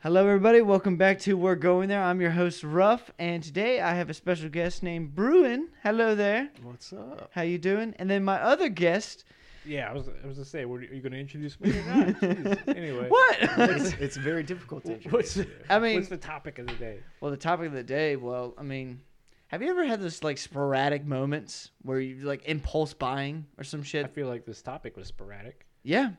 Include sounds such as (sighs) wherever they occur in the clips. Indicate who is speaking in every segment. Speaker 1: Hello, everybody. Welcome back to We're Going There. I'm your host Ruff, and today I have a special guest named Bruin. Hello there.
Speaker 2: What's up?
Speaker 1: How you doing? And then my other guest.
Speaker 3: Yeah, I was I was gonna say, were, are you gonna introduce me or
Speaker 1: (laughs)
Speaker 3: not? Jeez. Anyway,
Speaker 2: It's,
Speaker 3: (laughs)
Speaker 1: What?
Speaker 2: it's very difficult to introduce.
Speaker 3: What's
Speaker 1: I mean,
Speaker 3: what's the topic of the day?
Speaker 1: well, the topic of the day. Well, I mean, have you ever had those like sporadic moments where you like impulse buying or some
Speaker 3: I
Speaker 1: shit?
Speaker 3: feel like this topic was sporadic.
Speaker 1: Yeah.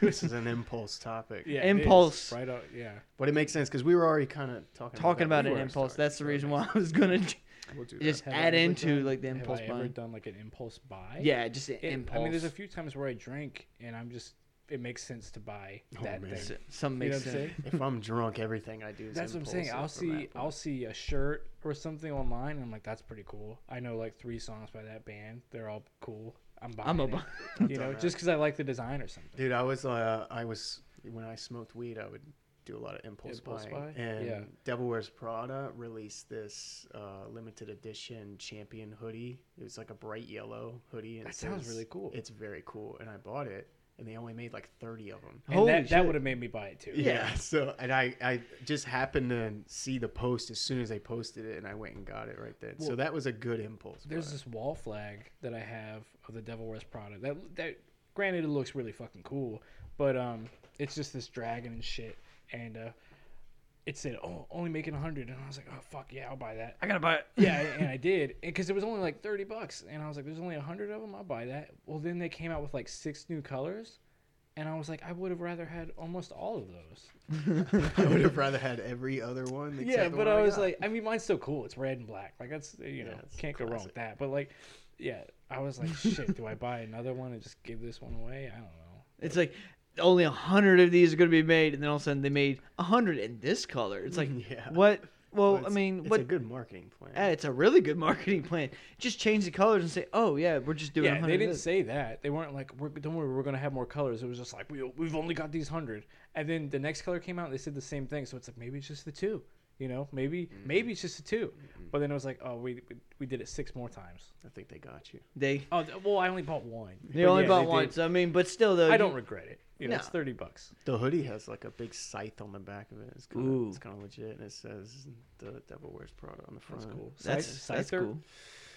Speaker 2: this is an impulse topic.
Speaker 3: Yeah, it is.
Speaker 1: Impulse.
Speaker 3: Right out. Yeah,
Speaker 2: But it makes sense because we were already kind of talking
Speaker 1: Talking about
Speaker 2: that.
Speaker 1: an
Speaker 2: We were
Speaker 1: impulse.
Speaker 2: talking
Speaker 1: That's the
Speaker 2: about
Speaker 1: reason
Speaker 2: that.
Speaker 1: why I was gonna j-
Speaker 2: We'll
Speaker 1: (laughs)
Speaker 2: do
Speaker 1: just
Speaker 2: that.
Speaker 3: Have I
Speaker 1: add
Speaker 3: ever
Speaker 1: into
Speaker 3: done-
Speaker 1: like the impulse
Speaker 3: Have I ever
Speaker 1: buying.
Speaker 3: done like an impulse buy?
Speaker 1: Yeah, just an
Speaker 3: It-
Speaker 1: impulse.
Speaker 3: I mean, there's a few times where I drink and I'm just it makes sense to buy
Speaker 2: Oh,
Speaker 3: that
Speaker 2: man.
Speaker 3: thing.
Speaker 1: S- some
Speaker 3: you
Speaker 1: (laughs)
Speaker 3: know
Speaker 1: makes
Speaker 3: what I'm
Speaker 1: sense.
Speaker 3: saying?
Speaker 2: If I'm drunk, everything I do is
Speaker 3: That's what I'm saying.
Speaker 2: impulsive from
Speaker 3: I'll
Speaker 2: that
Speaker 3: see
Speaker 2: point.
Speaker 3: I'll see a shirt or something online. I'm like, that's pretty cool. I know like three songs by that band. They're all cool. I'm buying.
Speaker 1: I'm a
Speaker 3: it,
Speaker 1: bu- (laughs)
Speaker 3: you know,
Speaker 2: Alright.
Speaker 3: just because I like the design or something.
Speaker 2: Dude, I was, uh, I was, when I smoked weed, I would do a lot of impulse,
Speaker 3: Impulse
Speaker 2: buying.
Speaker 3: buy?
Speaker 2: And
Speaker 3: Yeah.
Speaker 2: Devil Wears Prada released this uh, limited edition champion hoodie. It was like a bright yellow hoodie. And it
Speaker 3: That sounds
Speaker 2: says-
Speaker 3: really cool.
Speaker 2: It's very cool. And I bought it, and they only made like 30 of them.
Speaker 3: And
Speaker 1: Holy
Speaker 3: that, that
Speaker 1: shit.
Speaker 3: would have made me buy it too.
Speaker 2: Yeah. So, and I, I just happened to see the post as soon as they posted it, and I went and got it right then. so
Speaker 3: Well,
Speaker 2: that was a good impulse.
Speaker 3: There's
Speaker 2: buy.
Speaker 3: this wall flag that I have of the Devil Wears Prada. That that granted it looks really fucking cool, but um, it's just this dragon and shit, and uh, it said oh only making hundred, and I was like oh fuck yeah I'll buy that.
Speaker 1: I gotta buy it.
Speaker 3: (laughs) yeah, and I did because it was only like thirty bucks, and I was like there's only hundred of them I'll buy that. Well then they came out with like six new colors, and I was like I would have rather had almost all of those.
Speaker 2: (laughs) I would
Speaker 3: (laughs)
Speaker 2: have rather had every other one.
Speaker 3: Yeah,
Speaker 2: except the
Speaker 3: but
Speaker 2: one
Speaker 3: I was
Speaker 2: got.
Speaker 3: like, I mean, mine's still cool. It's red and black. Like that's you know
Speaker 2: oh Yeah, it's
Speaker 3: can't go wrong
Speaker 2: classic.
Speaker 3: with that. But like, yeah, I was like, shit, do I buy another one and just give this one away? I don't know.
Speaker 1: It's like only a hundred of these are going to be made, and then all of a sudden they made a hundred in this color. It's like
Speaker 2: Yeah.
Speaker 1: what? Well, I
Speaker 2: it's-
Speaker 1: mean,
Speaker 2: it's
Speaker 1: what?
Speaker 2: a good marketing plan.
Speaker 1: eh, it's a really good (laughs) marketing plan. Just change the colors and say, oh yeah, we're just doing. a
Speaker 3: yeah, they
Speaker 1: 100
Speaker 3: didn't
Speaker 1: of this.
Speaker 3: say that. They weren't like, we're, don't worry, we're gonna have more colors. It was just like we we've only got these hundred. And then the next color came out, and they said the same thing. So it's like maybe it's just the two. You know, maybe maybe it's just the 2 But then it was like, oh, we we- we did it six more times.
Speaker 2: I think they got you.
Speaker 1: They
Speaker 3: Oh, th- well, I only bought one.
Speaker 1: they
Speaker 3: But
Speaker 1: only
Speaker 3: yeah,
Speaker 1: bought
Speaker 3: they
Speaker 1: one.
Speaker 3: did.
Speaker 1: So I mean, but still though,
Speaker 3: I
Speaker 1: you-
Speaker 3: don't regret it. You know, it's
Speaker 1: No.
Speaker 3: thirty bucks.
Speaker 2: The hoodie has like a big scythe on the back of it. It's kind
Speaker 1: Ooh.
Speaker 2: of it's kind of legit, and it says "The Devil Wears Prada" on the front.
Speaker 3: That's cool.
Speaker 1: That's
Speaker 3: Scyther?
Speaker 1: that's cool.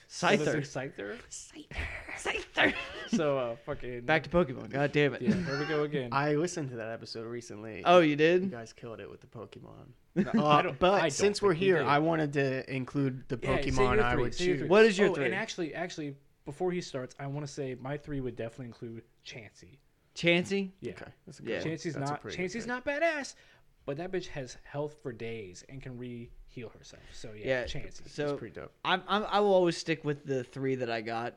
Speaker 3: Scyther.
Speaker 1: Scyther.
Speaker 3: Scyther.
Speaker 1: Scyther.
Speaker 3: So uh, fucking
Speaker 1: Back to Pokemon. God damn it.
Speaker 3: Yeah, here we go again.
Speaker 2: I listened to that episode recently.
Speaker 1: (laughs) Oh, you
Speaker 2: You
Speaker 1: did?
Speaker 2: guys killed it with the Pokemon.
Speaker 3: (laughs)
Speaker 2: (laughs)
Speaker 3: I
Speaker 2: Uh,
Speaker 3: don't- I
Speaker 2: but
Speaker 3: don't
Speaker 2: since we're
Speaker 3: think you
Speaker 2: here,
Speaker 3: did.
Speaker 2: I wanted to include the
Speaker 3: Yeah, say
Speaker 2: Pokemon
Speaker 3: your
Speaker 2: I
Speaker 3: three,
Speaker 2: would
Speaker 3: say your three.
Speaker 2: choose.
Speaker 1: What is your
Speaker 3: oh,
Speaker 1: three?
Speaker 3: And actually, actually, before he starts, I want to say my three would definitely include Chansey.
Speaker 1: Chansey.
Speaker 3: Yeah,
Speaker 2: Okay, that's a
Speaker 1: Yeah.
Speaker 2: good one.
Speaker 3: Chansey's
Speaker 2: That's a
Speaker 3: not
Speaker 2: pretty good
Speaker 3: Chansey's
Speaker 2: pick.
Speaker 3: not badass, but that bitch has health for days and can re heal herself. So yeah,
Speaker 1: Yeah,
Speaker 3: Chansey.
Speaker 1: So
Speaker 2: That's pretty dope.
Speaker 1: I'm, I'm I will always stick with the three that I got,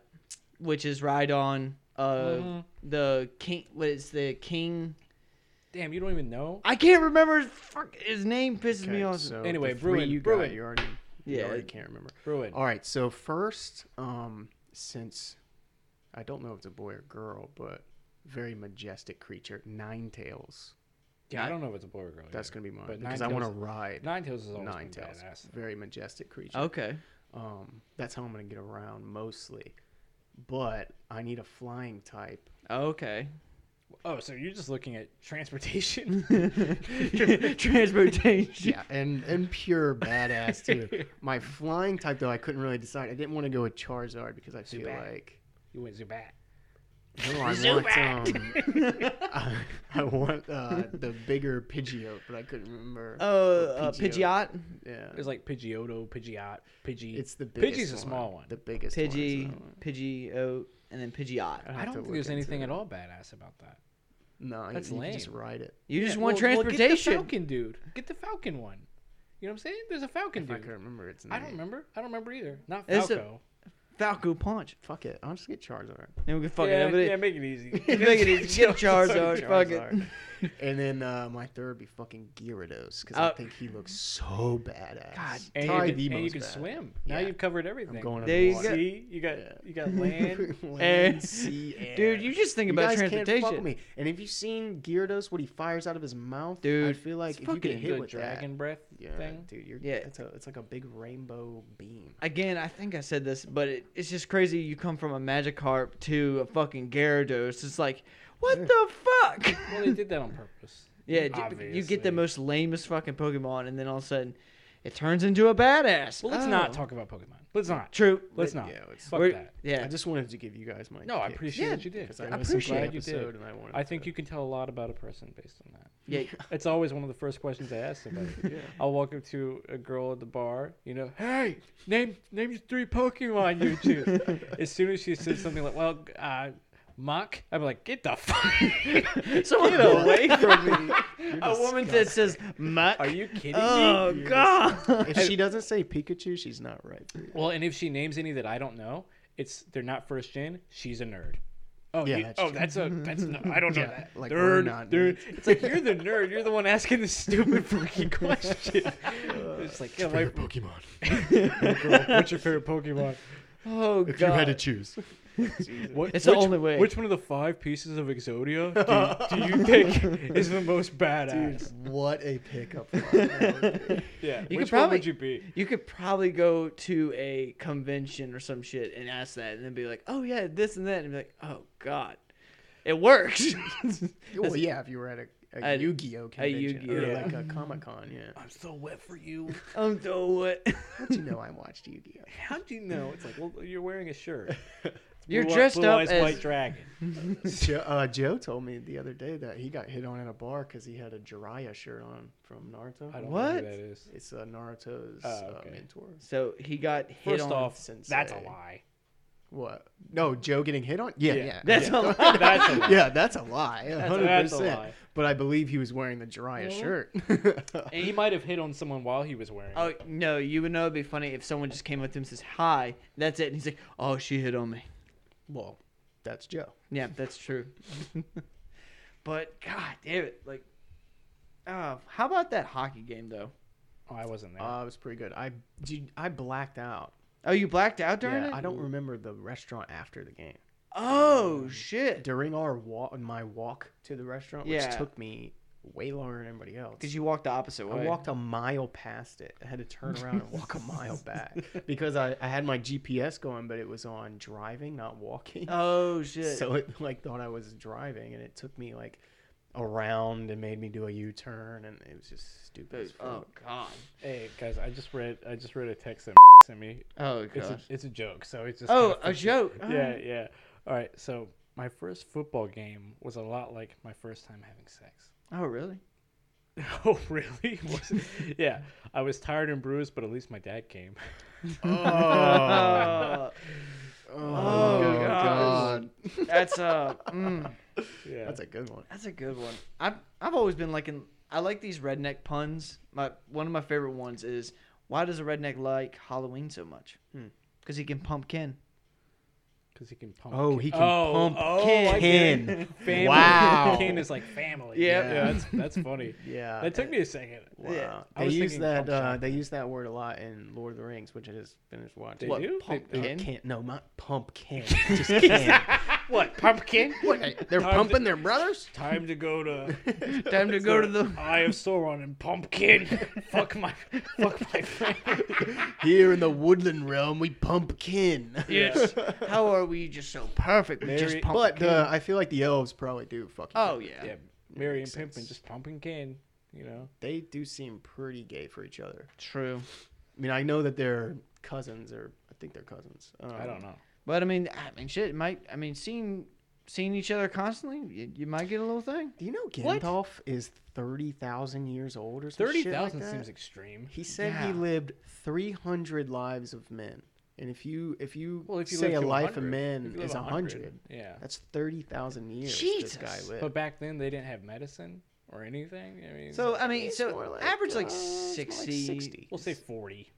Speaker 1: which is Rhydon, uh,
Speaker 3: Mhm.
Speaker 1: the king. What is the king?
Speaker 3: Damn, you don't even know.
Speaker 1: I can't remember. his Fuck, his name pisses me
Speaker 2: Okay,
Speaker 1: off.
Speaker 2: so
Speaker 3: Anyway,
Speaker 2: the three
Speaker 3: Bruin,
Speaker 2: you
Speaker 3: Bruin.
Speaker 2: got, you already, you
Speaker 1: Yeah.
Speaker 2: already can't remember.
Speaker 3: Bruin.
Speaker 2: All right, so first, um, since I don't know if it's a boy or girl, but very majestic creature, Nine Tails.
Speaker 3: Yeah, I don't know if it's a boy or girl.
Speaker 2: That's
Speaker 3: either.
Speaker 2: gonna be mine
Speaker 3: But
Speaker 2: because I want to
Speaker 3: Ninetales-
Speaker 2: ride
Speaker 3: Ninetales is always
Speaker 2: Nine
Speaker 3: Nine
Speaker 2: Tails.
Speaker 3: badass.
Speaker 2: Very majestic creature.
Speaker 1: okay.
Speaker 2: Um, that's how I'm gonna get around mostly, but I need a flying type.
Speaker 1: (laughs) Okay.
Speaker 3: Oh, so you're just looking at transportation? (laughs)
Speaker 1: Transportation.
Speaker 2: Yeah, and and pure badass too. My flying type though, I couldn't really decide. I didn't want to go with Charizard because I feel
Speaker 3: Zubat.
Speaker 2: like
Speaker 3: you went Zubat.
Speaker 2: No, I want um, I,
Speaker 1: (laughs)
Speaker 2: (laughs) I want uh, the bigger Pidgeot, but I couldn't remember.
Speaker 1: (laughs) Oh,
Speaker 2: Or
Speaker 1: uh, Pidgeot,
Speaker 2: Yeah,
Speaker 3: There's like Pidgeotto, Pidgeot, Pidgey.
Speaker 2: it's the biggest.
Speaker 3: Pidgey's a small one.
Speaker 2: The biggest. one is
Speaker 1: Pidgey,
Speaker 2: that one.
Speaker 1: Pidgeot, and then Pidgeot.
Speaker 3: I
Speaker 2: have
Speaker 3: don't
Speaker 2: to
Speaker 3: think
Speaker 2: look
Speaker 3: there's
Speaker 2: into
Speaker 3: anything
Speaker 2: it.
Speaker 3: at all badass about that.
Speaker 2: No,
Speaker 3: That's
Speaker 2: you, you can just
Speaker 3: lame.
Speaker 2: ride it.
Speaker 1: You just
Speaker 3: Yeah,
Speaker 1: want
Speaker 3: well- well,
Speaker 1: transportation.
Speaker 3: get the Falcon dude. Get the Falcon one. You know what I'm saying? There's a Falcon
Speaker 2: If I
Speaker 3: dude.
Speaker 2: could remember its name.
Speaker 3: I don't remember. I don't remember either. Not
Speaker 1: It's a-
Speaker 3: Falco.
Speaker 1: Falco punch.
Speaker 2: Fuck it. I'll just get Charizard.
Speaker 1: Then we can fucking
Speaker 3: yeah,
Speaker 1: have it.
Speaker 3: yeah, (laughs) make it easy.
Speaker 1: (laughs) Make it easy.
Speaker 3: (laughs)
Speaker 1: Get Charizard. Fuck it.
Speaker 2: Charizard. (laughs) and then uh, my third would be fucking Gyarados because
Speaker 1: Uh,
Speaker 2: I think he looks so badass.
Speaker 1: God,
Speaker 3: And you,
Speaker 2: Probably
Speaker 3: can,
Speaker 2: the
Speaker 3: and you
Speaker 2: most
Speaker 3: can
Speaker 2: badass. (laughs)
Speaker 3: swim. Now
Speaker 2: Yeah.
Speaker 3: you've covered everything.
Speaker 2: I'm going
Speaker 1: There you
Speaker 2: underwater.
Speaker 1: go.
Speaker 3: See, you got
Speaker 2: Yeah.
Speaker 3: you
Speaker 2: (laughs)
Speaker 3: got land.
Speaker 2: land,
Speaker 1: Eh.
Speaker 2: sea, air.
Speaker 1: Dude, you just think
Speaker 2: You
Speaker 1: about
Speaker 2: guys can't fuck
Speaker 1: transportation.
Speaker 2: with me. And have you seen Gyarados? What he fires out of his mouth? I
Speaker 1: Dude,
Speaker 2: feel like
Speaker 1: it's
Speaker 2: if you
Speaker 1: fucking
Speaker 2: get hit
Speaker 3: the
Speaker 2: with
Speaker 3: dragon breath
Speaker 2: that, yeah,
Speaker 3: thing.
Speaker 2: dude, you're,
Speaker 1: Yeah.
Speaker 2: yeah, it's, a, it's like a big rainbow beam.
Speaker 1: Again, I think I said this, but it, it's just crazy. You come from a Magikarp to a fucking Gyarados. It's like, what the fuck?
Speaker 3: Well, they did that on purpose.
Speaker 1: Yeah, d- you get the
Speaker 3: Obviously.
Speaker 1: most lamest fucking Pokemon, and then all of a sudden, it turns into a badass.
Speaker 3: Well, let's
Speaker 1: Oh.
Speaker 3: not talk about Pokemon. Let's not.
Speaker 1: True.
Speaker 3: Let's
Speaker 1: but-
Speaker 3: not.
Speaker 2: yeah, it's-
Speaker 3: Fuck
Speaker 1: we're-
Speaker 3: that.
Speaker 1: Yeah.
Speaker 2: I just wanted to give you guys my
Speaker 3: No, I
Speaker 2: pick,
Speaker 3: appreciate
Speaker 1: Yeah,
Speaker 3: what you did.
Speaker 2: because I
Speaker 1: I
Speaker 2: listened to
Speaker 1: appreciate
Speaker 2: the
Speaker 1: it.
Speaker 3: you did.
Speaker 2: episode and I wanted
Speaker 3: I think
Speaker 2: to-
Speaker 3: you can tell a lot about a person based on that.
Speaker 1: yeah. (laughs)
Speaker 3: It's always one of the first questions I ask (laughs) somebody.
Speaker 2: yeah.
Speaker 3: I'll walk up to a girl at the bar, you know, hey,
Speaker 1: (laughs)
Speaker 3: name name your three Pokemon you choose. (laughs) as soon as she says something like, well, uh, Mach, I'm like, get the fuck (laughs)
Speaker 1: Someone,
Speaker 3: (laughs)
Speaker 1: (laughs)
Speaker 3: Get away
Speaker 1: from me.
Speaker 2: You're
Speaker 1: a woman that says mutt.
Speaker 3: Are you kidding
Speaker 1: Oh
Speaker 3: me? You're
Speaker 1: god.
Speaker 2: If she doesn't say Pikachu, she's not right. for you.
Speaker 3: dis- Well, and if she names any that I don't know, it's they're not first gen. She's a nerd. Oh
Speaker 2: Yeah,
Speaker 3: yeah.
Speaker 2: that's
Speaker 3: oh,
Speaker 2: true.
Speaker 3: that's a that's no, I don't know
Speaker 2: Yeah,
Speaker 3: that.
Speaker 2: like, we're
Speaker 3: nerd,
Speaker 2: not
Speaker 3: nerd. It's like you're the nerd. You're the one asking the
Speaker 2: (laughs)
Speaker 3: stupid fucking question.
Speaker 2: Uh,
Speaker 3: it's like get away from
Speaker 2: Pokemon.
Speaker 3: girl, what's your
Speaker 1: (laughs)
Speaker 3: favorite Pokemon?
Speaker 1: (laughs) Oh god.
Speaker 2: choose,
Speaker 3: What,
Speaker 1: It's
Speaker 3: which,
Speaker 1: the only way.
Speaker 3: Which one of the five pieces of Exodia
Speaker 1: (laughs)
Speaker 3: do, do you think is the most badass?
Speaker 2: what a (laughs) pickup line. that would be.
Speaker 3: yeah,
Speaker 1: You
Speaker 3: which
Speaker 1: could
Speaker 3: one
Speaker 1: probably-
Speaker 3: would you be?
Speaker 1: you could probably go to a convention or some shit and ask that, and then be like, "Oh yeah, this and that," and be like, "Oh god, it works." (laughs)
Speaker 2: well, yeah, if you were at a, a,
Speaker 1: A-
Speaker 2: Yu-Gi-Oh convention
Speaker 1: Yu-Gi-Oh.
Speaker 2: or
Speaker 3: Yeah.
Speaker 2: like a Comic Con, yeah. (laughs)
Speaker 3: I'm so wet for you.
Speaker 1: I'm
Speaker 3: (laughs)
Speaker 1: doing it.
Speaker 2: How'd you know I watched Yu-Gi-Oh?
Speaker 3: How'd you know? It's like, well, you're wearing a shirt.
Speaker 1: (laughs) (laughs) You're
Speaker 3: Blue-
Speaker 1: dressed
Speaker 3: blue
Speaker 1: up
Speaker 3: eyes,
Speaker 1: as-
Speaker 3: white dragon.
Speaker 2: (laughs) Joe, uh, Joe told me the other day that he got hit on at a bar because he had a Jiraiya shirt on from Naruto.
Speaker 3: I don't know who
Speaker 1: What?
Speaker 3: that is.
Speaker 2: It's uh, Naruto's
Speaker 3: Oh,
Speaker 2: uh,
Speaker 3: okay.
Speaker 2: mentor.
Speaker 1: So he got hit
Speaker 3: First
Speaker 1: on.
Speaker 3: off,
Speaker 2: Sensei.
Speaker 3: that's a lie.
Speaker 2: What? No, Joe getting hit on? Yeah,
Speaker 3: Yeah.
Speaker 2: yeah.
Speaker 1: (laughs) That's
Speaker 2: yeah.
Speaker 1: a
Speaker 3: (laughs)
Speaker 1: lie.
Speaker 3: that's a lie.
Speaker 2: yeah, that's a lie. a
Speaker 3: That's a-
Speaker 2: hundred
Speaker 3: that's a
Speaker 2: percent.
Speaker 3: lie.
Speaker 2: But I believe he was wearing the Jiraiya shirt. (laughs)
Speaker 3: And he might have hit on someone while he was wearing.
Speaker 1: Oh
Speaker 3: it.
Speaker 1: no, you would know it'd be funny if someone just came up to him and says hi. That's it. And he's like, "Oh, she hit on me."
Speaker 2: well, that's Joe.
Speaker 1: Yeah, that's true. (laughs) but god damn it, like, uh, how about that hockey game though?
Speaker 3: Oh, I wasn't there.
Speaker 2: Uh, it was pretty good. I dude, I blacked out.
Speaker 1: Oh, you blacked out during it.
Speaker 2: yeah, I don't remember the restaurant after the game.
Speaker 1: Oh shit!
Speaker 2: During our walk, my walk to the restaurant, which
Speaker 1: Yeah.
Speaker 2: took me way longer than everybody else.
Speaker 1: Because you walked the opposite
Speaker 2: I
Speaker 1: way.
Speaker 2: walked a mile past it. I had to turn around and walk a mile
Speaker 1: (laughs)
Speaker 2: back because I, I had my GPS going, but it was on driving, not walking.
Speaker 1: Oh shit!
Speaker 2: so it like thought I was driving, and it took me like around and made me do a U turn, and it was just stupid. As
Speaker 1: oh
Speaker 2: fuck.
Speaker 1: god!
Speaker 3: hey guys, I just read I just read a text that (laughs) sent me.
Speaker 1: Oh
Speaker 3: It's a,
Speaker 1: gosh!
Speaker 3: it's a joke, so it's just
Speaker 1: Oh,
Speaker 3: kinda
Speaker 1: a
Speaker 3: funny.
Speaker 1: joke.
Speaker 3: Yeah, yeah. All right, so my first football game was a lot like my first time
Speaker 2: (laughs)
Speaker 3: having sex.
Speaker 1: Oh really?
Speaker 3: Oh, really? (laughs) Was it? yeah, I was tired and bruised, but at least my dad came. (laughs)
Speaker 2: (laughs)
Speaker 1: Oh,
Speaker 2: Oh,
Speaker 1: god. (laughs) that's a mm,
Speaker 3: Yeah.
Speaker 2: That's a good one.
Speaker 1: that's a good one. I've I've always been liking. I like these redneck puns. My one of my favorite ones is why does a redneck like Halloween so much?
Speaker 2: Hmm.
Speaker 1: Because he can pump Ken.
Speaker 3: Because he can pump.
Speaker 2: Oh,
Speaker 3: Ken.
Speaker 2: he can
Speaker 3: oh,
Speaker 2: pump
Speaker 3: oh, I get it. (laughs)
Speaker 2: Ken.
Speaker 3: Family.
Speaker 2: Wow.
Speaker 3: Ken is like family.
Speaker 1: Yeah.
Speaker 3: yeah that's that's
Speaker 2: (laughs)
Speaker 3: funny.
Speaker 2: Yeah,
Speaker 3: That took me a second.
Speaker 2: Wow.
Speaker 1: Yeah.
Speaker 3: I
Speaker 2: They
Speaker 3: was
Speaker 2: use
Speaker 3: thinking
Speaker 2: that.
Speaker 3: pump
Speaker 2: Uh,
Speaker 3: shot.
Speaker 2: they use that word a lot in Lord of the Rings, which I just finished watching.
Speaker 3: They
Speaker 1: What,
Speaker 3: do?
Speaker 1: pump
Speaker 3: They-
Speaker 2: Uh,
Speaker 1: Ken?
Speaker 2: can't- no, not pump
Speaker 3: (laughs)
Speaker 2: can. Just can.
Speaker 3: What pumpkin?
Speaker 2: what? They're
Speaker 3: Time to-
Speaker 2: pumping their brothers?
Speaker 3: (laughs) Time to
Speaker 2: (laughs)
Speaker 3: go to
Speaker 1: (laughs) Time to go to
Speaker 3: (laughs)
Speaker 1: the.
Speaker 3: Eye of Sauron and pumpkin. (laughs) fuck my fuck my
Speaker 2: (laughs)
Speaker 3: friend.
Speaker 2: Here in the woodland realm, we pump kin. (laughs)
Speaker 1: Yes. How are we just so perfect? We
Speaker 3: Mary-
Speaker 1: just pump
Speaker 2: But
Speaker 1: Ken.
Speaker 2: uh, I feel like the elves probably do fucking.
Speaker 1: oh
Speaker 2: pump.
Speaker 1: yeah.
Speaker 3: yeah, Mary and
Speaker 2: Makes
Speaker 3: Pimpin
Speaker 2: sense.
Speaker 3: just pumping Ken. You know.
Speaker 2: They do seem pretty gay for each other.
Speaker 1: True.
Speaker 2: I mean, I know that they're cousins, or I think they're cousins. Um,
Speaker 3: I don't know.
Speaker 1: But I mean, I mean, shit. It might. I mean, seeing seeing each other constantly, you, you might get a little thing.
Speaker 2: Do you know
Speaker 3: What?
Speaker 2: Gandalf is thirty thousand years old or something?
Speaker 3: Thirty
Speaker 2: Thirty
Speaker 3: thousand
Speaker 2: like that?
Speaker 3: seems extreme.
Speaker 2: He said
Speaker 1: Yeah.
Speaker 2: he lived 300 lives of men. And if you if you,
Speaker 3: Well, if you
Speaker 2: say
Speaker 3: live
Speaker 2: a
Speaker 3: to
Speaker 2: life of
Speaker 3: 100,
Speaker 2: men
Speaker 3: if you live
Speaker 2: is 100,
Speaker 3: 100, yeah.
Speaker 2: that's 30,000 years
Speaker 1: Jesus.
Speaker 2: this guy lived.
Speaker 3: But back then they didn't have medicine or anything. I mean,
Speaker 1: So I mean,
Speaker 2: It's
Speaker 1: so
Speaker 2: more like,
Speaker 1: average like
Speaker 2: uh, it's more like
Speaker 1: 60,
Speaker 2: 60.
Speaker 3: we'll say forty. (laughs)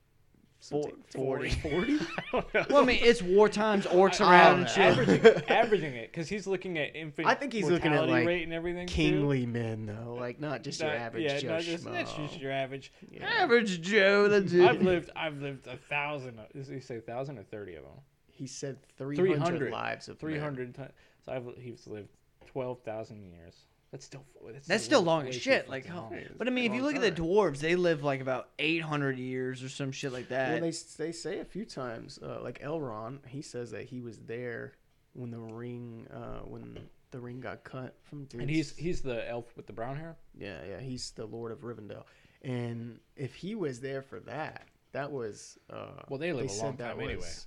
Speaker 1: four-
Speaker 2: Something-
Speaker 1: 40.
Speaker 2: (laughs) 40?
Speaker 3: I don't know.
Speaker 1: Well, I mean, it's war times, orcs
Speaker 2: (laughs) I- I
Speaker 1: around
Speaker 2: don't
Speaker 1: and
Speaker 2: know.
Speaker 1: shit.
Speaker 2: (laughs)
Speaker 3: averaging, averaging it because he's looking at infant.
Speaker 2: I think he's looking at,
Speaker 3: mortality
Speaker 2: like,
Speaker 3: rate and everything. too.
Speaker 2: Kingly men, though. Like, not just
Speaker 3: Not-
Speaker 2: your average
Speaker 3: yeah,
Speaker 2: Joe
Speaker 3: not just, that's
Speaker 2: Schmo.
Speaker 3: just your average.
Speaker 1: Average Joe, the dude.
Speaker 2: (laughs)
Speaker 3: I've lived, I've lived a thousand. uh, of- Did he say thousand or thirty of them?
Speaker 2: He said 300,
Speaker 3: 300.
Speaker 2: lives of
Speaker 3: Three
Speaker 2: 300.
Speaker 3: hundred times. So I've he's lived twelve thousand years. That's still that's,
Speaker 1: That's still long
Speaker 3: way
Speaker 1: as
Speaker 3: too
Speaker 1: shit. Like,
Speaker 3: fucking
Speaker 1: oh.
Speaker 3: long.
Speaker 1: but I mean, if you
Speaker 2: long
Speaker 1: look at the dwarves, they live like about 800 years or some shit like that.
Speaker 2: Well, they, they say a few times, uh, like Elrond, he says that he was there when the ring, uh, when the ring got cut from dudes.
Speaker 3: And he's he's the elf with the brown hair.
Speaker 2: yeah, yeah, he's the Lord of Rivendell. And if he was there for that, that was uh,
Speaker 3: Well, they live a
Speaker 2: said
Speaker 3: long time anyway.
Speaker 2: was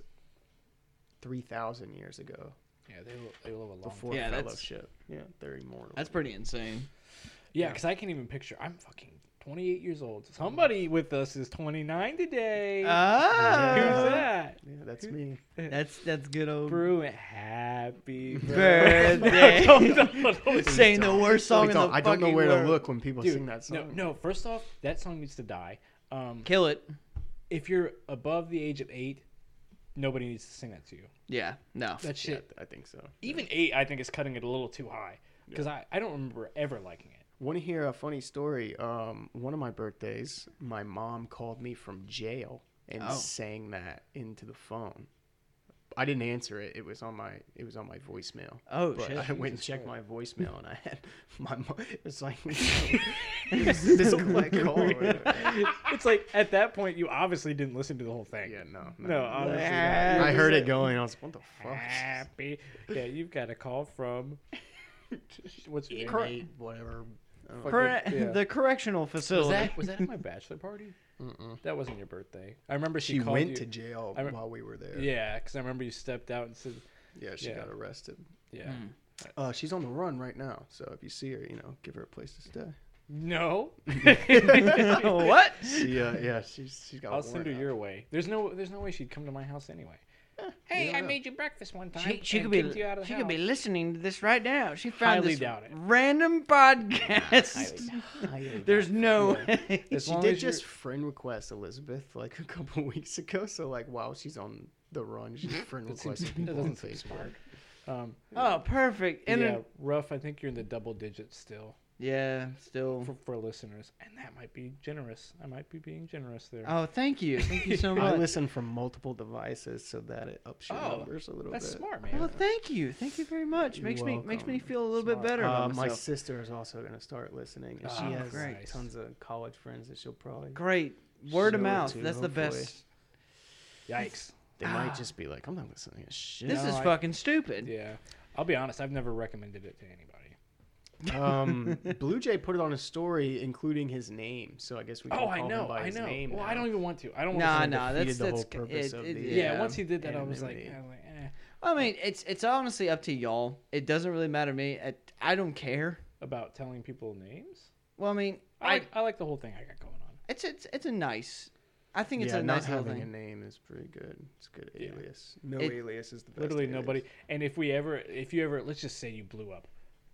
Speaker 2: Three thousand years ago,
Speaker 3: Yeah, they li- they live a long
Speaker 2: before
Speaker 1: Yeah, that's-
Speaker 2: Fellowship. Yeah, they're immortal.
Speaker 1: That's pretty insane.
Speaker 3: Yeah, because I can't even picture. I'm fucking 28 years old. Somebody with us is 29 today. Who's (laughs)
Speaker 1: Ah,
Speaker 3: that?
Speaker 2: yeah, that's me.
Speaker 1: that's that's good old
Speaker 3: Brew it. Happy
Speaker 1: Birthday.
Speaker 3: (laughs) Don't- don't- don't- don't-
Speaker 1: saying the worst song
Speaker 2: I
Speaker 1: in
Speaker 2: don't,
Speaker 1: the
Speaker 2: I don't know
Speaker 1: fucking
Speaker 2: where
Speaker 1: world.
Speaker 2: to look when people
Speaker 3: Dude,
Speaker 2: sing that
Speaker 3: no,
Speaker 2: song.
Speaker 3: no. First off, that song needs to die. Um,
Speaker 1: Kill it.
Speaker 3: if you're above the age of eight, nobody needs to sing that to you.
Speaker 1: Yeah. No.
Speaker 3: That
Speaker 2: Yeah,
Speaker 3: shit.
Speaker 2: I think so.
Speaker 3: Even eight, I think, is cutting it a little too high. Because I, I don't remember ever liking it.
Speaker 2: Want to hear a funny story? Um, one of my birthdays, my mom called me from jail and
Speaker 1: Oh.
Speaker 2: sang that into the phone. I didn't answer it. It was on my it was on my voicemail.
Speaker 1: Oh,
Speaker 2: but
Speaker 1: shit.
Speaker 2: I went and
Speaker 3: Jesus
Speaker 2: checked my voicemail and I had (laughs) my mom. It's
Speaker 3: (laughs)
Speaker 2: like it was this collect call.
Speaker 3: (laughs) it's like at that point, you obviously didn't listen to the whole thing.
Speaker 2: Yeah, no, no.
Speaker 3: No, obviously not. You're
Speaker 2: I
Speaker 3: just
Speaker 2: heard
Speaker 3: like,
Speaker 2: it going. I was what the
Speaker 1: (laughs)
Speaker 2: fuck?
Speaker 3: Happy. Yeah, you've got a call from. (laughs) What's your name?
Speaker 2: Cor- Whatever.
Speaker 3: Fucking-
Speaker 1: Cor-
Speaker 3: yeah.
Speaker 1: The correctional
Speaker 3: was
Speaker 1: facility.
Speaker 3: that was that (laughs) at my bachelor party? That wasn't your birthday. I remember she,
Speaker 2: She
Speaker 3: called
Speaker 2: went
Speaker 3: you.
Speaker 2: to jail
Speaker 3: I rem-
Speaker 2: while we were there.
Speaker 3: Yeah, because I remember you stepped out and said,
Speaker 2: yeah. She
Speaker 3: yeah.
Speaker 2: got arrested.
Speaker 3: "Yeah,
Speaker 1: Hmm.
Speaker 2: Uh, she's on the run right now, so if you see her, you know, give her a place to stay.
Speaker 3: (laughs) no."
Speaker 1: (laughs)
Speaker 3: (laughs)
Speaker 1: what?
Speaker 2: She, uh, yeah, she's she's got.
Speaker 3: I'll
Speaker 2: a
Speaker 3: send her
Speaker 2: warrant
Speaker 3: your way. There's no there's no way she'd come to my house anyway.
Speaker 2: you
Speaker 3: Hey,
Speaker 2: don't
Speaker 3: I
Speaker 2: know.
Speaker 3: made you breakfast one time.
Speaker 1: She, she
Speaker 3: and
Speaker 1: could be
Speaker 3: kicked you out of the
Speaker 1: she could be
Speaker 3: house."
Speaker 1: listening to this right now. She found
Speaker 3: Highly
Speaker 1: this
Speaker 3: doubt it.
Speaker 1: random podcast.
Speaker 2: out. I-
Speaker 1: (laughs) There's no way.
Speaker 3: As
Speaker 2: she
Speaker 3: long
Speaker 2: did
Speaker 3: as you're-
Speaker 2: just friend request Elizabeth like (laughs) a couple weeks ago. So like, while she's on the run,
Speaker 3: (laughs)
Speaker 2: she's friend
Speaker 3: That seems-
Speaker 2: requesting people
Speaker 3: that
Speaker 2: on
Speaker 3: doesn't seem
Speaker 2: Facebook.
Speaker 3: smart. Um,
Speaker 1: Oh, perfect. And
Speaker 3: yeah,
Speaker 1: then-
Speaker 3: rough. I think you're in the double digits still
Speaker 1: yeah, still.
Speaker 2: Mm-hmm.
Speaker 3: for, for listeners, and that might be generous. I might be being generous there.
Speaker 1: Oh, thank you. Thank you so
Speaker 2: I
Speaker 1: much.
Speaker 2: listen from multiple devices so that it ups your
Speaker 3: Oh,
Speaker 2: numbers a little
Speaker 3: That's
Speaker 2: bit.
Speaker 3: smart,
Speaker 1: Well,
Speaker 3: man.
Speaker 1: thank you. Thank you very much.
Speaker 2: You're
Speaker 1: Makes me makes me
Speaker 2: welcome.
Speaker 1: feel a little
Speaker 3: Smart.
Speaker 1: bit better
Speaker 2: Uh,
Speaker 1: about
Speaker 2: my
Speaker 1: myself.
Speaker 2: sister is also going to start listening, and
Speaker 3: Oh,
Speaker 2: she has
Speaker 3: great.
Speaker 2: tons of college friends that she'll probably.
Speaker 1: Great. Word
Speaker 2: Show it
Speaker 1: of mouth.
Speaker 2: to,
Speaker 1: That's the
Speaker 2: hopefully.
Speaker 1: best.
Speaker 3: Yikes.
Speaker 2: They
Speaker 3: ah.
Speaker 2: might just be like, "I'm not listening to shit."
Speaker 1: This
Speaker 3: No,
Speaker 1: is
Speaker 3: I-
Speaker 1: fucking stupid.
Speaker 3: Yeah, I'll be honest. I've never recommended it to anybody.
Speaker 2: (laughs) Um, Blue Jay put it on a story, including his name. So I guess we can
Speaker 3: Oh,
Speaker 2: call
Speaker 3: I
Speaker 2: him
Speaker 3: know,
Speaker 2: by
Speaker 3: I
Speaker 2: his
Speaker 3: know.
Speaker 2: name.
Speaker 3: Well,
Speaker 2: now.
Speaker 3: I don't even want to. I don't.
Speaker 1: Nah,
Speaker 3: want to
Speaker 1: nah, that's
Speaker 2: defeated the
Speaker 1: that's
Speaker 2: whole purpose
Speaker 1: it,
Speaker 2: of
Speaker 1: it-
Speaker 2: the,
Speaker 3: Yeah,
Speaker 2: Yeah,
Speaker 3: once he did that, I was like,
Speaker 2: anonymity.
Speaker 3: I was like, eh,
Speaker 1: I mean, it's it's honestly up to y'all. It doesn't really matter to me. I, I don't care.
Speaker 3: about telling people names.
Speaker 1: Well, I mean,
Speaker 3: I
Speaker 1: I
Speaker 3: like, I like the whole thing I got going on.
Speaker 1: it's it's it's a nice. I think it's
Speaker 2: yeah,
Speaker 1: a
Speaker 2: not
Speaker 1: nice little
Speaker 2: having
Speaker 1: thing.
Speaker 2: a name is pretty good. It's a good
Speaker 3: Yeah.
Speaker 2: alias. No
Speaker 1: It-
Speaker 2: alias is the best.
Speaker 3: Literally
Speaker 2: alias.
Speaker 3: nobody. And if we ever, if you ever, let's just say you blew up,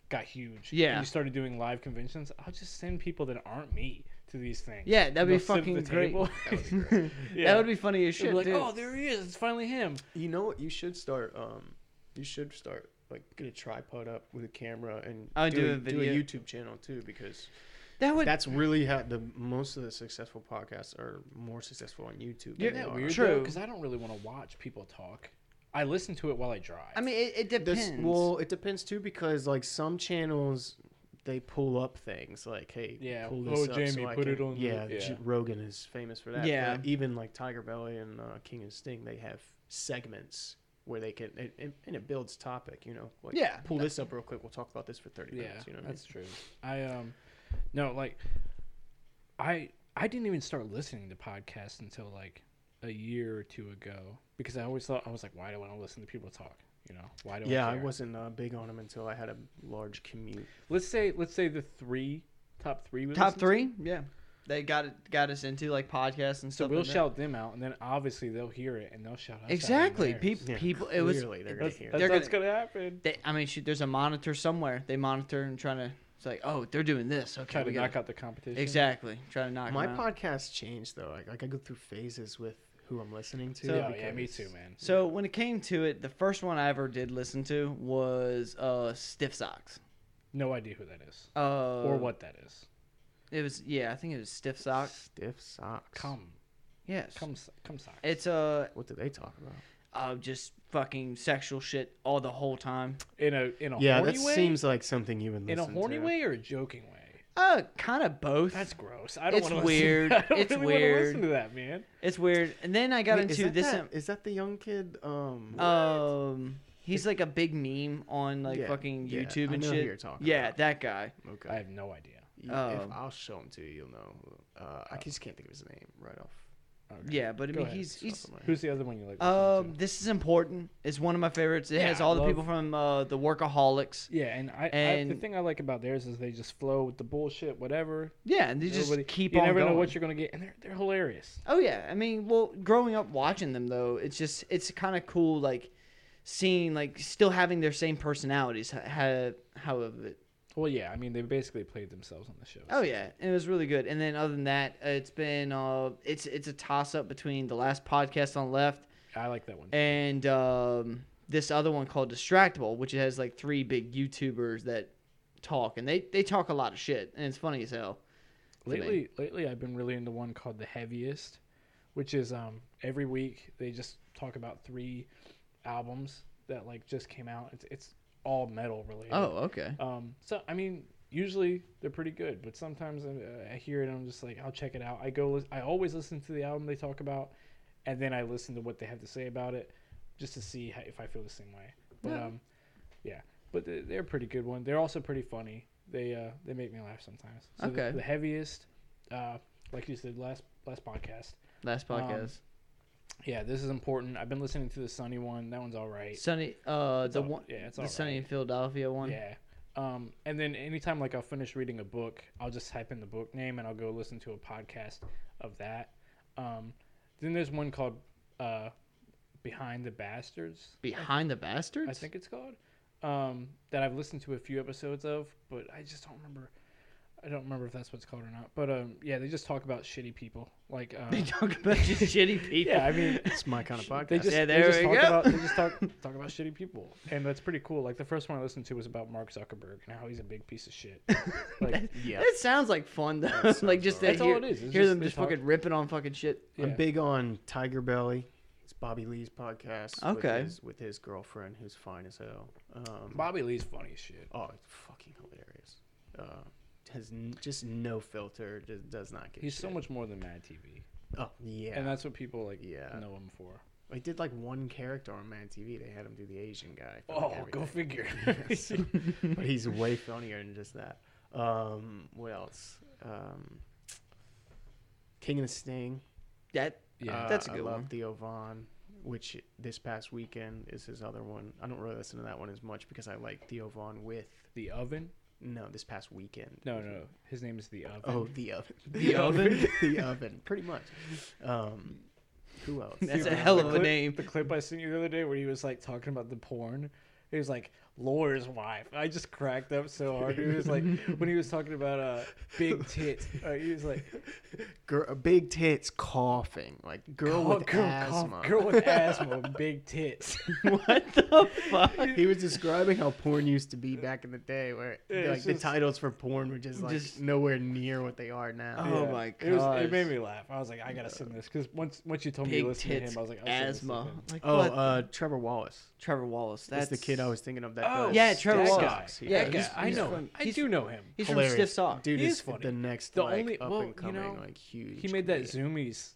Speaker 3: got huge. and
Speaker 1: Yeah.
Speaker 3: you started doing live conventions. I'll just send people that aren't me to these things.
Speaker 1: Yeah, that'd be
Speaker 3: They'll sit at
Speaker 1: fucking
Speaker 3: the
Speaker 1: great.
Speaker 3: table.
Speaker 1: (laughs) That
Speaker 3: (laughs) Yeah.
Speaker 1: would be funny as
Speaker 3: They'll be
Speaker 1: shit,
Speaker 3: like,
Speaker 1: dude.
Speaker 3: oh, there he is. It's finally him.
Speaker 2: You know what? You should start. Um, you should start like get a tripod up with a camera and
Speaker 1: Oh, do
Speaker 2: a,
Speaker 1: a
Speaker 2: do
Speaker 1: video.
Speaker 2: a YouTube channel too because
Speaker 1: that would
Speaker 2: that's really how the most of the successful podcasts are more successful on YouTube.
Speaker 1: Yeah,
Speaker 2: than
Speaker 3: Isn't
Speaker 2: they
Speaker 3: that
Speaker 2: are.
Speaker 3: weird?
Speaker 1: True.
Speaker 3: Because I don't really want to watch people talk. I listen to it while I drive.
Speaker 1: I mean, it, it
Speaker 2: This,
Speaker 1: depends.
Speaker 2: well, it depends too because like some channels they pull up things like, hey,
Speaker 3: Yeah,
Speaker 2: pull
Speaker 3: oh,
Speaker 2: this up
Speaker 3: Jamie,
Speaker 2: so I
Speaker 3: put it
Speaker 2: can-
Speaker 3: on the-
Speaker 2: Yeah,
Speaker 3: yeah.
Speaker 2: J- Rogan is famous for that.
Speaker 1: Yeah.
Speaker 2: but even like Tiger Belly and uh, King and Sting, they have segments where they can it, it, and it builds topic. You know, like,
Speaker 1: Yeah.
Speaker 2: pull this up real quick. We'll talk about this for thirty
Speaker 3: yeah,
Speaker 2: minutes. You know, what I mean?
Speaker 3: that's true. I um, no, like, I I didn't even start listening to podcasts until like a year or two ago because I always thought I was like, why do I want to listen to people talk? You know, why do
Speaker 2: yeah,
Speaker 3: I?
Speaker 2: I
Speaker 3: care?
Speaker 2: wasn't uh, big on them until I had a large commute.
Speaker 3: Let's say let's say the three top three. we
Speaker 1: top
Speaker 3: listen to.
Speaker 1: three, yeah. They got it, got us into like podcasts and
Speaker 3: So
Speaker 1: stuff.
Speaker 3: we'll
Speaker 1: like that.
Speaker 3: shout them out, and then obviously they'll hear it and they'll shout us out. in
Speaker 1: exactly.
Speaker 3: theirs.
Speaker 1: People,
Speaker 2: Yeah,
Speaker 1: people. It was.
Speaker 2: Clearly, they're gonna
Speaker 3: That's,
Speaker 2: hear.
Speaker 3: that's
Speaker 1: They're
Speaker 3: what's gonna happen.
Speaker 1: They, I mean, shoot, there's a monitor somewhere. They monitor and trying to. It's like, oh, they're doing this. Okay,
Speaker 3: Try to
Speaker 1: we
Speaker 3: knock
Speaker 1: gotta,
Speaker 3: out the competition.
Speaker 1: exactly. Trying to knock 'em
Speaker 2: My
Speaker 1: out.
Speaker 2: podcast changed though. Like, like I go through phases with who I'm listening to.
Speaker 3: So, yeah, yeah, me
Speaker 2: because-
Speaker 3: too, man.
Speaker 1: So when it came to it, the first one I ever did listen to was uh, Stiff Socks.
Speaker 3: No idea who that is
Speaker 1: Uh,
Speaker 3: or what that is.
Speaker 1: It was yeah, I think it was Stiff Socks.
Speaker 2: Stiff socks.
Speaker 3: Come,
Speaker 1: Yes.
Speaker 3: come, so- come, socks.
Speaker 1: It's uh,
Speaker 2: What do they talk about?
Speaker 1: uh just fucking sexual shit all the whole time.
Speaker 3: in a in a
Speaker 2: Yeah,
Speaker 3: horny
Speaker 2: that
Speaker 3: way?
Speaker 2: seems like something you would
Speaker 3: in a
Speaker 2: listen
Speaker 3: horny
Speaker 2: to.
Speaker 3: way or a joking way.
Speaker 1: Uh, kind of both.
Speaker 3: That's gross. I don't
Speaker 1: It's
Speaker 3: want to
Speaker 1: weird.
Speaker 3: Listen, (laughs) I don't
Speaker 1: It's
Speaker 3: really
Speaker 1: weird.
Speaker 3: Want to listen to that, man.
Speaker 1: it's weird. And then I got
Speaker 2: Wait, is
Speaker 1: into
Speaker 2: that
Speaker 1: this
Speaker 2: Uh, that- is that the young kid? Um,
Speaker 1: um He's like a big meme on like
Speaker 2: Yeah,
Speaker 1: fucking
Speaker 2: yeah,
Speaker 1: YouTube
Speaker 2: I
Speaker 1: and
Speaker 2: know who
Speaker 1: shit.
Speaker 2: you're talking
Speaker 1: yeah,
Speaker 2: about.
Speaker 1: that guy.
Speaker 2: Okay.
Speaker 3: I have no idea.
Speaker 2: You-
Speaker 1: Oh.
Speaker 2: if I'll show him to you, you'll know. um, Uh, I just can't think of his name right off.
Speaker 3: Okay.
Speaker 1: Yeah, but I
Speaker 3: Go
Speaker 1: mean
Speaker 3: ahead.
Speaker 1: he's he's
Speaker 3: Who's the other one you like? listening
Speaker 1: um
Speaker 3: to?
Speaker 1: this is important. It's one of my favorites. It
Speaker 3: Yeah,
Speaker 1: has
Speaker 3: I
Speaker 1: all the
Speaker 3: love-
Speaker 1: people from uh the workaholics.
Speaker 3: Yeah, and I, I the
Speaker 1: and-
Speaker 3: thing I like about theirs is they just flow with the bullshit, whatever.
Speaker 1: Yeah, and they just
Speaker 3: Nobody-
Speaker 1: keep
Speaker 3: you
Speaker 1: on
Speaker 3: never
Speaker 1: going.
Speaker 3: know what you're gonna get, and they're they're hilarious.
Speaker 1: Oh yeah, I mean, well, growing up watching them though, it's just it's kind of cool, like seeing like still having their same personalities. How, how of it?
Speaker 3: Well, yeah, I mean they basically played themselves on the show.
Speaker 1: Oh yeah, it was really good. And then other than that, uh, it's been uh, it's it's a toss up between the last podcast on left
Speaker 3: I like that one.
Speaker 1: and um, this other one called Distractable, which has like three big YouTubers that talk, and they they talk a lot of shit, and it's funny as hell. to me.
Speaker 3: Lately, lately I've been really into one called The Heaviest, which is um every week they just talk about three albums that like just came out. It's it's all metal related.
Speaker 1: Oh okay.
Speaker 3: Um, so I mean, usually they're pretty good, but sometimes I, I hear it and I'm just like, I'll check it out. I go, lis- I always listen to the album they talk about, and then I listen to what they have to say about it, just to see how, if I feel the same way. But
Speaker 1: Yeah.
Speaker 3: um, yeah, but they- they're a pretty good one. They're also pretty funny. They uh, they make me laugh sometimes. So the-
Speaker 1: Okay.
Speaker 3: The, heaviest, uh, like you said last last podcast.
Speaker 1: Last
Speaker 3: um,
Speaker 1: podcast.
Speaker 3: Yeah, this is important. I've been listening to the sunny one. That one's all right.
Speaker 1: Sunny. Uh,
Speaker 3: It's
Speaker 1: the
Speaker 3: all-
Speaker 1: one.
Speaker 3: yeah, it's
Speaker 1: the
Speaker 3: all
Speaker 1: Sunny
Speaker 3: right.
Speaker 1: in Philadelphia one.
Speaker 3: Yeah. Um, and then anytime like I'll finish reading a book, I'll just type in the book name and I'll go listen to a podcast of that. Um, then there's one called uh, Behind the Bastards.
Speaker 1: Behind the Bastards? (laughs)
Speaker 3: I think it's called um, that I've listened to a few episodes of, but I just don't remember. I don't remember if that's what it's called or not. But um, yeah, they just talk about shitty people. Like um,
Speaker 1: they talk about
Speaker 3: (laughs)
Speaker 1: just shitty people.
Speaker 3: yeah,
Speaker 1: (laughs)
Speaker 3: I mean
Speaker 2: It's my kind of podcast.
Speaker 3: (laughs) they just,
Speaker 1: Yeah,
Speaker 3: they
Speaker 1: there
Speaker 3: just
Speaker 1: we
Speaker 3: talk
Speaker 1: go.
Speaker 3: about they
Speaker 1: (laughs)
Speaker 3: just talk talk about shitty people, and that's pretty cool. Like the first one I listened to was about Mark Zuckerberg and how he's a big piece
Speaker 1: (laughs)
Speaker 3: of shit. Like
Speaker 2: yeah.
Speaker 1: That sounds like fun though. (laughs)
Speaker 2: sounds
Speaker 1: like just to
Speaker 3: alright. That's all
Speaker 1: hear,
Speaker 3: it is, it's
Speaker 1: hear
Speaker 3: just
Speaker 1: them
Speaker 3: they
Speaker 1: just
Speaker 3: talk.
Speaker 1: fucking ripping on fucking shit.
Speaker 3: yeah.
Speaker 2: I'm big on Tiger Belly. It's Bobby Lee's podcast.
Speaker 1: Okay.
Speaker 2: With his, with his girlfriend, who's fine as hell. Um,
Speaker 3: Bobby Lee's funny as shit.
Speaker 2: oh, it's fucking hilarious. Uh, has n- just no filter. Just does not get.
Speaker 3: He's so
Speaker 2: shit.
Speaker 3: much more than Mad TV,
Speaker 2: Oh yeah.
Speaker 3: and that's what people like
Speaker 2: Yeah.
Speaker 3: know him for.
Speaker 2: They did like one character on Man TV. They had him do the Asian guy. for, like,
Speaker 3: Oh, go
Speaker 2: everything.
Speaker 3: figure.
Speaker 1: (laughs)
Speaker 2: (laughs)
Speaker 3: (laughs)
Speaker 2: but he's way funnier than just that. Um, what else? Um, King of the Sting.
Speaker 1: That
Speaker 3: yeah,
Speaker 2: Uh,
Speaker 1: That's a
Speaker 2: I
Speaker 1: good
Speaker 2: love
Speaker 1: one.
Speaker 3: (laughs)
Speaker 2: Theo Vaughn, which this past weekend is his other one. I don't really listen to that one as much because I like Theo Vaughn with
Speaker 3: the oven.
Speaker 2: no. This past weekend.
Speaker 3: No, no, his name is the oven.
Speaker 2: Oh, the oven.
Speaker 1: The Oven?
Speaker 2: (laughs) the oven. Pretty much. Um, who else?
Speaker 1: that's a
Speaker 3: Dude,
Speaker 1: hell
Speaker 3: the
Speaker 1: of a
Speaker 3: clip-
Speaker 1: name.
Speaker 3: The clip I sent you the other day where he was like talking about the porn. He was like lawyer's wife. I just cracked up so hard. He was like when he was talking about uh big tits. Uh, he was like
Speaker 2: Girl, big tits coughing like girl
Speaker 3: "Oh,
Speaker 2: with
Speaker 3: cough-
Speaker 2: asthma.
Speaker 3: girl
Speaker 2: (laughs)
Speaker 3: with asthma, (laughs) big tits.
Speaker 1: what the fuck?
Speaker 2: he was describing how porn used to be back in the day, where
Speaker 3: Yeah,
Speaker 2: like
Speaker 3: it's
Speaker 2: the
Speaker 3: just-
Speaker 2: titles for porn were just like
Speaker 1: Just-
Speaker 2: nowhere near what they are now.
Speaker 1: Oh
Speaker 3: Yeah.
Speaker 1: my
Speaker 3: It, was,
Speaker 1: gosh.
Speaker 3: it made me laugh. I was like, I gotta send this because once once you told me
Speaker 1: Big
Speaker 3: you listened to
Speaker 1: tits,
Speaker 3: him, I was like, I'll send this to
Speaker 1: asthma.
Speaker 3: him.
Speaker 1: Like
Speaker 2: Oh,
Speaker 1: what?
Speaker 2: uh, Trevor Wallace.
Speaker 1: Trevor Wallace.
Speaker 2: That's
Speaker 1: That's
Speaker 2: the kid I was thinking of. That
Speaker 3: Oh,
Speaker 2: does
Speaker 1: Yeah, Trevor
Speaker 3: that
Speaker 1: Wallace.
Speaker 3: guy.
Speaker 2: He
Speaker 1: Yeah,
Speaker 3: Yeah,
Speaker 2: does.
Speaker 1: he's-
Speaker 3: I
Speaker 1: he's
Speaker 3: know
Speaker 1: from-
Speaker 3: him. I
Speaker 1: he's-
Speaker 3: do know him.
Speaker 1: He's
Speaker 2: Hilarious.
Speaker 1: from Stiff Sock.
Speaker 2: Dude
Speaker 3: He
Speaker 2: is,
Speaker 3: is funny.
Speaker 2: the next
Speaker 3: The
Speaker 2: like,
Speaker 3: only-
Speaker 2: up
Speaker 3: well, you
Speaker 2: and coming
Speaker 3: know,
Speaker 2: like huge.
Speaker 3: He made that
Speaker 2: comedian.
Speaker 3: Zoomies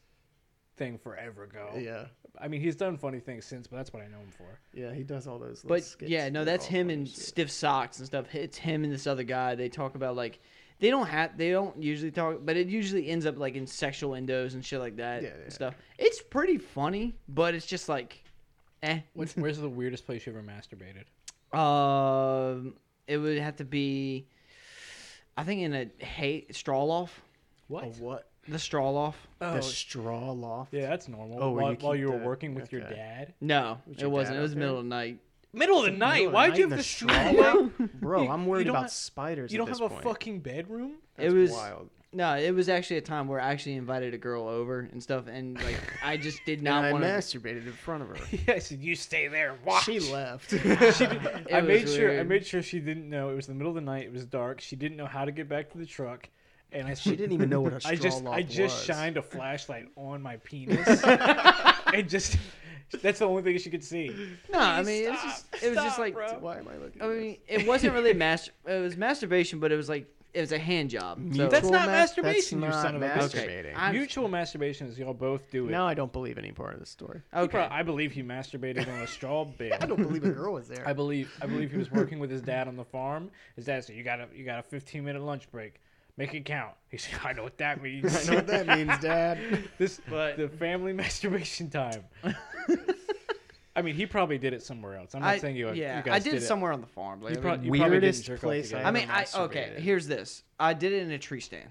Speaker 3: thing forever ago.
Speaker 2: Yeah,
Speaker 3: I mean, he's done funny things since, but that's what I know him for.
Speaker 2: yeah, he does all those. little
Speaker 1: But
Speaker 2: skits
Speaker 1: yeah,
Speaker 2: that
Speaker 1: no,
Speaker 2: are
Speaker 1: that's
Speaker 2: all
Speaker 1: him
Speaker 2: funny
Speaker 1: and
Speaker 2: shit.
Speaker 1: stiff socks and stuff. It's him and this other guy. They talk about like they don't have they don't usually talk, but it usually ends up like in sexual endos and shit like that
Speaker 2: Yeah, yeah.
Speaker 1: and stuff. It's pretty funny, but it's just like, eh.
Speaker 3: What's, where's the weirdest place you ever masturbated?
Speaker 1: Um, it would have to be, I think, in a hay straw loft.
Speaker 3: What?
Speaker 2: A what?
Speaker 1: The straw loft.
Speaker 2: the straw loft.
Speaker 3: Oh. yeah, that's normal.
Speaker 2: Oh, where you
Speaker 3: while you, while
Speaker 2: keep
Speaker 3: you were
Speaker 2: the-
Speaker 3: working with your
Speaker 2: okay.
Speaker 3: dad.
Speaker 1: No,
Speaker 2: With
Speaker 1: it
Speaker 2: your
Speaker 1: wasn't.
Speaker 2: dad
Speaker 1: It was
Speaker 2: out
Speaker 1: middle
Speaker 2: there?
Speaker 1: of the night.
Speaker 3: Middle of the
Speaker 2: Middle
Speaker 3: night.
Speaker 2: of
Speaker 3: Why'd
Speaker 2: night
Speaker 3: you
Speaker 2: in
Speaker 3: have
Speaker 2: the
Speaker 3: the
Speaker 2: straw
Speaker 3: straw?
Speaker 2: loft?
Speaker 3: (laughs) loft?
Speaker 2: Bro,
Speaker 3: You-
Speaker 2: I'm worried
Speaker 3: you don't
Speaker 2: about
Speaker 3: have-
Speaker 2: spiders.
Speaker 3: You
Speaker 2: at
Speaker 3: don't
Speaker 2: this
Speaker 3: have a
Speaker 2: point.
Speaker 3: fucking bedroom?
Speaker 2: That's
Speaker 1: was-
Speaker 2: wild.
Speaker 1: No, it was actually a time where I actually invited a girl over and stuff, and like I just did
Speaker 2: And
Speaker 1: not
Speaker 2: I
Speaker 1: want to.
Speaker 2: masturbated in front
Speaker 3: (laughs)
Speaker 2: of her.
Speaker 3: Yeah, I said you stay there. and Watch.
Speaker 2: She
Speaker 3: (laughs)
Speaker 2: left.
Speaker 1: It
Speaker 3: I
Speaker 1: was
Speaker 3: made sure. I
Speaker 1: weird.
Speaker 3: made sure she didn't know. It was the middle of the night. It was dark. She didn't know how to get back to the truck, and I.
Speaker 2: she didn't even know what a straw
Speaker 3: (laughs) I just.
Speaker 2: loft
Speaker 3: I just
Speaker 2: was.
Speaker 3: shined a flashlight
Speaker 2: (laughs)
Speaker 3: on my penis, and just. That's the only thing she could see.
Speaker 1: No, I mean it's
Speaker 3: Stop,
Speaker 1: just it was just
Speaker 3: stop,
Speaker 1: like
Speaker 3: bro.
Speaker 2: Why am I looking?
Speaker 1: I
Speaker 2: at
Speaker 1: mean it wasn't really mas- it was masturbation, but it was like it was a hand job. So,
Speaker 3: That's not
Speaker 2: ma-
Speaker 3: masturbation, you
Speaker 2: that's
Speaker 3: son of a
Speaker 2: not
Speaker 3: bitch.
Speaker 2: masturbating.
Speaker 1: Okay, I'm-
Speaker 3: Mutual masturbation is y'all both do it.
Speaker 2: Now I don't believe any part of the story.
Speaker 3: He prob-
Speaker 1: okay.
Speaker 3: I believe he masturbated on
Speaker 2: (laughs)
Speaker 3: a straw bale.
Speaker 4: I don't believe a girl was there.
Speaker 3: I believe I believe he was working with his dad on the farm. His dad said, "You got a you got a 15 minute lunch break. Make it count." He said, "I know what that
Speaker 2: (laughs) I
Speaker 3: means." (laughs)
Speaker 2: know what that means, Dad.
Speaker 3: this
Speaker 1: But-
Speaker 3: the family (laughs)
Speaker 1: (laughs)
Speaker 3: masturbation time. I mean, he probably did it somewhere else. I'm not
Speaker 1: I-
Speaker 3: saying you.
Speaker 1: yeah,
Speaker 3: you guys
Speaker 1: I did,
Speaker 3: did it.
Speaker 1: somewhere on the farm. Like,
Speaker 3: You
Speaker 1: I
Speaker 3: prob-
Speaker 1: mean-
Speaker 3: you probably didn't
Speaker 2: weirdest
Speaker 3: jerk off
Speaker 2: place
Speaker 3: together.
Speaker 2: I
Speaker 1: I mean, I
Speaker 2: never
Speaker 1: okay.
Speaker 2: masturbated.
Speaker 1: Here's this. I did it in a tree stand.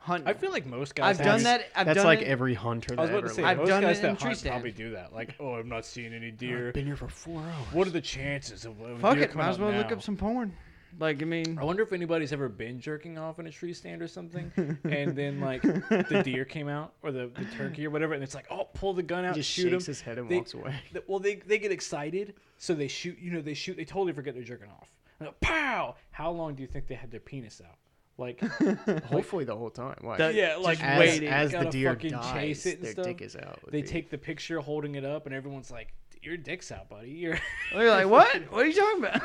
Speaker 1: Hunting.
Speaker 3: I feel like most guys.
Speaker 1: I've done
Speaker 3: have-
Speaker 1: that. I've
Speaker 2: That's
Speaker 1: done
Speaker 2: like
Speaker 1: it-
Speaker 2: every hunter. That
Speaker 3: I was about
Speaker 2: ever
Speaker 3: to say
Speaker 2: lived.
Speaker 1: I've
Speaker 3: most
Speaker 1: done it
Speaker 3: guys
Speaker 1: in a
Speaker 3: that
Speaker 1: tree
Speaker 3: hunt
Speaker 1: stand.
Speaker 3: probably do that. Like, oh, I'm not seeing any deer.
Speaker 2: I've been here for four hours.
Speaker 3: What are the chances of of
Speaker 1: Fuck
Speaker 3: deer
Speaker 1: it.
Speaker 3: coming
Speaker 1: Might as
Speaker 3: up
Speaker 1: well look
Speaker 3: now?
Speaker 1: up some porn. Like I
Speaker 3: (laughs)
Speaker 1: mean,
Speaker 3: I wonder if anybody's ever been jerking off in a tree stand
Speaker 1: (laughs)
Speaker 3: or something, and then like the deer came out or the, the turkey or whatever, and it's like, oh, pull the gun out,
Speaker 2: Just
Speaker 3: shoot him.
Speaker 2: shakes his head and
Speaker 3: They-
Speaker 2: walks away.
Speaker 3: th- well, they they get excited, so they shoot. You know, they shoot. They totally forget they're jerking off. And they're, Pow! How long do you think they had their penis out?
Speaker 2: (laughs)
Speaker 3: Like,
Speaker 2: Hopefully the whole time. Why?
Speaker 1: That-
Speaker 3: yeah, like
Speaker 1: as-
Speaker 3: waiting.
Speaker 2: as the
Speaker 3: gotta
Speaker 2: deer
Speaker 3: fucking
Speaker 2: dies,
Speaker 3: chase it and
Speaker 2: their
Speaker 3: stuff.
Speaker 2: dick is out, would
Speaker 3: They
Speaker 2: be-
Speaker 3: take the picture holding it up, and everyone's like, "Your dick's out, buddy." You're (laughs)
Speaker 1: you're like, what? What are you talking about?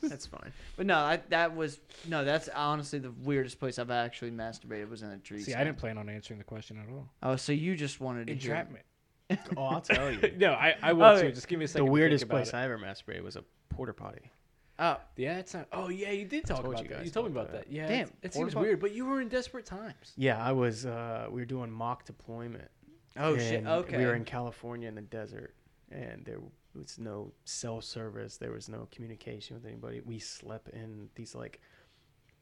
Speaker 1: (laughs)
Speaker 2: That's fine.
Speaker 1: but no, I, that was no. That's honestly the weirdest place I've actually masturbated was in a tree.
Speaker 3: See, I
Speaker 1: stand.
Speaker 3: didn't plan on answering the question at all.
Speaker 1: Oh, so you just wanted to hear-
Speaker 3: Entrapment. (laughs)
Speaker 2: Oh, I'll tell you.
Speaker 3: No, I, I will
Speaker 1: Oh,
Speaker 3: too.
Speaker 1: yeah.
Speaker 3: Just give me a
Speaker 2: the
Speaker 3: second. to think
Speaker 2: weirdest
Speaker 3: about
Speaker 2: place
Speaker 3: it.
Speaker 2: I ever masturbated was a porta potty.
Speaker 1: Oh,
Speaker 3: Yeah, it's not. Oh, yeah, you did talk
Speaker 2: told
Speaker 3: about
Speaker 2: you
Speaker 3: that.
Speaker 2: guys
Speaker 3: You told me
Speaker 2: about
Speaker 3: about that.
Speaker 2: that.
Speaker 3: Yeah,
Speaker 1: Damn,
Speaker 3: it's- it
Speaker 1: what
Speaker 3: seems
Speaker 1: about-
Speaker 3: weird, but you were in desperate times.
Speaker 2: Yeah, I was. Uh, we were doing mock deployment.
Speaker 1: oh shit.
Speaker 2: and
Speaker 1: Okay.
Speaker 2: We were in California in the desert, and there was no cell service. There was no communication with anybody. We slept in these like,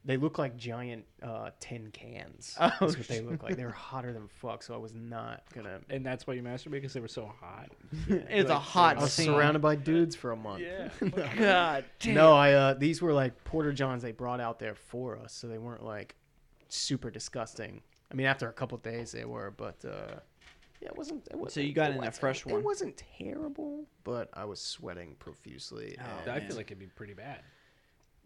Speaker 2: they look like giant uh, tin cans.
Speaker 1: Oh,
Speaker 2: That's what they look like.
Speaker 1: (laughs)
Speaker 2: They were hotter than fuck. So I was not gonna.
Speaker 3: And that's why you masturbated because they were so hot.
Speaker 1: it's a
Speaker 3: like,
Speaker 2: I
Speaker 1: hot
Speaker 2: was
Speaker 1: scene. (laughs)
Speaker 2: surrounded by dudes for a month.
Speaker 1: God damn.
Speaker 2: No, I uh, these were like Porter Johns they brought out there for us, so they weren't like super disgusting. I mean, after a couple days they were, but uh, yeah, it wasn't. It wasn't
Speaker 1: you got
Speaker 2: it
Speaker 1: in a
Speaker 2: wasn't-
Speaker 1: fresh one.
Speaker 2: It wasn't terrible, but I was sweating
Speaker 1: Oh,
Speaker 2: profusely. and-
Speaker 3: I feel like it'd be pretty bad.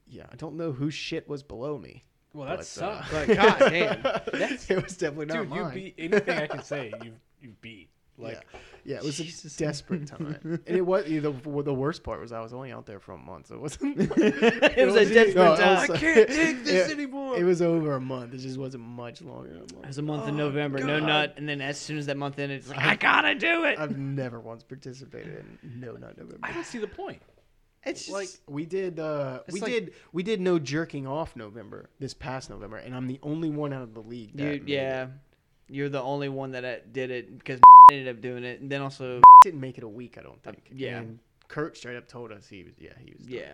Speaker 2: yeah, I don't know whose shit was below me.
Speaker 3: Well, that
Speaker 2: But, uh,
Speaker 3: sucks.
Speaker 1: Like, God
Speaker 2: (laughs)
Speaker 3: (laughs)
Speaker 1: damn.
Speaker 2: it was definitely not
Speaker 3: uh, Dude, you
Speaker 2: mine.
Speaker 3: beat anything I can say. You you beat. Like
Speaker 2: yeah. yeah, it was a
Speaker 1: (laughs)
Speaker 2: desperate time, and it was the the worst part was I was only out there for a month, so it
Speaker 1: (laughs)
Speaker 2: wasn't.
Speaker 1: It was a desperate
Speaker 2: No, (laughs) it
Speaker 1: time.
Speaker 2: was-
Speaker 3: I can't
Speaker 2: (laughs)
Speaker 3: take this
Speaker 2: it-
Speaker 3: anymore.
Speaker 2: It was over a month. It just wasn't much longer. than a month.
Speaker 1: (laughs) It was a month in November, no
Speaker 3: God.
Speaker 1: nut, and then as soon as that month ended, it's like I gotta do it.
Speaker 2: I've never once participated in no not November.
Speaker 3: I don't see the point.
Speaker 1: it's just,
Speaker 2: Like we did uh
Speaker 1: It's
Speaker 2: we
Speaker 1: like-
Speaker 2: did we did no jerking off November this past November and I'm the only one out of the league that
Speaker 1: you,
Speaker 2: made
Speaker 1: yeah,
Speaker 2: it.
Speaker 1: you're the only one that uh, did it because (laughs) ended up doing it, and then also
Speaker 2: didn't make it a week I don't think.
Speaker 1: Uh, yeah.
Speaker 2: And Kurt straight up told us he was yeah, he was done.
Speaker 1: yeah,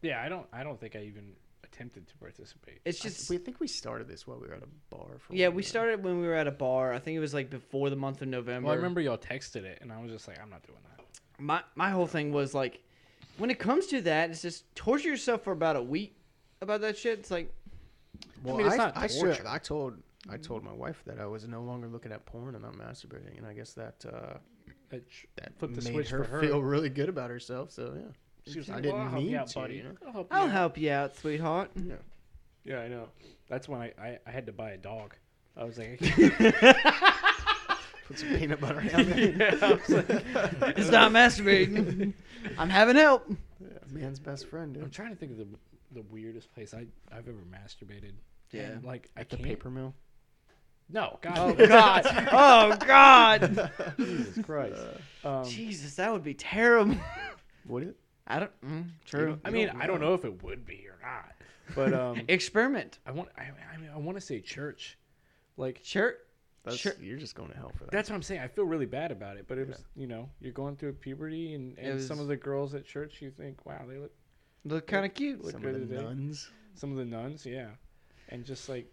Speaker 3: Yeah, I don't. I don't think I even attempted to participate.
Speaker 1: it's
Speaker 2: I-
Speaker 1: just
Speaker 2: we think we started this while we were at a bar for
Speaker 1: yeah.
Speaker 2: one
Speaker 1: We
Speaker 2: night.
Speaker 1: started when we were at a bar. I think it was like before the month of November.
Speaker 3: Well, I remember y'all texted it, and I was just like, I'm not doing that.
Speaker 1: my my whole thing was like, when it comes to that, it's just torture yourself for about a week about that shit. It's like
Speaker 2: Well,
Speaker 3: mean, it's
Speaker 2: I,
Speaker 3: not
Speaker 2: I, straight up-
Speaker 3: torture. Mm-hmm.
Speaker 2: I told I told my wife that I was no longer looking at porn and not masturbating and I guess that uh
Speaker 3: That sh-
Speaker 2: that
Speaker 3: Flipped the
Speaker 2: made
Speaker 3: switch for
Speaker 2: her,
Speaker 3: her.
Speaker 2: feel really good about herself so yeah.
Speaker 3: she was
Speaker 2: I
Speaker 3: like,
Speaker 2: didn't
Speaker 3: well, I'll help
Speaker 2: mean
Speaker 3: you out,
Speaker 2: to,
Speaker 3: buddy.
Speaker 2: you know?
Speaker 3: I'll help you
Speaker 1: I'll
Speaker 3: out."
Speaker 1: help you out, sweetheart.
Speaker 3: Yeah, I know. That's when I, I, I had to buy a dog. I was like, I can't.
Speaker 2: Put some peanut
Speaker 3: (laughs)
Speaker 2: butter down there.
Speaker 3: yeah, I was like (laughs)
Speaker 1: It's not masturbating. I'm having help.
Speaker 2: (laughs) Man's best friend,
Speaker 3: I'm
Speaker 2: dude.
Speaker 3: trying to think of the the weirdest place I I've ever masturbated.
Speaker 1: Yeah.
Speaker 3: And, like I
Speaker 2: At the
Speaker 3: can't.
Speaker 2: paper mill.
Speaker 3: No,
Speaker 1: Oh
Speaker 3: God,
Speaker 1: God. Oh God.
Speaker 2: (laughs)
Speaker 3: Jesus Christ. Um,
Speaker 1: Jesus, that would be terrible.
Speaker 2: Uh,
Speaker 1: (laughs)
Speaker 2: Would it?
Speaker 1: I don't. Mm, true.
Speaker 3: I
Speaker 2: oh,
Speaker 3: mean, I don't know if it would be or not, but um,
Speaker 1: Experiment.
Speaker 3: I want I, I mean I want to say church, like
Speaker 1: Sure.
Speaker 2: That's,
Speaker 1: Sure.
Speaker 2: You're just going to hell for that.
Speaker 3: that's what I'm saying. I feel really bad about it, but it was you know you're going through puberty and, and some
Speaker 1: was-
Speaker 3: of the girls at church you think wow they look
Speaker 1: Look kind of cute.
Speaker 3: look
Speaker 2: Some
Speaker 3: good
Speaker 2: of the
Speaker 3: today.
Speaker 2: nuns.
Speaker 3: Some of the nuns, yeah, and just like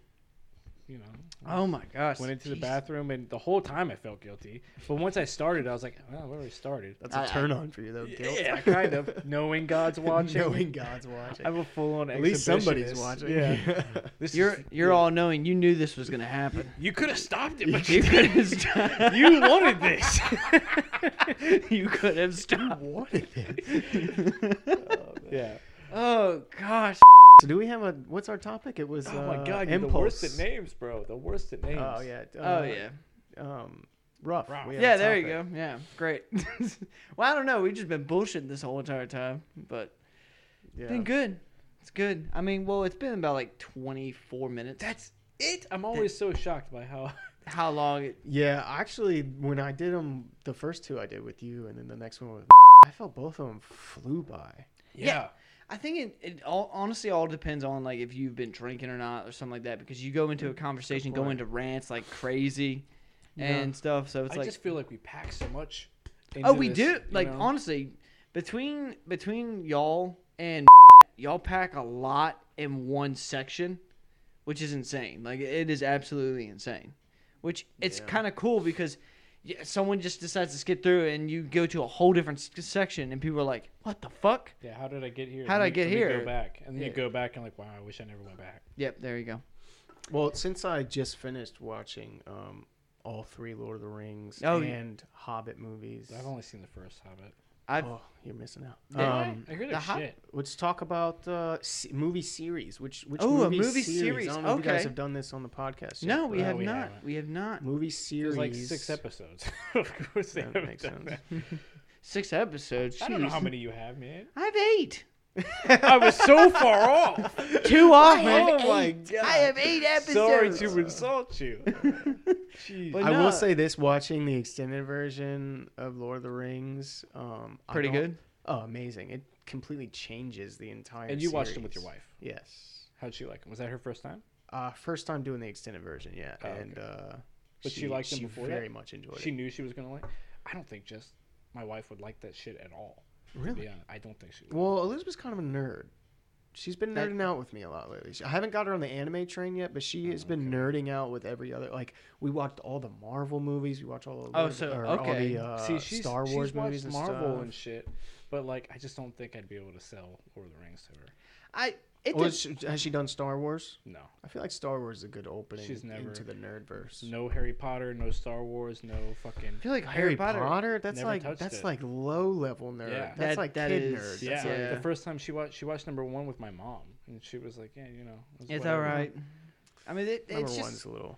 Speaker 3: you know
Speaker 1: Oh my gosh.
Speaker 3: went into the
Speaker 1: Jeez.
Speaker 3: bathroom and the whole time I felt guilty. But once I started, I was like, well, I've already started.
Speaker 2: That's
Speaker 1: a
Speaker 2: a turn on for you, though. Guilt.
Speaker 3: Yeah,
Speaker 2: (laughs)
Speaker 3: kind of. Knowing God's watching.
Speaker 2: Knowing God's watching.
Speaker 3: I'm a full on
Speaker 2: At least somebody's watching.
Speaker 3: Yeah. This
Speaker 1: You're
Speaker 3: is-
Speaker 1: you're all knowing. You knew this was gonna happen.
Speaker 3: You could have stopped
Speaker 2: (laughs)
Speaker 3: it, but
Speaker 1: You
Speaker 3: (laughs) you,
Speaker 1: could have stopped.
Speaker 3: (laughs) you wanted this.
Speaker 1: You could have
Speaker 3: (laughs)
Speaker 1: stopped.
Speaker 2: What is it?
Speaker 3: yeah.
Speaker 1: Oh gosh.
Speaker 2: So do we have a? What's our topic? It was.
Speaker 3: Oh my
Speaker 2: uh,
Speaker 3: God, you're the
Speaker 2: impulse.
Speaker 3: worst at names, bro. The worst at names.
Speaker 2: Oh yeah.
Speaker 1: Oh
Speaker 2: uh,
Speaker 1: yeah.
Speaker 2: Um, rough.
Speaker 3: Rough.
Speaker 2: We have a
Speaker 1: Yeah. There you
Speaker 2: topic.
Speaker 1: go. Yeah. Great. (laughs) well, I don't know. We've just been bullshitting this whole entire time, but
Speaker 2: Yeah.
Speaker 1: been good. It's good. I mean, well, it's been about like 24 minutes.
Speaker 3: That's it. I'm always so shocked by how. (laughs)
Speaker 1: how long it,
Speaker 2: Yeah, actually, when I did them, the first two I did with you, and then the next one with, I felt both of them flew by.
Speaker 1: Yeah. I think it, it all, honestly all depends on like if you've been drinking or not or something like that because you go into a conversation, go
Speaker 2: point.
Speaker 1: into rants like crazy and stuff. So it's
Speaker 3: I
Speaker 1: like
Speaker 3: just feel like we pack so much.
Speaker 1: oh
Speaker 3: into
Speaker 1: we
Speaker 3: this,
Speaker 1: do
Speaker 3: you
Speaker 1: like
Speaker 3: know?
Speaker 1: honestly between between y'all and (laughs) y'all pack a lot in one section, which is insane. Like it is absolutely insane. Which it's
Speaker 2: Yeah.
Speaker 1: kind of cool because y- someone just decides to skip through and you go to a whole different s- section and people are like, "What the fuck?"
Speaker 3: Yeah, how did I get here?
Speaker 1: How did
Speaker 3: Let
Speaker 1: I
Speaker 3: me-
Speaker 1: get
Speaker 3: let me
Speaker 1: here?
Speaker 3: Go back, and then
Speaker 2: Yeah.
Speaker 3: you go back and like, wow, I wish I never went back.
Speaker 1: Yep, there you go.
Speaker 2: Well, since I just finished watching um, all three Lord of the Rings
Speaker 1: Oh, yeah.
Speaker 2: and Hobbit movies,
Speaker 3: I've only seen the first Hobbit.
Speaker 1: I've
Speaker 2: oh, you're missing out.
Speaker 1: Yeah.
Speaker 2: Um,
Speaker 3: I heard
Speaker 1: the
Speaker 3: the
Speaker 1: Hob-
Speaker 3: shit.
Speaker 2: let's talk about uh, se- movie series. Which which
Speaker 1: Oh, a
Speaker 2: movie
Speaker 1: movie
Speaker 2: series?
Speaker 1: series,
Speaker 2: I don't know if you guys
Speaker 1: okay.
Speaker 2: have done this on the podcast. Yet,
Speaker 1: No, we
Speaker 2: but
Speaker 1: have
Speaker 3: we
Speaker 1: not.
Speaker 3: haven't.
Speaker 1: We have not.
Speaker 2: movie series.
Speaker 3: There's like six episodes. (laughs) of course, they
Speaker 2: That
Speaker 3: haven't
Speaker 2: makes
Speaker 3: done
Speaker 2: sense.
Speaker 3: that.
Speaker 1: Six episodes.
Speaker 3: I don't know
Speaker 1: jeez.
Speaker 3: how many you
Speaker 1: (laughs)
Speaker 3: have, man.
Speaker 1: I have eight.
Speaker 3: I was so
Speaker 1: (laughs)
Speaker 3: far off.
Speaker 1: Two off.
Speaker 3: have
Speaker 1: man.
Speaker 3: eight. my
Speaker 1: I have eight
Speaker 3: Sorry
Speaker 1: episodes.
Speaker 3: to (laughs)
Speaker 1: (laughs)
Speaker 3: insult you. Jeez.
Speaker 1: But
Speaker 2: I
Speaker 1: no.
Speaker 2: will say this: watching the extended version of Lord of the Rings, um, I
Speaker 1: Pretty
Speaker 2: don't-
Speaker 1: good.
Speaker 2: Oh, amazing! It completely changes the entire.
Speaker 3: and you watched them with your
Speaker 2: series.
Speaker 3: wife.
Speaker 2: Yes,
Speaker 3: How'd she like them? Was that her first time?
Speaker 2: uh, first time doing the extended version, yeah,
Speaker 3: Oh, okay.
Speaker 2: and uh,
Speaker 3: But she liked them
Speaker 2: she
Speaker 3: before that?
Speaker 2: Very much enjoyed
Speaker 3: She
Speaker 2: it.
Speaker 3: knew she was gonna like. I don't think just my wife would like that shit at all.
Speaker 2: Really?
Speaker 3: Yeah, I don't think she. Would.
Speaker 2: Well, Elizabeth's kind of a nerd. She's been
Speaker 1: That-
Speaker 2: nerding out with me a lot lately. She- I haven't got her on the anime train yet, but
Speaker 3: Oh,
Speaker 2: she has been nerding out with every other. Like we watched all the Marvel movies. We watched all the
Speaker 1: Oh,
Speaker 2: Lord of-
Speaker 1: so-
Speaker 2: or all
Speaker 1: okay.
Speaker 2: the, uh,
Speaker 3: See, she's,
Speaker 2: Star Wars
Speaker 3: she's
Speaker 2: movies
Speaker 3: watched
Speaker 2: and
Speaker 3: Marvel
Speaker 2: stuff.
Speaker 3: and shit, but like, I just don't think I'd be able to sell Lord of the Rings to her.
Speaker 1: I. It
Speaker 2: Well,
Speaker 1: did-
Speaker 2: is she- has she done Star Wars?
Speaker 3: No,
Speaker 2: I feel like Star Wars is a good opening
Speaker 3: She's never-
Speaker 2: into the nerd verse.
Speaker 3: no Harry Potter, no Star Wars, no fucking.
Speaker 1: I feel like
Speaker 2: Harry Potter, that's
Speaker 3: Never
Speaker 2: like
Speaker 3: touched
Speaker 2: that's
Speaker 3: it.
Speaker 2: like low level nerd.
Speaker 3: Yeah.
Speaker 2: That's
Speaker 1: That-
Speaker 2: like
Speaker 1: that
Speaker 2: kid
Speaker 1: is-
Speaker 2: nerd.
Speaker 3: Yeah,
Speaker 2: That's
Speaker 1: Yeah.
Speaker 2: like-
Speaker 3: the first time she watched, she watched number one with my mom, and she was like, "Yeah, you know, was
Speaker 1: It's all
Speaker 3: whatever."
Speaker 1: right. I mean, it,
Speaker 2: number
Speaker 1: it's
Speaker 2: one's
Speaker 1: just
Speaker 2: a little.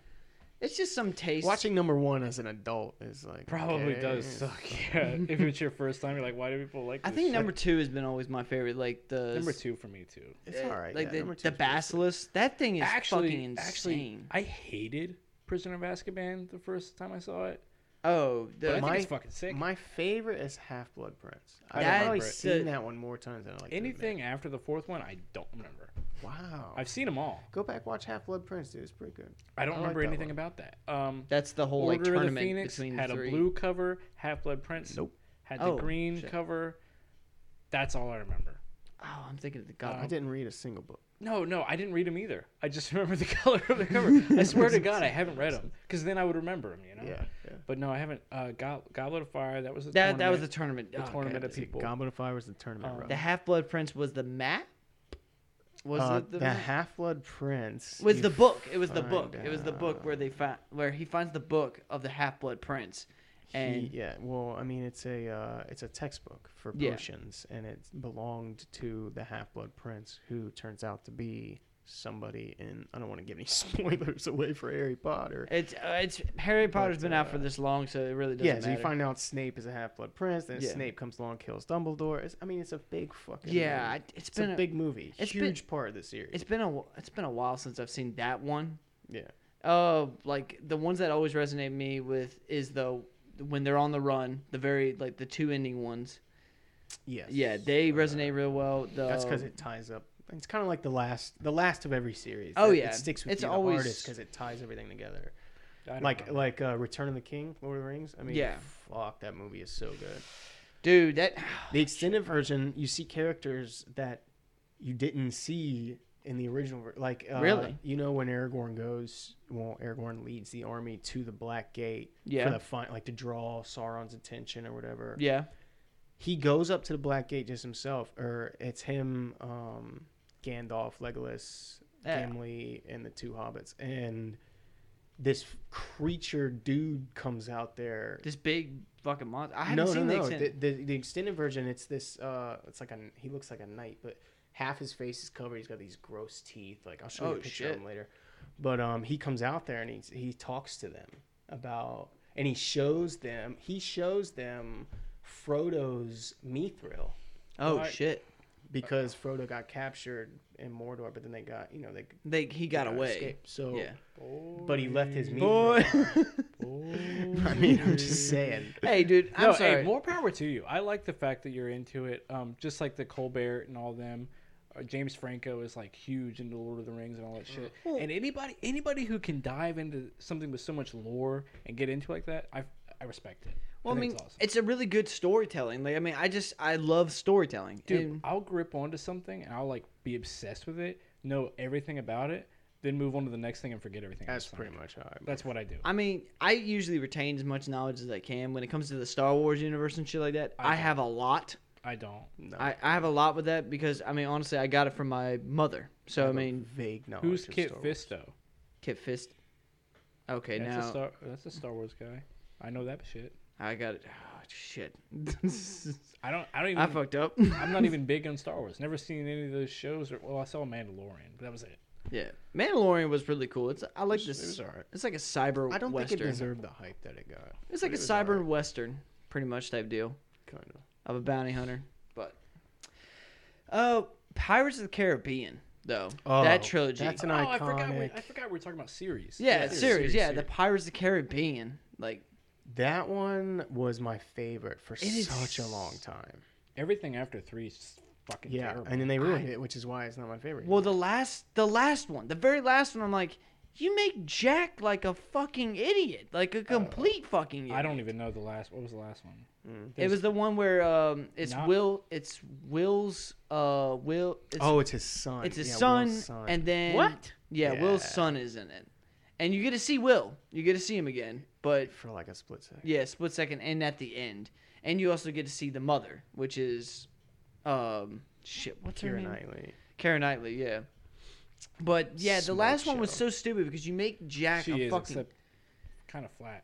Speaker 1: it's just some taste.
Speaker 2: Watching number one as an adult is like
Speaker 3: Probably
Speaker 2: okay.
Speaker 3: does suck. (laughs) Yeah, if it's your first time, you're like, why do people like?
Speaker 1: I
Speaker 3: this
Speaker 1: think
Speaker 3: shit?
Speaker 1: number two has been always my favorite. Like the eh,
Speaker 3: number two for me too.
Speaker 2: It's all right.
Speaker 1: Like
Speaker 2: yeah,
Speaker 1: the,
Speaker 2: number
Speaker 1: the
Speaker 2: two's pretty good.
Speaker 1: basilisk. That thing is fucking insane.
Speaker 3: Actually, I hated Prisoner of Azkaban the first time I saw it.
Speaker 1: oh,
Speaker 3: But I
Speaker 1: the,
Speaker 3: think
Speaker 2: my-
Speaker 3: it's fucking sick.
Speaker 2: My favorite is Half Blood Prince. I've
Speaker 1: That-
Speaker 2: probably
Speaker 3: the-
Speaker 2: seen that one more times than I like to admit.
Speaker 3: Anything after the fourth one, I don't remember.
Speaker 2: Wow.
Speaker 3: I've seen them all.
Speaker 2: Go back watch Half Blood Prince, dude. It's pretty good.
Speaker 3: I don't
Speaker 2: I like
Speaker 3: remember
Speaker 2: that
Speaker 3: anything
Speaker 2: one.
Speaker 3: about that. Um,
Speaker 1: that's the whole like
Speaker 3: Order of the
Speaker 1: tournament
Speaker 3: Phoenix
Speaker 1: between
Speaker 3: had
Speaker 1: the three.
Speaker 3: a blue cover. Half Blood Prince
Speaker 2: Nope.
Speaker 3: had the
Speaker 1: Oh,
Speaker 3: green
Speaker 1: shit.
Speaker 3: cover. That's all I remember.
Speaker 1: Oh, I'm thinking of the
Speaker 2: I
Speaker 3: Um,
Speaker 1: god.
Speaker 2: didn't read a single book.
Speaker 3: No, no, I didn't read them either. I just (laughs) remember the color of the cover. I swear to God, I haven't read them because then I would remember them. You know.
Speaker 2: Yeah. yeah.
Speaker 3: But no, I haven't. Uh, Go- Goblet of Fire. That was a
Speaker 1: that that was the tournament.
Speaker 3: tournament. The
Speaker 1: Oh,
Speaker 3: tournament
Speaker 1: God.
Speaker 3: of people.
Speaker 2: Goblet of Fire was the tournament
Speaker 3: Um,
Speaker 2: run.
Speaker 1: The Half Blood Prince was the map. Was
Speaker 2: Uh,
Speaker 1: it the,
Speaker 2: the
Speaker 1: map?
Speaker 2: Half Blood Prince
Speaker 1: was
Speaker 2: you
Speaker 1: the book? It was the
Speaker 2: find
Speaker 1: book. It was the book where they find where he finds the book of the Half Blood Prince,
Speaker 2: He-
Speaker 1: and
Speaker 2: yeah, well, I mean, it's a uh, it's a textbook for
Speaker 1: Yeah.
Speaker 2: potions, and it belonged to the Half Blood Prince, who turns out to be somebody. And I don't want to give any (laughs) spoilers away for Harry Potter.
Speaker 1: it's uh, it's Harry Potter's been out for
Speaker 2: uh,
Speaker 1: this long, so it really doesn't
Speaker 2: yeah,
Speaker 1: matter.
Speaker 2: so you find out Snape is a Half Blood Prince, then
Speaker 1: Yeah.
Speaker 2: Snape comes along, kills Dumbledore. It's, I mean, it's a big fucking
Speaker 1: yeah,
Speaker 2: movie.
Speaker 1: it- it's
Speaker 2: it's a
Speaker 1: been a
Speaker 2: big movie,
Speaker 1: it's been-
Speaker 2: huge part of the series.
Speaker 1: it's been a wh- it's been a while since I've seen that one.
Speaker 2: yeah,
Speaker 1: Uh, like the ones that always resonate me with is the when they're on the run, the very like the two ending ones.
Speaker 2: yes,
Speaker 1: Yeah, they
Speaker 2: Uh,
Speaker 1: resonate real well. The,
Speaker 2: That's because it ties up. It's kind of like the last, the last of every series.
Speaker 1: Oh,
Speaker 2: It-
Speaker 1: yeah.
Speaker 2: it sticks with
Speaker 1: It's
Speaker 2: you
Speaker 1: always-
Speaker 2: the hardest because it ties everything together.
Speaker 3: I don't
Speaker 2: like
Speaker 3: remember.
Speaker 2: like uh, Return of the King, Lord of the Rings. I mean,
Speaker 1: Yeah.
Speaker 2: fuck that movie is so good.
Speaker 1: dude that (sighs)
Speaker 2: The extended version, you see characters that you didn't see in the original. ver- Like uh,
Speaker 1: Really?
Speaker 2: you know when Aragorn goes, well, Aragorn leads the army to the Black Gate
Speaker 1: Yeah.
Speaker 2: for the fight, like to draw Sauron's attention or whatever.
Speaker 1: yeah
Speaker 2: He goes up to the Black Gate just himself, or it's him, um, Gandalf, Legolas,
Speaker 1: Yeah.
Speaker 2: Gimli, and the two hobbits, and. This creature dude comes out there
Speaker 1: this big fucking monster. I haven't
Speaker 2: no,
Speaker 1: seen
Speaker 2: no,
Speaker 1: the
Speaker 2: no.
Speaker 1: extent.
Speaker 2: The, the, the extended version, it's this. Uh, it's like a. He looks like a knight, but half his face is covered. He's got these gross teeth. Like I'll show
Speaker 1: Oh,
Speaker 2: you a picture
Speaker 1: shit.
Speaker 2: of him later. But um, he comes out there and he he talks to them about and he shows them he shows them Frodo's Mithril.
Speaker 1: oh
Speaker 3: Right.
Speaker 1: shit!
Speaker 2: because Frodo got captured in Mordor, but then they got you know they
Speaker 1: They he got away.
Speaker 2: escaped. So,
Speaker 1: Yeah.
Speaker 2: but he left his meat.
Speaker 1: (laughs) Boy.
Speaker 2: (laughs) I mean, I'm
Speaker 3: (laughs)
Speaker 2: just saying.
Speaker 1: hey, dude. I'm
Speaker 3: no,
Speaker 1: sorry.
Speaker 3: hey, more power to you. I like the fact that you're into it. Um, just like the Colbert and all them. Uh, James Franco is like huge into Lord of the Rings and all that shit.
Speaker 1: Well-
Speaker 3: and anybody anybody who can dive into something with so much lore and get into it like that, I I respect it.
Speaker 1: well, I
Speaker 3: think
Speaker 1: mean,
Speaker 3: it's awesome.
Speaker 1: it's a really good storytelling. Like, I mean, I just I love storytelling.
Speaker 3: dude,
Speaker 1: And-
Speaker 3: I'll grip onto something and I'll like be obsessed with it, know everything about it, then move on to the next thing and forget everything.
Speaker 2: That's
Speaker 3: else.
Speaker 2: pretty much how I.
Speaker 3: That's what I do.
Speaker 1: I mean, I usually retain as much knowledge as I can when it comes to the Star Wars universe and shit like that. I, have a lot.
Speaker 3: I don't.
Speaker 2: No,
Speaker 1: I, I have a lot with that because I mean, honestly, I got it from my mother. So I
Speaker 2: have a
Speaker 1: mean,
Speaker 2: vague knowledge.
Speaker 3: Who's
Speaker 2: of
Speaker 3: Kit
Speaker 2: Star Wars.
Speaker 3: Fisto?
Speaker 1: Kit Fist. Okay,
Speaker 3: That's a
Speaker 1: now
Speaker 3: Star. That's a Star Wars guy. I know that shit.
Speaker 1: I got it. (sighs) Oh, shit, (laughs)
Speaker 3: I don't. I don't even.
Speaker 1: I fucked up. (laughs)
Speaker 3: I'm not even big on Star Wars. Never seen any of those shows. Or well, I saw Mandalorian, but that was it.
Speaker 1: yeah, Mandalorian was really cool. It's I like
Speaker 2: It
Speaker 1: this.
Speaker 2: was- it was alright.
Speaker 1: It's like a cyber.
Speaker 2: I don't
Speaker 1: western.
Speaker 2: think it deserved the hype that it got.
Speaker 1: It's
Speaker 2: but
Speaker 1: like a
Speaker 2: it was
Speaker 1: cyber
Speaker 2: alright,
Speaker 1: western, pretty much type deal.
Speaker 2: kind of.
Speaker 1: of a bounty hunter. But uh Pirates of the Caribbean though.
Speaker 2: Oh,
Speaker 1: that trilogy.
Speaker 2: that's an
Speaker 3: oh, I forgot. We,
Speaker 2: iconic-
Speaker 3: I forgot we were talking about series.
Speaker 1: yeah, series, yeah, the
Speaker 3: series.
Speaker 1: Pirates of the Caribbean. Like
Speaker 2: That one was my favorite for
Speaker 1: is
Speaker 2: such a long time.
Speaker 3: Everything after three is just fucking
Speaker 2: Yeah,
Speaker 3: terrible.
Speaker 2: and then they ruined it, which is why it's not my favorite.
Speaker 1: well the last the last one, the very last one I'm like you make Jack like a fucking idiot,
Speaker 2: Uh,
Speaker 1: like a complete fucking idiot.
Speaker 3: I don't even know the last. What was the last one?
Speaker 1: It was the one where um it's
Speaker 3: Not-
Speaker 1: Will it's Will's uh Will it's
Speaker 2: oh, it's his son.
Speaker 1: It's his
Speaker 2: Yeah,
Speaker 1: son,
Speaker 2: Will's son.
Speaker 1: and then
Speaker 2: What?
Speaker 1: Yeah, Will's
Speaker 2: Yeah.
Speaker 1: son is in it, and you get to see Will. You get to see him again, but
Speaker 2: for like a split second.
Speaker 1: yeah, split second, and at the end, and you also get to see the mother, which is, um, shit, what's her
Speaker 2: Keira
Speaker 1: name?
Speaker 2: Knightley.
Speaker 1: Karen Knightley, yeah. But yeah, the
Speaker 2: Smart
Speaker 1: last one was so
Speaker 2: show.
Speaker 1: stupid because you make Jack
Speaker 3: She
Speaker 1: a
Speaker 3: is
Speaker 1: fucking
Speaker 3: except kind of flat.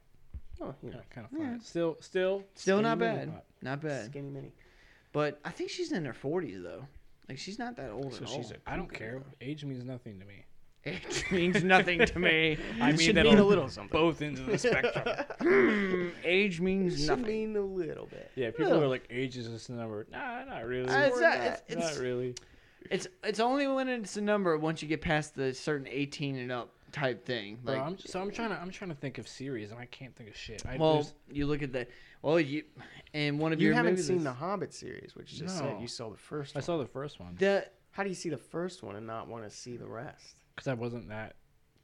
Speaker 2: Oh, you know,
Speaker 3: Kind of flat. Still, still,
Speaker 1: still not
Speaker 3: skinny
Speaker 1: bad,
Speaker 3: little
Speaker 1: not bad.
Speaker 2: skinny mini.
Speaker 1: But I think she's in her forties though. Like she's not that old
Speaker 2: So
Speaker 1: at
Speaker 2: she's
Speaker 1: all. (laughs)
Speaker 3: butt. I don't care. Age means nothing to me.
Speaker 1: It means nothing to
Speaker 2: (laughs)
Speaker 1: me.
Speaker 3: I
Speaker 1: It
Speaker 3: mean
Speaker 1: should
Speaker 3: that
Speaker 1: mean a
Speaker 3: on
Speaker 1: little.
Speaker 2: something.
Speaker 3: Both ends of
Speaker 1: (laughs)
Speaker 3: the spectrum.
Speaker 1: Age means
Speaker 2: Should
Speaker 1: nothing.
Speaker 2: mean a little bit.
Speaker 3: yeah, people
Speaker 1: Ugh.
Speaker 3: are like, age is just a number. Nah, not really.
Speaker 1: Uh, it's
Speaker 3: Or
Speaker 1: not-
Speaker 3: not,
Speaker 1: it's- it's-
Speaker 3: not really.
Speaker 1: It's it's only when it's a number once you get past the certain eighteen and up type thing.
Speaker 3: Bro,
Speaker 1: Like,
Speaker 3: I'm just, so I'm trying to I'm trying to think of series and I can't think of shit. I,
Speaker 1: well,
Speaker 3: there's-
Speaker 1: you look at the well, you and one of
Speaker 2: You
Speaker 1: your
Speaker 2: haven't
Speaker 1: movies
Speaker 2: seen
Speaker 1: is-
Speaker 2: the Hobbit series, which just
Speaker 3: No.
Speaker 2: said you saw the first.
Speaker 3: I
Speaker 2: One.
Speaker 3: saw the first one
Speaker 1: the
Speaker 2: How do you see the first one and not want to see the rest?
Speaker 3: because I wasn't that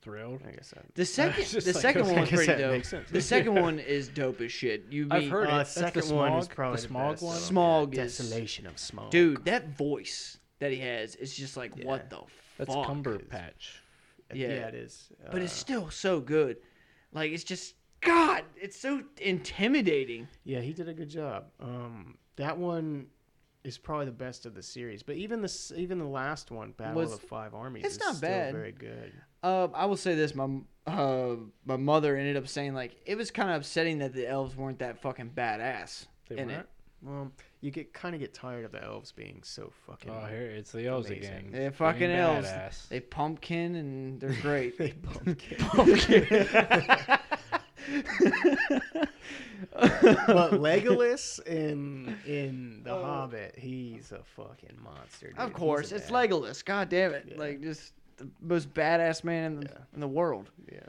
Speaker 3: thrilled.
Speaker 2: I guess that. (laughs)
Speaker 1: the second
Speaker 3: just
Speaker 1: the
Speaker 3: like-
Speaker 1: second one
Speaker 2: I
Speaker 1: was
Speaker 2: guess
Speaker 1: pretty
Speaker 2: that
Speaker 1: dope.
Speaker 2: makes sense.
Speaker 1: The second one is dope as shit. You mean,
Speaker 3: I've heard
Speaker 2: Uh,
Speaker 3: it. That's the
Speaker 2: second one is
Speaker 3: smog-
Speaker 2: probably
Speaker 3: the
Speaker 2: the
Speaker 3: smog
Speaker 2: best,
Speaker 3: one.
Speaker 2: though.
Speaker 1: smog is
Speaker 2: Desolation of smog.
Speaker 1: dude that voice that he has is just like
Speaker 2: Yeah.
Speaker 1: what the
Speaker 3: That's
Speaker 1: fuck.
Speaker 3: Cumberpatch.
Speaker 2: yeah,
Speaker 1: yeah.
Speaker 2: it is.
Speaker 1: but it's
Speaker 2: uh,
Speaker 1: still so good. Like it's just God, it's so intimidating.
Speaker 2: Yeah, he did a good job. Um, that one is probably the best of the series. But even this, even the last one, Battle
Speaker 1: Was-
Speaker 2: of the Five Armies,
Speaker 1: it's
Speaker 2: is
Speaker 1: not
Speaker 2: still
Speaker 1: bad.
Speaker 2: Very good.
Speaker 1: Uh, I will say this: my uh, my mother ended up saying like it was kind of upsetting that the elves weren't that fucking badass.
Speaker 3: They
Speaker 1: in
Speaker 3: weren't.
Speaker 2: Well, you get kind of get tired of the elves being so fucking.
Speaker 3: Oh, here it's the elves
Speaker 2: Amazing.
Speaker 3: again.
Speaker 1: It. They're fucking elves.
Speaker 3: badass.
Speaker 1: They pumpkin and they're great.
Speaker 2: (laughs) they pumpkin.
Speaker 1: (laughs)
Speaker 2: (laughs)
Speaker 1: (laughs)
Speaker 2: but Legolas in in The Hobbit, he's a fucking monster. dude.
Speaker 1: Oh. of
Speaker 2: He's
Speaker 1: course,
Speaker 2: a
Speaker 1: it's
Speaker 2: bad-
Speaker 1: Legolas. God damn it!
Speaker 2: Yeah.
Speaker 1: Like just the most badass man in the
Speaker 2: Yeah.
Speaker 1: in the world.
Speaker 2: Yeah,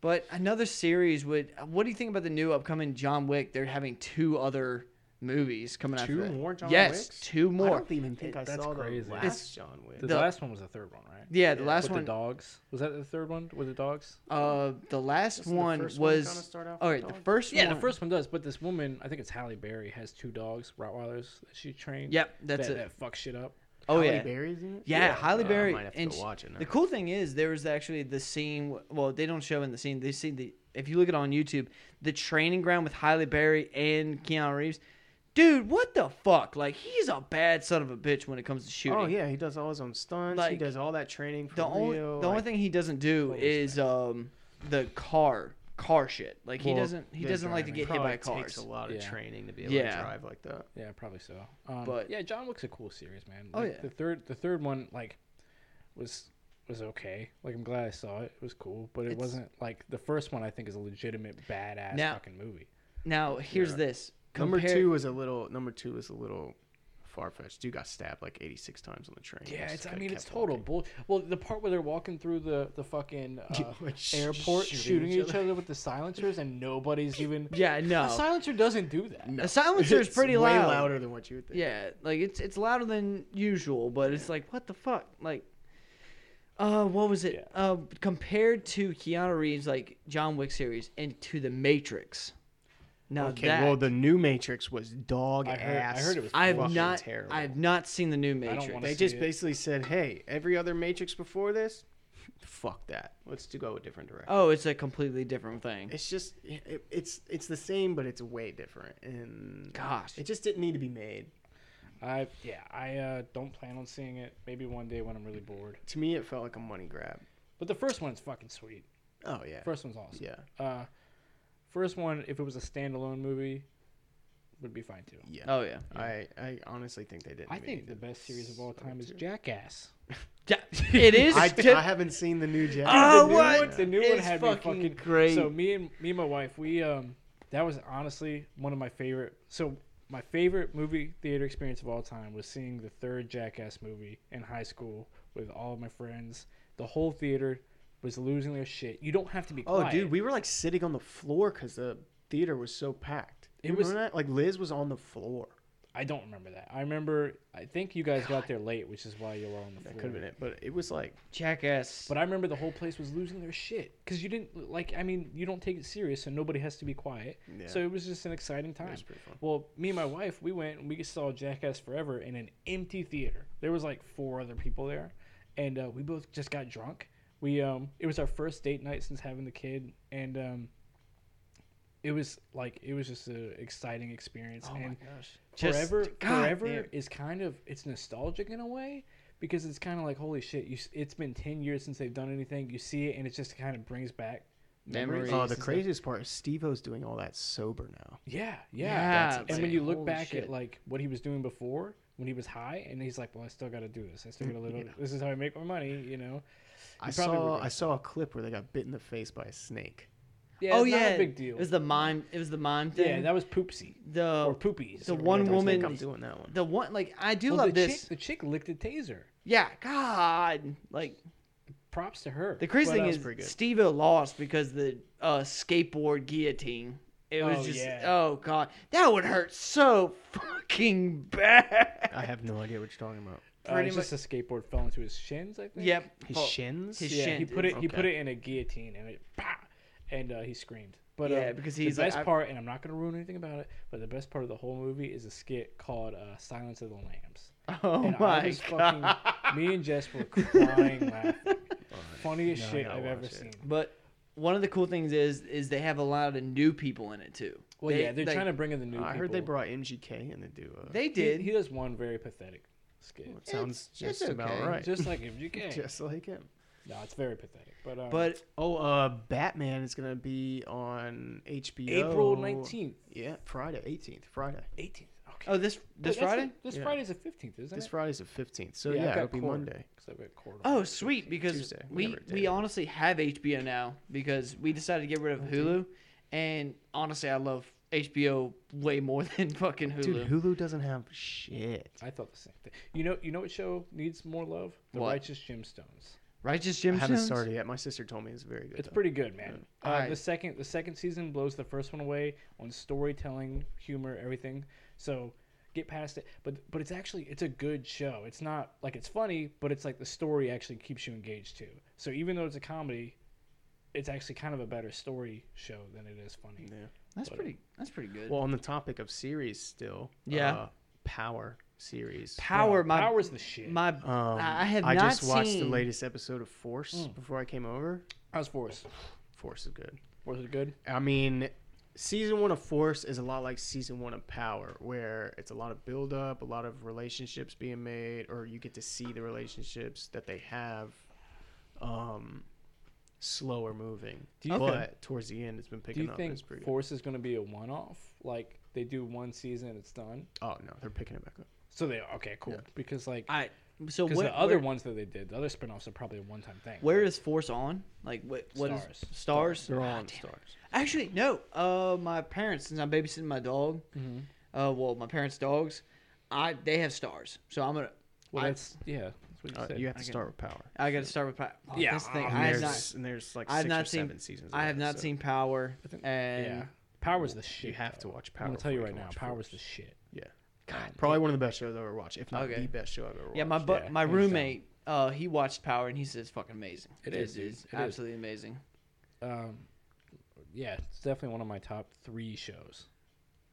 Speaker 1: But another series would. uh, What do you think about the new upcoming John Wick? They're having two other movies coming out.
Speaker 2: Two more John
Speaker 1: yes,
Speaker 2: Wicks?
Speaker 1: two
Speaker 2: I
Speaker 1: more.
Speaker 2: don't even think I
Speaker 3: That's
Speaker 2: saw
Speaker 3: crazy.
Speaker 2: the last
Speaker 1: It's-
Speaker 2: John Wick.
Speaker 3: The,
Speaker 1: The-
Speaker 3: last one was the third one, right?
Speaker 1: Yeah, the
Speaker 2: Yeah,
Speaker 1: last
Speaker 3: With
Speaker 1: one.
Speaker 3: the dogs. Was that the third one with the dogs?
Speaker 1: uh, the last
Speaker 2: Doesn't the
Speaker 1: one
Speaker 2: first one kinda
Speaker 1: was.
Speaker 2: start off
Speaker 1: all
Speaker 2: with
Speaker 1: right, the
Speaker 2: dogs?
Speaker 1: first
Speaker 3: Yeah,
Speaker 1: one.
Speaker 3: the first one does, but this woman, I think it's Halle Berry, has two dogs, Rottweilers that she trained.
Speaker 1: Yep, that's
Speaker 3: that,
Speaker 1: it.
Speaker 3: That fuck shit up.
Speaker 1: Oh
Speaker 2: Halle
Speaker 1: yeah.
Speaker 2: Berry's in it?
Speaker 1: Yeah, Halle
Speaker 2: Uh, I
Speaker 1: Berry.
Speaker 2: might have to
Speaker 1: and
Speaker 2: go
Speaker 1: sh-
Speaker 2: watch it now.
Speaker 1: The cool thing is there was actually the scene. w- Well, they don't show in the scene. They see the if you look at it on YouTube, the training ground with Halle Berry and Keanu Reeves. Dude, what the fuck? Like he's a bad son of a bitch when it comes to shooting.
Speaker 2: Oh yeah, he does all his own stunts. he
Speaker 1: Like,
Speaker 2: does all that training for
Speaker 1: The only
Speaker 2: real.
Speaker 1: the only
Speaker 2: like,
Speaker 1: thing he doesn't do
Speaker 3: Full
Speaker 1: is um the car car shit. Like he
Speaker 2: well,
Speaker 1: doesn't he
Speaker 2: yeah,
Speaker 1: doesn't like to
Speaker 2: driving
Speaker 1: get hit by
Speaker 2: probably Takes
Speaker 1: cars.
Speaker 2: a lot of
Speaker 3: Yeah.
Speaker 2: training to be able
Speaker 1: Yeah.
Speaker 2: to drive like that.
Speaker 3: Yeah, probably so.
Speaker 1: But-
Speaker 3: Um, but yeah, John Wick's a cool series, man.
Speaker 1: Oh,
Speaker 3: Like,
Speaker 1: yeah.
Speaker 3: The third, the third one, like, was was okay. Like, I'm glad I saw it. It was cool, but it
Speaker 1: It's-
Speaker 3: wasn't like the first one. I think is a legitimate badass
Speaker 1: Now-
Speaker 3: fucking movie.
Speaker 1: Now here's
Speaker 2: Yeah.
Speaker 1: this.
Speaker 2: Number
Speaker 1: Compare-
Speaker 2: two is a little. Number two is a little far fetched. Dude got stabbed like 86 times on the train. He
Speaker 3: Yeah,
Speaker 2: just
Speaker 3: it's. I
Speaker 2: kinda
Speaker 3: mean,
Speaker 2: kept
Speaker 3: it's total
Speaker 2: walking.
Speaker 3: bull. Well, the part where they're walking through the the (laughs) fucking uh,
Speaker 2: like sh-
Speaker 3: airport,
Speaker 2: shooting
Speaker 3: shooting,
Speaker 2: each
Speaker 3: each other with the silencers, and (laughs) nobody's even.
Speaker 1: Yeah, no.
Speaker 3: A silencer doesn't do that.
Speaker 1: A silencer is
Speaker 2: It's
Speaker 1: pretty
Speaker 2: way
Speaker 1: loud.
Speaker 2: louder than what you would think.
Speaker 1: Yeah, like it's it's louder than usual, but it's like what the fuck? Like uh what was it? Uh compared to Keanu Reeves like John Wick series and to The Matrix. Now
Speaker 2: Okay,
Speaker 1: that
Speaker 2: well, the new Matrix was dog
Speaker 3: I heard- I
Speaker 2: ass.
Speaker 3: heard it was
Speaker 1: I have
Speaker 2: fucking
Speaker 1: not
Speaker 2: terrible.
Speaker 1: I have not seen the new
Speaker 3: don't
Speaker 1: Matrix.
Speaker 3: wanna
Speaker 2: They
Speaker 3: see
Speaker 2: just
Speaker 3: it.
Speaker 2: basically said, "Hey, every other Matrix before this, fuck that. Let's do go a different direction."
Speaker 1: Oh, it's a completely different thing.
Speaker 2: It's just it, it's it's the same, but it's way different. And
Speaker 1: Gosh.
Speaker 2: it just didn't need to be made.
Speaker 3: I yeah. I uh, don't plan on seeing it. Maybe one day when I'm really bored.
Speaker 2: To me, it felt like a money grab.
Speaker 3: But the first one's fucking sweet.
Speaker 2: Oh yeah,
Speaker 3: First one's awesome.
Speaker 2: yeah,
Speaker 3: Uh, first one, if it was a standalone movie, would be fine too.
Speaker 2: yeah.
Speaker 1: Oh
Speaker 3: (laughs)
Speaker 1: yeah.
Speaker 2: I I honestly think they didn't.
Speaker 3: I
Speaker 2: even
Speaker 3: think
Speaker 2: need
Speaker 3: the
Speaker 2: to
Speaker 3: best series of all
Speaker 2: sell
Speaker 3: time
Speaker 2: it
Speaker 3: is
Speaker 2: to-
Speaker 3: Jackass.
Speaker 1: Yeah, it is.
Speaker 2: I,
Speaker 1: to- (laughs)
Speaker 2: I haven't seen the new Jack.
Speaker 1: Oh,
Speaker 3: the new
Speaker 1: what?
Speaker 3: One, the new one
Speaker 1: It's
Speaker 3: had
Speaker 1: fucking
Speaker 3: me fucking
Speaker 1: great.
Speaker 3: So me and me and my wife, we um, that was honestly one of my favorite. So my favorite movie theater experience of all time was seeing the third Jackass movie in high school with all of my friends. The whole theater was losing their shit. You don't have to be.
Speaker 2: Oh,
Speaker 3: Quiet.
Speaker 2: dude, we were like sitting on the floor because the theater was so packed.
Speaker 3: It
Speaker 2: You
Speaker 3: was-
Speaker 2: remember that? like Liz was on the floor.
Speaker 3: I don't remember that. I remember. I think you guys got there late, which is why you were on the
Speaker 2: That
Speaker 3: floor.
Speaker 2: could have been it, but it was like
Speaker 1: Jackass.
Speaker 3: But I remember the whole place was losing their shit because you didn't like. I mean, you don't take it serious, so nobody has to be quiet.
Speaker 2: Yeah.
Speaker 3: So it was just an exciting time.
Speaker 2: was pretty fun.
Speaker 3: Well, me and my wife, we went and we saw Jackass Forever in an empty theater. There was like four other people there, and uh, we both just got drunk. We um, it was our first date night since having the kid, and um, it was like it was just an exciting experience.
Speaker 1: oh my
Speaker 3: and
Speaker 1: gosh.
Speaker 3: forever
Speaker 1: God
Speaker 3: forever
Speaker 1: damn.
Speaker 3: is kind of it's nostalgic in a way because it's kind of like holy shit you, s- it's been 10 years since they've done anything you see it and it just kind of brings back
Speaker 1: Memories.
Speaker 2: Oh, the
Speaker 3: and stuff.
Speaker 2: craziest part is Steve O's doing all that sober now.
Speaker 3: yeah
Speaker 1: Yeah,
Speaker 3: yeah,
Speaker 1: That's
Speaker 3: and when you look
Speaker 1: holy
Speaker 3: back
Speaker 1: shit.
Speaker 3: at like what he was doing before when he was high and he's like well i still got to do this i still got to live
Speaker 1: (laughs)
Speaker 3: this is how i make my money you know
Speaker 2: I
Speaker 3: probably
Speaker 2: saw
Speaker 3: regrets
Speaker 2: I saw a clip where they got bit in the face by a snake.
Speaker 3: yeah
Speaker 1: oh
Speaker 3: it's
Speaker 1: yeah.
Speaker 3: not a big deal
Speaker 1: It was the mime it was the mime thing. Oh.
Speaker 3: yeah that was poopsie
Speaker 1: the
Speaker 3: or poopies
Speaker 1: the
Speaker 3: or
Speaker 1: one
Speaker 2: I
Speaker 3: whatever.
Speaker 2: don't think
Speaker 1: woman-
Speaker 2: I'm doing that one.
Speaker 1: the one like I do
Speaker 3: Well,
Speaker 1: love
Speaker 3: the
Speaker 1: this.
Speaker 3: chick, the chick licked a taser
Speaker 1: Yeah, God, like
Speaker 3: props to her
Speaker 1: The crazy
Speaker 2: Well, that was
Speaker 1: thing
Speaker 2: pretty
Speaker 1: is
Speaker 2: good.
Speaker 1: Steve lost because the uh, skateboard guillotine. It was
Speaker 3: Oh,
Speaker 1: just
Speaker 3: yeah.
Speaker 1: oh god, that would hurt so fucking bad.
Speaker 3: (laughs)
Speaker 1: (laughs)
Speaker 2: I have no idea what you're talking about.
Speaker 3: uh,
Speaker 1: pretty
Speaker 3: it's just a skateboard fell into his shins i think
Speaker 1: Yep.
Speaker 2: His
Speaker 1: Well,
Speaker 2: shins.
Speaker 1: Oh, his
Speaker 3: yeah,
Speaker 1: shin
Speaker 3: he
Speaker 1: did.
Speaker 3: put it. He put
Speaker 2: Okay.
Speaker 3: it in a guillotine, and it, bah, and uh, he screamed. But
Speaker 1: Yeah,
Speaker 3: um,
Speaker 1: because he's
Speaker 3: the
Speaker 1: like,
Speaker 3: best
Speaker 1: I-
Speaker 3: part, and I'm not going to ruin anything about it. But the best part of the whole movie is a skit called uh, "Silence of the Lambs."
Speaker 1: Oh
Speaker 3: and I
Speaker 1: my
Speaker 3: was
Speaker 1: god.
Speaker 3: fucking, me and Jess were
Speaker 1: (laughs)
Speaker 3: crying, laughing. Funniest
Speaker 2: No, I
Speaker 3: shit
Speaker 2: gotta
Speaker 3: I've ever
Speaker 2: watch it.
Speaker 3: seen.
Speaker 1: But one of the cool things is is they have a lot of new people in it too.
Speaker 3: Well,
Speaker 1: They-
Speaker 3: yeah, they're
Speaker 1: they-
Speaker 3: trying to bring in the new.
Speaker 2: I heard they
Speaker 3: people.
Speaker 2: brought MGK in to do. Uh,
Speaker 1: They
Speaker 3: He-
Speaker 1: did.
Speaker 3: He, does one very pathetic skit,
Speaker 2: it sounds
Speaker 1: it's
Speaker 2: just about
Speaker 1: okay.
Speaker 2: right.
Speaker 3: just like if
Speaker 1: (laughs)
Speaker 3: you can.
Speaker 2: Just like him.
Speaker 3: No, it's very pathetic. But um,
Speaker 1: but
Speaker 2: Oh, uh, Batman is gonna be on HBO.
Speaker 3: April nineteenth,
Speaker 2: Yeah, Friday, 18th, Friday.
Speaker 3: eighteenth. Okay.
Speaker 1: oh this this
Speaker 3: That's the-
Speaker 1: Friday?
Speaker 3: this
Speaker 2: Yeah.
Speaker 3: Friday's the fifteenth, isn't
Speaker 2: This
Speaker 3: it?
Speaker 2: Friday's the 15th, so
Speaker 3: I've
Speaker 2: yeah,
Speaker 3: got
Speaker 2: it'll be
Speaker 3: court,
Speaker 2: Monday.
Speaker 3: 'cause I've got court on
Speaker 1: Oh
Speaker 3: the
Speaker 1: sweet,
Speaker 3: 15th.
Speaker 1: because
Speaker 2: Tuesday,
Speaker 1: we
Speaker 2: whatever day
Speaker 1: we
Speaker 2: it is.
Speaker 1: honestly have HBO now because we decided to get rid of
Speaker 3: Oh,
Speaker 1: Hulu, and honestly I love HBO way more (laughs) than fucking Hulu.
Speaker 2: Dude, Hulu doesn't have shit.
Speaker 3: I thought the same thing. You know, you know what show needs more love? The
Speaker 1: What?
Speaker 3: Righteous Gemstones.
Speaker 1: Righteous
Speaker 2: I
Speaker 1: Gemstones.
Speaker 2: haven't started yet. My sister told me it's very good.
Speaker 3: It's
Speaker 2: though.
Speaker 3: pretty good, man.
Speaker 1: Yeah.
Speaker 3: Uh,
Speaker 1: Alright.
Speaker 3: The second, the second season blows the first one away on storytelling, humor, everything. So get past it. But but it's actually it's a good show. It's not like it's funny, but it's like the story actually keeps you engaged too. So even though it's a comedy, it's actually kind of a better story show than it is funny.
Speaker 2: Yeah.
Speaker 1: That's pretty. That's pretty good.
Speaker 2: Well, on the topic of series, still.
Speaker 1: Yeah.
Speaker 2: uh, Power series.
Speaker 1: Power,
Speaker 3: Bro,
Speaker 1: my
Speaker 3: Power's the shit.
Speaker 1: my.
Speaker 2: Um,
Speaker 1: I I have
Speaker 2: I
Speaker 1: not
Speaker 2: just watched
Speaker 1: seen. Mm.
Speaker 2: the latest episode of Force before I came over.
Speaker 3: How's Force?
Speaker 2: Force is good.
Speaker 3: Was it good?
Speaker 2: I mean, season one of Force is a lot like season one of Power, where it's a lot of build up, a lot of relationships being made, or you get to see the relationships that they have. Um, slower moving,
Speaker 3: Do you-
Speaker 2: but
Speaker 3: Okay.
Speaker 2: towards the end, it's been
Speaker 3: Do
Speaker 2: picking
Speaker 3: you
Speaker 2: up. and
Speaker 3: think
Speaker 2: it's pretty good.
Speaker 3: Force is going to be a one-off? Like they do one season, and it's done.
Speaker 2: Oh no, they're picking it back up.
Speaker 3: So they are okay, cool. Because like,
Speaker 1: I so
Speaker 3: because
Speaker 1: what?
Speaker 3: the other
Speaker 1: where,
Speaker 3: ones that they did, the other spin-offs are probably a one-time thing.
Speaker 1: where is Force on? Like what? What is
Speaker 3: Stars.
Speaker 1: stars?
Speaker 2: They're all
Speaker 1: Ah,
Speaker 2: on
Speaker 1: damn.
Speaker 2: stars.
Speaker 1: Actually,
Speaker 2: Mm-hmm.
Speaker 1: no. Uh, my parents, since I'm babysitting my dog, uh, well, my parents' dogs, I they have stars, so I'm gonna.
Speaker 3: Well,
Speaker 1: I,
Speaker 3: that's yeah. That's what you
Speaker 2: Uh,
Speaker 3: said.
Speaker 2: you have to
Speaker 1: Okay.
Speaker 2: start with Power.
Speaker 1: I got to start with. Power.
Speaker 3: Yeah,
Speaker 1: that's the thing.
Speaker 3: um,
Speaker 1: I have
Speaker 2: there's,
Speaker 1: not.
Speaker 2: and there's like
Speaker 1: I have
Speaker 2: six
Speaker 1: not
Speaker 2: or
Speaker 1: seen-
Speaker 2: seven seasons. of
Speaker 1: I have
Speaker 2: that,
Speaker 1: not
Speaker 2: so
Speaker 1: seen Power,
Speaker 3: I think-
Speaker 1: and
Speaker 3: yeah. Power was the shit.
Speaker 2: You have to
Speaker 3: though.
Speaker 2: watch
Speaker 3: I'm
Speaker 2: Power.
Speaker 3: gonna tell you
Speaker 2: before
Speaker 3: right
Speaker 2: can
Speaker 3: now,
Speaker 2: watch
Speaker 3: Power
Speaker 2: Four.
Speaker 3: was the shit.
Speaker 2: Yeah. Probably one of the best shows I've ever watched, if not
Speaker 1: Okay.
Speaker 2: the best show I've ever watched.
Speaker 1: Yeah, my bu-
Speaker 3: yeah,
Speaker 1: my
Speaker 3: hands down.
Speaker 1: roommate, uh, he watched Power and he said it's fucking amazing.
Speaker 3: It is, dude. It is.
Speaker 1: absolutely amazing.
Speaker 3: Um, yeah, it's definitely one of my top three shows,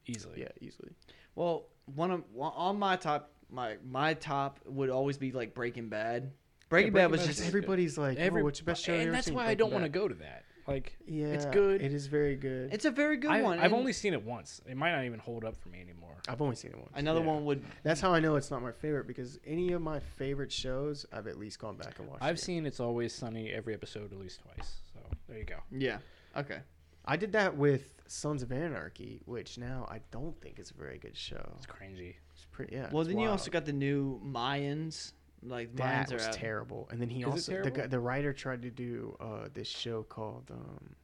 Speaker 3: easily.
Speaker 2: Yeah, easily.
Speaker 1: Well, one of one- on my top, my my top would always be like Breaking Bad. Breaking Bad
Speaker 3: Breaking
Speaker 1: was
Speaker 3: Bad
Speaker 1: just
Speaker 3: is
Speaker 1: every.
Speaker 3: every-
Speaker 2: Everybody's like,
Speaker 3: Every-
Speaker 2: oh, what's your best show?
Speaker 3: and that's why I don't want to go to that. Like,
Speaker 2: Yeah,
Speaker 3: it's good.
Speaker 2: It is very good.
Speaker 1: It's a very good
Speaker 3: I,
Speaker 1: one.
Speaker 3: I've
Speaker 1: and
Speaker 3: only seen it once. It might not even hold up for me anymore.
Speaker 2: I've only seen it once.
Speaker 1: another
Speaker 3: yeah.
Speaker 1: one would.
Speaker 2: That's how I know it's not my favorite because any of my favorite shows, I've at least gone back and watched.
Speaker 3: I've
Speaker 2: it.
Speaker 3: seen It's Always Sunny every episode at least twice. So there you go.
Speaker 1: Yeah. Okay.
Speaker 2: I did that with Sons of Anarchy, which now I don't think is a very good show.
Speaker 3: It's cringy.
Speaker 2: It's pretty. Yeah.
Speaker 1: Well,
Speaker 2: it's
Speaker 1: then you also
Speaker 2: wild.
Speaker 1: got the new Mayans. Like
Speaker 2: that
Speaker 1: Mayans
Speaker 2: was
Speaker 1: are out.
Speaker 2: terrible. And then he
Speaker 3: Is it
Speaker 2: also the
Speaker 3: terrible?
Speaker 2: guy, the writer tried to do uh, this show called um,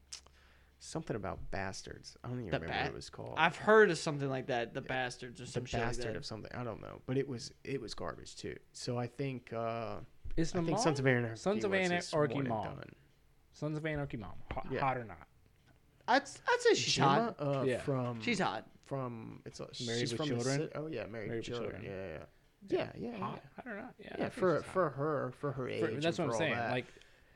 Speaker 2: something about bastards. I don't even
Speaker 1: The
Speaker 2: remember
Speaker 1: Ba-
Speaker 2: what it was called.
Speaker 1: I've heard of something like that, the bastards or
Speaker 2: the
Speaker 1: some shit. like
Speaker 2: bastard
Speaker 1: that.
Speaker 2: of something. I don't know, but it was it was garbage too. So I think uh,
Speaker 3: Is
Speaker 2: I
Speaker 3: the
Speaker 2: think
Speaker 3: mom?
Speaker 2: Sons of Anarchy.
Speaker 3: Sons of
Speaker 2: was his
Speaker 3: Anarchy
Speaker 2: one and
Speaker 3: mom.
Speaker 2: done.
Speaker 3: Sons of Anarchy mom. Hot,
Speaker 2: Yeah.
Speaker 3: hot or not?
Speaker 1: I'd, I'd say she's
Speaker 2: Gemma
Speaker 1: hot.
Speaker 2: uh,
Speaker 3: Yeah.
Speaker 2: from
Speaker 1: She's hot.
Speaker 2: from it's a,
Speaker 3: Married
Speaker 2: she's
Speaker 3: with
Speaker 2: from the
Speaker 3: Children?
Speaker 2: si- oh yeah, married, with children. Yeah, yeah, yeah. Yeah, yeah,
Speaker 3: Hot. I don't know. Yeah.
Speaker 2: yeah.
Speaker 3: I think
Speaker 2: for
Speaker 3: she's hot.
Speaker 2: for her for her age.
Speaker 3: For-
Speaker 2: and
Speaker 3: that's what I'm
Speaker 2: for all
Speaker 3: saying.
Speaker 2: that.
Speaker 3: Like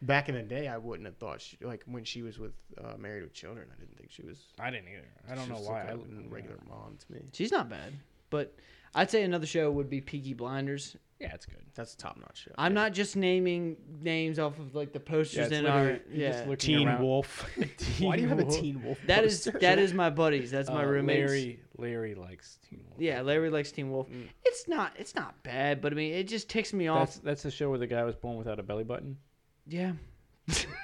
Speaker 2: back in the day, I wouldn't have thought she, like when she was with uh, Married with Children. I didn't think she was.
Speaker 3: I didn't either. I don't
Speaker 2: she
Speaker 3: know
Speaker 2: was
Speaker 3: why.
Speaker 2: looking
Speaker 3: I
Speaker 2: like a regular mom to me.
Speaker 1: She's not bad. But I'd say another show would be Peaky Blinders.
Speaker 3: Yeah, it's good.
Speaker 2: That's a top notch show.
Speaker 1: I'm not just naming names off of like the posters in our yeah.
Speaker 2: Teen
Speaker 3: (laughs)
Speaker 2: Wolf. Why do you have a
Speaker 3: Wolf.
Speaker 2: Teen Wolf?
Speaker 1: That is that is my buddies. That's my roommates.
Speaker 3: Uh, Larry, Larry likes Teen Wolf.
Speaker 1: Yeah, Larry likes Teen Wolf.
Speaker 2: Mm.
Speaker 1: It's not it's not bad, but I mean it just ticks me off.
Speaker 3: That's that's the show where the guy was born without a belly button. (laughs)
Speaker 1: yeah.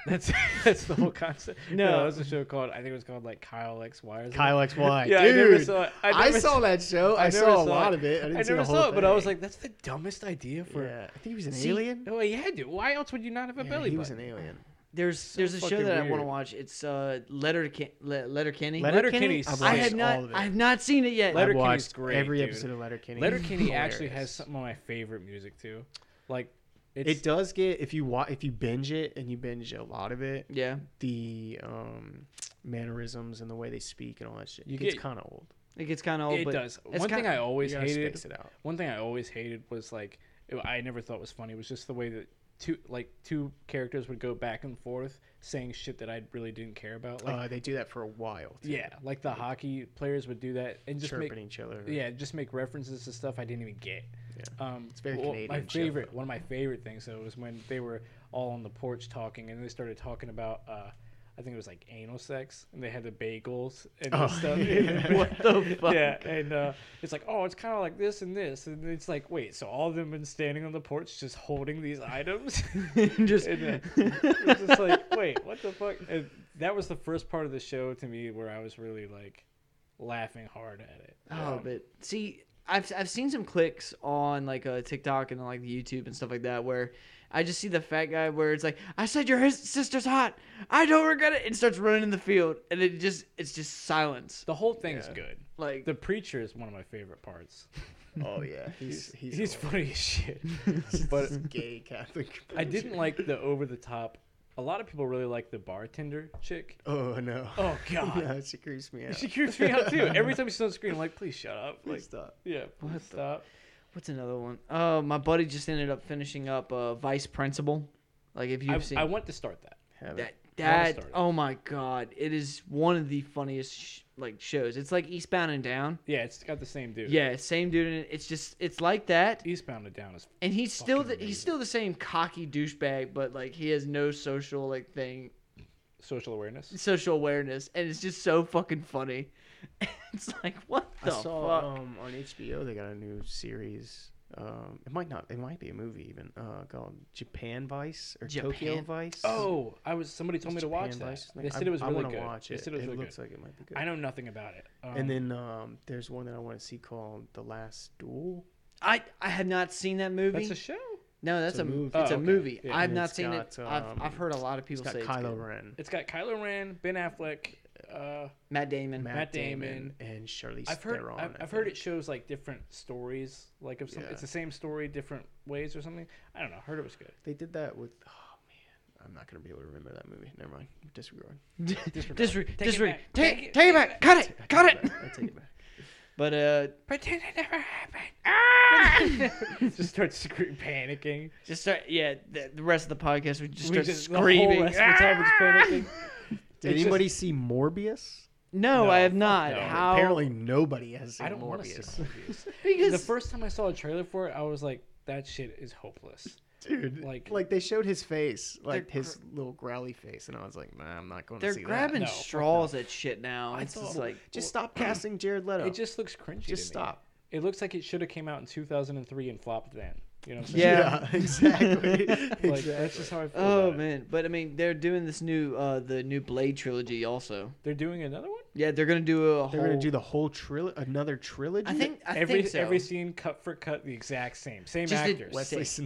Speaker 3: That's that's the
Speaker 2: (laughs)
Speaker 3: whole concept.
Speaker 1: No.
Speaker 3: it was a show called I think it was called like Kyle X Y. Or something.
Speaker 2: Kyle X (laughs) Y.
Speaker 3: Yeah, I never
Speaker 2: dude.
Speaker 3: saw it. I,
Speaker 2: I,
Speaker 3: never
Speaker 2: saw that show. I,
Speaker 3: I never
Speaker 2: saw a
Speaker 3: saw
Speaker 2: lot
Speaker 3: it.
Speaker 2: of it. I didn't
Speaker 3: I
Speaker 2: see the
Speaker 3: never
Speaker 2: whole
Speaker 3: saw it, but I was
Speaker 2: thing.
Speaker 3: like, that's the dumbest idea for.
Speaker 2: yeah, I think he was an
Speaker 1: See,
Speaker 2: alien.
Speaker 3: Oh yeah, dude. Why else would you not have a
Speaker 2: Yeah,
Speaker 3: belly
Speaker 2: he
Speaker 3: button?
Speaker 2: was an alien.
Speaker 1: There's there's a show
Speaker 3: fucking
Speaker 1: that I want to
Speaker 3: weird.
Speaker 1: watch. It's uh Letter Le- Letterkenny.
Speaker 3: Letter- Letterkenny
Speaker 2: I've
Speaker 3: sucks.
Speaker 1: I have
Speaker 2: watched all
Speaker 1: not
Speaker 2: of it.
Speaker 1: I have not seen it yet.
Speaker 3: Letter-
Speaker 2: I've
Speaker 3: Letterkenny's
Speaker 2: watched
Speaker 3: great,
Speaker 2: every
Speaker 3: dude.
Speaker 2: episode of Letterkenny.
Speaker 3: Letterkenny actually
Speaker 2: Hilarious.
Speaker 3: has some of my favorite music too. Like it's,
Speaker 2: It does get if you wa- if you binge it and you binge a lot of it,
Speaker 1: yeah.
Speaker 2: the um, mannerisms and the way they speak and all that shit.
Speaker 3: You
Speaker 2: It gets
Speaker 3: get-
Speaker 2: kind of old.
Speaker 1: It gets kind of old
Speaker 3: it
Speaker 1: but
Speaker 3: does.
Speaker 1: it's (laughs)
Speaker 3: One thing
Speaker 1: kinda-
Speaker 3: I always
Speaker 2: you gotta
Speaker 3: hated
Speaker 2: space it out.
Speaker 3: One thing I always hated was like it, I never thought was funny was just the way that two like two characters would go back and forth saying shit that I really didn't care about. Like
Speaker 2: uh, they do that for a while. too,
Speaker 3: yeah, like the hockey players would do that and just
Speaker 2: chirping
Speaker 3: make
Speaker 2: each other.
Speaker 3: yeah just make references to stuff I didn't even get.
Speaker 2: Yeah.
Speaker 3: Um,
Speaker 2: It's very
Speaker 3: My
Speaker 2: Canadian shit,
Speaker 3: favorite one of my favorite things though was when they were all on the porch talking and they started talking about. Uh, I think it was like anal sex, and they had the bagels
Speaker 2: (laughs)
Speaker 3: and
Speaker 2: Oh,
Speaker 3: (laughs) stuff.
Speaker 2: (laughs) yeah.
Speaker 1: What the fuck?
Speaker 3: Yeah, and uh, it's like, oh, it's kind of like this and this, and it's like, wait, so all of them been standing on the porch just holding these items? (laughs)
Speaker 1: just
Speaker 3: and, uh,
Speaker 1: (laughs)
Speaker 3: it's just (laughs) like, wait, what the fuck? And that was the first part of the show to me where I was really like laughing hard at it.
Speaker 1: Oh,
Speaker 3: Um,
Speaker 1: but see, I've I've seen some clicks on like uh, TikTok and like YouTube and stuff like that where I just see the fat guy where it's like, I said your his sister's hot. I don't regret it. And starts running in the field, and it just it's just silence.
Speaker 3: the whole thing's
Speaker 2: Yeah.
Speaker 3: good.
Speaker 1: Like
Speaker 3: The preacher is one of my favorite parts.
Speaker 2: Oh yeah. He's
Speaker 3: He's,
Speaker 2: he's,
Speaker 3: funny as shit.
Speaker 2: old.
Speaker 3: but
Speaker 2: gay Catholic.
Speaker 3: (laughs) I didn't like the over the top. A lot of people really like the bartender chick.
Speaker 2: Oh no.
Speaker 3: Oh
Speaker 2: (laughs)
Speaker 3: god.
Speaker 2: Yeah, she creeps me out.
Speaker 3: (laughs) She creeps me out too. Every time she's on screen, I'm like, please shut up. Like,
Speaker 2: Please stop.
Speaker 3: yeah, please stop.
Speaker 1: what's another one? Oh, my buddy just ended up finishing up uh, Vice Principal. Like if you've
Speaker 3: I,
Speaker 1: seen
Speaker 3: I want to start that.
Speaker 2: Have
Speaker 1: that
Speaker 2: it.
Speaker 1: that
Speaker 3: started.
Speaker 1: oh my god, it is one of the funniest sh- like shows. It's like Eastbound and Down.
Speaker 3: Yeah, it's got the same dude.
Speaker 1: Yeah, same dude. And it's just it's like that.
Speaker 3: Eastbound and Down is.
Speaker 1: and he's still the,
Speaker 3: Fucking
Speaker 1: he's
Speaker 3: amazing.
Speaker 1: still the same cocky douchebag, but like he has no social like thing, (laughs)
Speaker 3: Social awareness.
Speaker 1: social awareness, and it's just so fucking funny. (laughs) it's like what
Speaker 2: I
Speaker 1: the
Speaker 2: saw
Speaker 1: fuck?
Speaker 2: um, on HBO they got a new series. Um, it might not. It might be a movie even uh, called Japan Vice or Tokyo
Speaker 1: Japan-
Speaker 2: Vice.
Speaker 3: Oh, I was. Somebody told me to watch
Speaker 2: Japan
Speaker 3: that.
Speaker 2: Vice, I
Speaker 3: They
Speaker 2: think.
Speaker 3: said
Speaker 2: I-
Speaker 3: it was
Speaker 2: I
Speaker 3: really
Speaker 2: wanna
Speaker 3: good.
Speaker 2: watch
Speaker 3: They
Speaker 2: it.
Speaker 3: said it was
Speaker 2: It
Speaker 3: really
Speaker 2: looks
Speaker 3: good.
Speaker 2: like it might be good.
Speaker 3: I know nothing about it. Um,
Speaker 2: and then um, there's one that I want to see called The Last Duel.
Speaker 1: I I have not seen that movie.
Speaker 3: that's a show.
Speaker 1: no, that's
Speaker 2: a
Speaker 1: a,
Speaker 2: movie.
Speaker 1: it's
Speaker 3: Oh,
Speaker 1: a
Speaker 3: okay.
Speaker 1: movie.
Speaker 3: Yeah,
Speaker 1: I've
Speaker 2: and
Speaker 1: not
Speaker 2: it's
Speaker 1: seen
Speaker 2: got,
Speaker 1: it. I've,
Speaker 2: um,
Speaker 1: I've heard a lot of people
Speaker 2: It's got
Speaker 1: say it's
Speaker 2: Kylo
Speaker 1: good.
Speaker 2: Ren.
Speaker 3: It's got Kylo Ren, Ben Affleck, uh,
Speaker 1: Matt Damon.
Speaker 2: Matt,
Speaker 3: Matt
Speaker 2: Damon, and Charlize
Speaker 3: I've heard
Speaker 2: Theron.
Speaker 3: I've,
Speaker 2: I
Speaker 3: I've heard
Speaker 2: think.
Speaker 3: it shows like different stories, like of some,
Speaker 2: Yeah.
Speaker 3: it's the same story different ways or something. I don't know. I heard it was good.
Speaker 2: They did that with. Oh man, I'm not gonna be able to remember that movie. Never mind. Disregard.
Speaker 1: Disregard.
Speaker 3: Take
Speaker 1: Disregard.
Speaker 3: it
Speaker 1: Disregard.
Speaker 3: back.
Speaker 1: Take,
Speaker 3: Take
Speaker 1: take,
Speaker 3: it-
Speaker 1: it back. Cut it.
Speaker 2: I
Speaker 1: Cut
Speaker 2: take
Speaker 1: it. (laughs)
Speaker 2: back. I take it back.
Speaker 1: But uh,
Speaker 3: Pretend it never (laughs) Ah! happened. just starts screaming, panicking.
Speaker 1: just start. Yeah, the, the rest of the podcast we just
Speaker 3: We
Speaker 1: start
Speaker 3: just- the whole
Speaker 1: screaming.
Speaker 3: rest of the time it's panicking.
Speaker 2: Did
Speaker 3: It's
Speaker 2: anybody see Morbius?
Speaker 1: No,
Speaker 3: No,
Speaker 1: I have
Speaker 3: fuck
Speaker 1: not.
Speaker 3: no.
Speaker 1: How?
Speaker 2: Apparently nobody has seen
Speaker 3: I don't want to see
Speaker 2: Morbius.
Speaker 3: Morbius.
Speaker 1: because
Speaker 3: the first time I saw a trailer for it, I was like, that shit is hopeless.
Speaker 2: (laughs) Dude,
Speaker 3: Like-
Speaker 2: like, like they showed his face, like
Speaker 1: They're
Speaker 2: his little growly face, and I was like, nah, I'm not going
Speaker 1: they're
Speaker 2: to see
Speaker 1: grabbing
Speaker 3: No, fuck no.
Speaker 1: straws at shit now.
Speaker 2: that.
Speaker 1: It's just like
Speaker 2: just stop casting Jared Leto. (laughs)
Speaker 3: It just looks crunchy.
Speaker 2: Just
Speaker 3: to
Speaker 2: stop.
Speaker 3: Me. It looks like it should have came out in 2003 and flopped then. You know what I'm saying?
Speaker 1: Yeah.
Speaker 2: (laughs) exactly. (laughs)
Speaker 3: Like
Speaker 2: exactly.
Speaker 3: that's just how I feel.
Speaker 1: Oh
Speaker 3: about it.
Speaker 1: man, but I mean they're doing this new uh the new Blade trilogy also.
Speaker 3: They're doing another one.
Speaker 1: Yeah, they're gonna do a
Speaker 2: They're
Speaker 1: whole.
Speaker 2: gonna do the whole trilogy, another trilogy.
Speaker 1: I
Speaker 2: (laughs)
Speaker 1: think I
Speaker 3: every
Speaker 1: think so.
Speaker 3: every scene, cut for cut, the exact same, same
Speaker 1: Just did
Speaker 3: actors.
Speaker 2: Wesley
Speaker 1: Sick.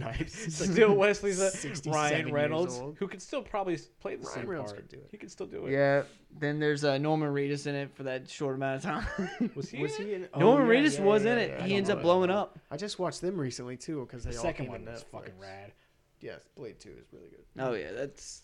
Speaker 1: (laughs)
Speaker 2: Snipes.
Speaker 3: (laughs) Still Wesley's
Speaker 2: 67
Speaker 3: Ryan
Speaker 2: years
Speaker 3: Reynolds,
Speaker 2: old.
Speaker 3: who could still probably s- play the
Speaker 2: Ryan
Speaker 3: same
Speaker 2: Reynolds
Speaker 3: part.
Speaker 2: could do it.
Speaker 3: He could still do it.
Speaker 1: Yeah. Then there's uh, Norman Reedus in it for that short amount of
Speaker 2: (laughs)
Speaker 1: time.
Speaker 3: Was he?
Speaker 2: Was
Speaker 3: in it?
Speaker 2: he in?
Speaker 1: Norman
Speaker 2: Oh, yeah,
Speaker 1: Reedus
Speaker 2: yeah,
Speaker 1: was
Speaker 2: yeah,
Speaker 1: in
Speaker 2: yeah,
Speaker 1: it.
Speaker 2: yeah.
Speaker 1: he
Speaker 2: I
Speaker 1: ends
Speaker 2: don't
Speaker 1: up
Speaker 2: know.
Speaker 1: blowing up.
Speaker 2: I just watched them recently too because
Speaker 3: The
Speaker 2: they all
Speaker 3: second
Speaker 2: came
Speaker 3: one
Speaker 2: to
Speaker 3: was fucking
Speaker 2: Netflix.
Speaker 3: rad.
Speaker 2: Yes, Blade Two is really good.
Speaker 1: Oh yeah, that's.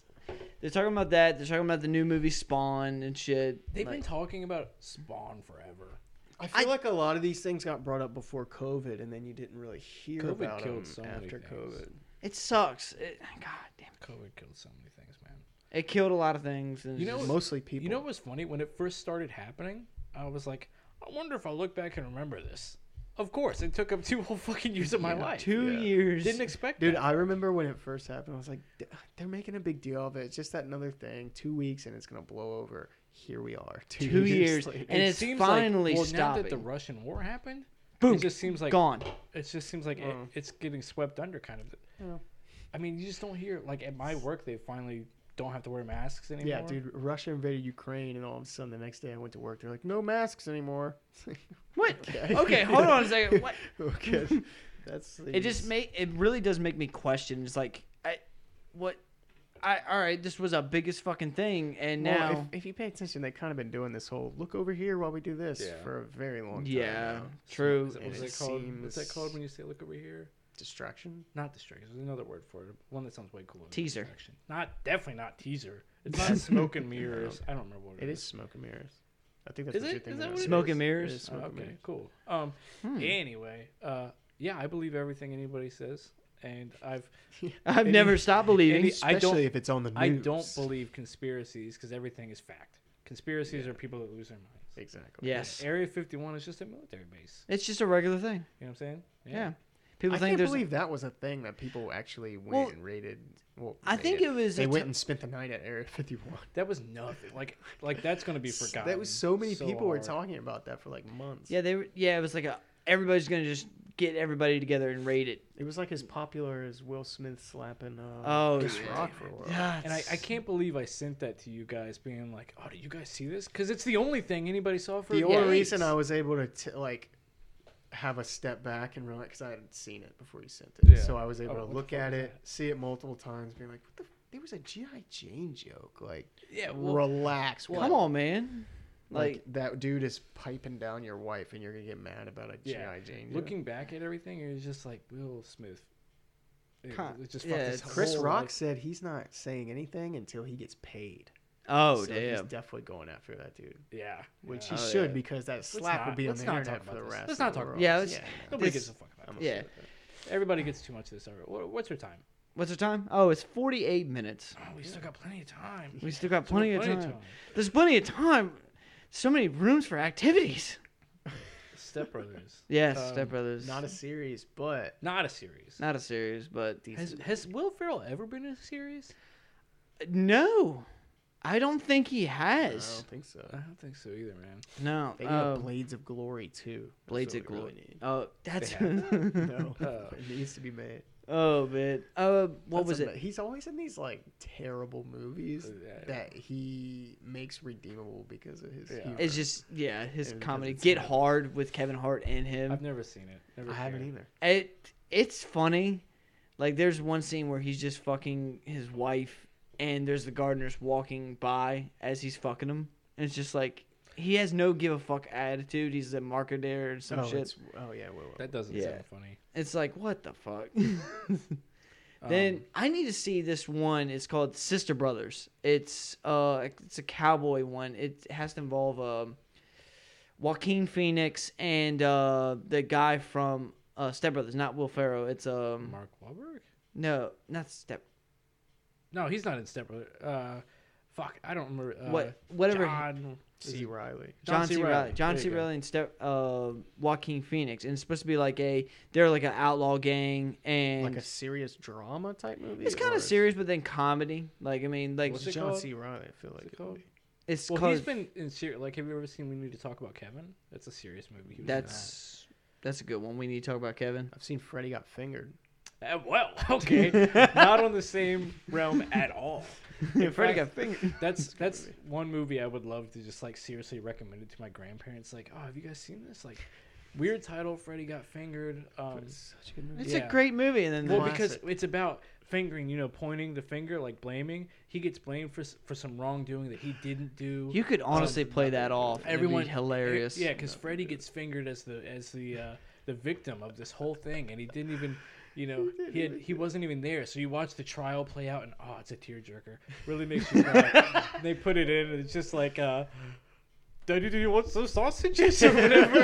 Speaker 1: They're talking about that. They're talking about the new movie Spawn and shit.
Speaker 3: They've
Speaker 1: Like,
Speaker 3: been talking about Spawn forever.
Speaker 2: I feel like a lot of these things got brought up before COVID, and then you didn't really hear
Speaker 3: COVID
Speaker 2: about
Speaker 3: killed
Speaker 2: them
Speaker 3: so many
Speaker 2: after
Speaker 3: things.
Speaker 2: COVID.
Speaker 1: it sucks. It, God damn.
Speaker 3: COVID killed so many things, man.
Speaker 1: It. it killed a lot of things. And
Speaker 3: You
Speaker 1: it's
Speaker 3: know
Speaker 1: just-
Speaker 2: Mostly people.
Speaker 3: You know what was funny? When it first started happening, I was like, I wonder if I look back and remember this. Of course, it took up two whole fucking years of my life.
Speaker 1: two
Speaker 2: yeah.
Speaker 1: years.
Speaker 3: Didn't expect
Speaker 2: Dude,
Speaker 3: that.
Speaker 2: I remember when it first happened. I was like, "D- they're making a big deal of it. It's just that another thing. Two weeks and it's gonna blow over. Here we are. Two,
Speaker 1: Two years.
Speaker 2: (laughs)
Speaker 3: (laughs)
Speaker 2: later.
Speaker 1: And
Speaker 3: It
Speaker 1: it's
Speaker 3: seems
Speaker 1: finally
Speaker 3: like, well, now
Speaker 1: stopping.
Speaker 3: that the Russian war happened,
Speaker 1: Boom.
Speaker 3: it just seems like
Speaker 1: Gone.
Speaker 3: it just seems like it,
Speaker 2: Mm.
Speaker 3: it's getting swept under kind of.
Speaker 2: Yeah.
Speaker 3: I mean, you just don't hear like at my work they finally don't have to wear masks anymore.
Speaker 2: yeah, dude, Russia invaded Ukraine, and all of a sudden the next day I went to work. They're like, no masks anymore. (laughs)
Speaker 1: What?
Speaker 2: Okay.
Speaker 1: (laughs) okay, hold on a
Speaker 2: (laughs)
Speaker 1: second. What?
Speaker 3: (laughs)
Speaker 2: okay, that's
Speaker 1: It just make it really does make me question. It's like, I, what, I all right. This was our biggest fucking thing, and
Speaker 2: Well,
Speaker 1: now
Speaker 2: if, if you pay attention, they've kind of been doing this whole look over here while we do this
Speaker 3: Yeah.
Speaker 2: for a very long time.
Speaker 1: yeah,
Speaker 2: now.
Speaker 1: true.
Speaker 3: Is it,
Speaker 2: And
Speaker 3: what's
Speaker 2: it
Speaker 3: that called? What's that
Speaker 2: seems-
Speaker 3: called when you say look over here?
Speaker 2: distraction.
Speaker 3: Not distraction. There's another word for it. One that sounds way cooler. than
Speaker 1: Teaser.
Speaker 3: distraction. Not definitely not teaser.
Speaker 1: (laughs)
Speaker 3: It's not smoke and mirrors. I don't remember what
Speaker 2: It is smoke and mirrors. I think that's
Speaker 3: Is
Speaker 2: what
Speaker 3: it?
Speaker 2: you're
Speaker 3: Is
Speaker 2: thinking.
Speaker 3: that
Speaker 2: of.
Speaker 3: what it
Speaker 1: Smoke
Speaker 3: is?
Speaker 1: and mirrors? Hmm.
Speaker 2: It is smoke
Speaker 3: okay,
Speaker 2: and mirrors.
Speaker 3: cool. Um, anyway, uh, yeah, I believe everything anybody says, and
Speaker 2: (laughs)
Speaker 3: I've
Speaker 1: I've
Speaker 3: Any-
Speaker 1: never stopped believing.
Speaker 3: any- I don't-
Speaker 2: Especially if it's on the news.
Speaker 3: I don't believe conspiracies because everything is fact. Conspiracies are people that lose their minds.
Speaker 2: Exactly.
Speaker 1: yes,
Speaker 3: Area 51 is just a military base.
Speaker 1: it's just a regular thing.
Speaker 3: You know what I'm saying?
Speaker 1: Yeah, people
Speaker 2: I
Speaker 1: think
Speaker 2: can't
Speaker 1: there's.
Speaker 2: believe that was a thing that people actually went
Speaker 1: Well,
Speaker 2: and raided. Well,
Speaker 1: I think
Speaker 2: raided.
Speaker 1: it was.
Speaker 2: They
Speaker 1: a
Speaker 2: went
Speaker 1: ti-
Speaker 2: and spent the night at Area 51.
Speaker 3: That was nothing. Like, like that's
Speaker 2: (laughs)
Speaker 3: gonna be forgotten.
Speaker 2: That was so many people were
Speaker 3: hard.
Speaker 2: talking about that for like months.
Speaker 1: yeah, they were. Yeah, it was like a. Everybody's gonna just get everybody together and raid it.
Speaker 2: It was like as popular as Will Smith slapping uh,
Speaker 1: Oh,
Speaker 2: Chris
Speaker 1: yeah.
Speaker 2: Rock for a while.
Speaker 3: And I, I can't believe I sent that to you guys, being like, "Oh, did you guys see this?" Because it's the only thing anybody saw for
Speaker 2: The
Speaker 3: days.
Speaker 2: only reason I was able to t- like have a step back and realize because I hadn't seen it before you sent it,
Speaker 3: Yeah.
Speaker 2: so I was able
Speaker 3: Oh,
Speaker 2: to
Speaker 3: what the
Speaker 2: look
Speaker 3: fuck
Speaker 2: at
Speaker 3: was
Speaker 2: it, see it multiple times, being like, "What the? F- there was a GI Jane joke. Like,
Speaker 3: yeah, well,
Speaker 2: relax.
Speaker 1: Come
Speaker 2: what?"
Speaker 1: on, man.
Speaker 2: Like,
Speaker 1: Like,
Speaker 2: that dude is piping down your wife, and you're gonna get mad about a GI
Speaker 3: Yeah.
Speaker 2: Jane. joke.
Speaker 3: looking back at everything, it was just like Will Smith. It,
Speaker 1: Con-
Speaker 3: it just
Speaker 1: yeah,
Speaker 3: fucked his
Speaker 1: it's-
Speaker 2: Chris
Speaker 3: whole
Speaker 2: Rock
Speaker 3: life.
Speaker 2: said he's not saying anything until he gets paid.
Speaker 1: oh
Speaker 2: so He's
Speaker 1: damn.
Speaker 2: definitely going after that dude,
Speaker 3: Yeah,
Speaker 2: which
Speaker 3: yeah.
Speaker 1: Oh,
Speaker 2: he should
Speaker 1: yeah.
Speaker 2: because that
Speaker 3: Let's
Speaker 2: slap
Speaker 3: not-
Speaker 2: would be on
Speaker 3: let's
Speaker 2: the
Speaker 3: not
Speaker 2: internet
Speaker 3: talk
Speaker 2: for
Speaker 3: about
Speaker 2: the
Speaker 3: this.
Speaker 2: rest. of
Speaker 3: Let's not
Speaker 2: the
Speaker 3: talk
Speaker 2: world.
Speaker 3: about
Speaker 1: Yeah, let's-
Speaker 3: nobody
Speaker 1: This-
Speaker 3: gives a fuck about
Speaker 2: I'm
Speaker 3: it.
Speaker 1: Yeah.
Speaker 2: upset with
Speaker 3: Everybody gets too much of this already. What, what's her time?
Speaker 1: What's the time? Oh, it's forty-eight minutes.
Speaker 3: Oh, we still got plenty of time.
Speaker 1: We still got
Speaker 3: Still
Speaker 1: plenty, of, time. There's plenty of time. So many rooms for activities.
Speaker 3: Step Brothers,
Speaker 1: (laughs) Yes,
Speaker 3: Um,
Speaker 1: Step Brothers.
Speaker 2: that. Not a series, but
Speaker 3: not a series.
Speaker 1: not a series, but
Speaker 3: Has, has Will Ferrell ever been in a series?
Speaker 1: Uh, no, I don't think he
Speaker 2: I
Speaker 1: has.
Speaker 2: don't think so.
Speaker 3: I don't think so either, man.
Speaker 1: No,
Speaker 2: They got
Speaker 1: uh,
Speaker 2: Blades of Glory too. That's
Speaker 1: Blades
Speaker 2: what
Speaker 1: of
Speaker 2: we
Speaker 1: Glory. (laughs)
Speaker 2: really need. (laughs)
Speaker 1: oh, that's (laughs)
Speaker 2: No,
Speaker 3: Uh,
Speaker 2: it needs to be made.
Speaker 1: oh man. Uh, what
Speaker 2: That's
Speaker 1: was
Speaker 2: a-
Speaker 1: it?
Speaker 2: He's always in these like terrible movies
Speaker 3: Yeah.
Speaker 2: that he makes redeemable because of his.
Speaker 3: Yeah.
Speaker 2: humor.
Speaker 1: It's just yeah, his
Speaker 2: It was
Speaker 1: comedy
Speaker 2: because it's
Speaker 1: Get
Speaker 2: him.
Speaker 1: Hard with Kevin Hart and
Speaker 3: I've
Speaker 1: him.
Speaker 3: never seen it. Never
Speaker 2: I haven't
Speaker 3: cared.
Speaker 2: either.
Speaker 1: It it's funny. Like there's one scene where he's just fucking his wife, and there's the gardeners walking by as he's fucking him. And it's just like he has no give a fuck attitude. He's a marketer or some
Speaker 2: oh,
Speaker 1: shit. It's,
Speaker 2: it's- oh yeah. Whoa, whoa.
Speaker 3: That doesn't
Speaker 1: Yeah.
Speaker 3: sound funny.
Speaker 1: like what the fuck. (laughs)
Speaker 3: Um,
Speaker 1: then I need to see this one. It's called Sister Brothers. It's uh it's a cowboy one. It has to involve um Joaquin Phoenix and uh the guy from uh Step Brothers, not Will Ferrell. It's um
Speaker 3: Mark Wahlberg?
Speaker 1: no, not Step.
Speaker 3: No, he's not in Step Brother. Uh, fuck, I don't remember. Uh,
Speaker 1: what whatever
Speaker 3: John,
Speaker 2: C. Riley.
Speaker 1: John, C. Riley. John
Speaker 3: There
Speaker 1: C.
Speaker 3: you go.
Speaker 1: Riley and Ste- uh, Joaquin Phoenix, and it's supposed to be like a they're like an outlaw gang, and
Speaker 2: Like a serious drama type movie.
Speaker 1: it's kind
Speaker 2: or
Speaker 1: of serious, but then comedy. Like I mean, like
Speaker 3: What's
Speaker 2: It's
Speaker 3: it
Speaker 2: John
Speaker 3: called?
Speaker 2: C. Riley. I feel like.
Speaker 3: it
Speaker 2: it
Speaker 3: called?
Speaker 2: would be.
Speaker 1: it's
Speaker 3: Well,
Speaker 1: cause
Speaker 3: he's been in serious. Like, have you ever seen We Need to Talk About Kevin? That's a serious movie. He was in that.
Speaker 1: that's that's a good one. We need to talk about Kevin.
Speaker 2: I've seen Freddy got fingered.
Speaker 1: (laughs)
Speaker 3: Uh, well, (laughs) okay, not on the same realm at all. In
Speaker 1: Freddie
Speaker 3: fact,
Speaker 1: got fingered.
Speaker 3: That's that's one movie I would love to just like seriously recommend it to my grandparents. Like, oh, have you guys seen this? Like, weird title. Freddie got fingered. Um,
Speaker 2: But it's such a good
Speaker 1: (laughs)
Speaker 2: movie.
Speaker 1: It's a
Speaker 3: yeah.
Speaker 1: great movie, and then
Speaker 3: well,
Speaker 1: the-
Speaker 3: because it's about fingering. You know, pointing the finger, like blaming. He gets blamed for s- for some wrongdoing that he didn't do.
Speaker 1: you could honestly play that off. Everyone
Speaker 3: everyone
Speaker 1: It'd be hilarious. (laughs)
Speaker 3: Yeah, because Freddie gets fingered as the as the uh, the victim of this whole thing, and he didn't even, you know, he had, he wasn't even there. So you watch the trial play out, and oh, it's a tearjerker. Really makes (laughs) you cry. they put it in, and it's just like. Uh, Daddy, do you want some sausages (laughs) or whatever?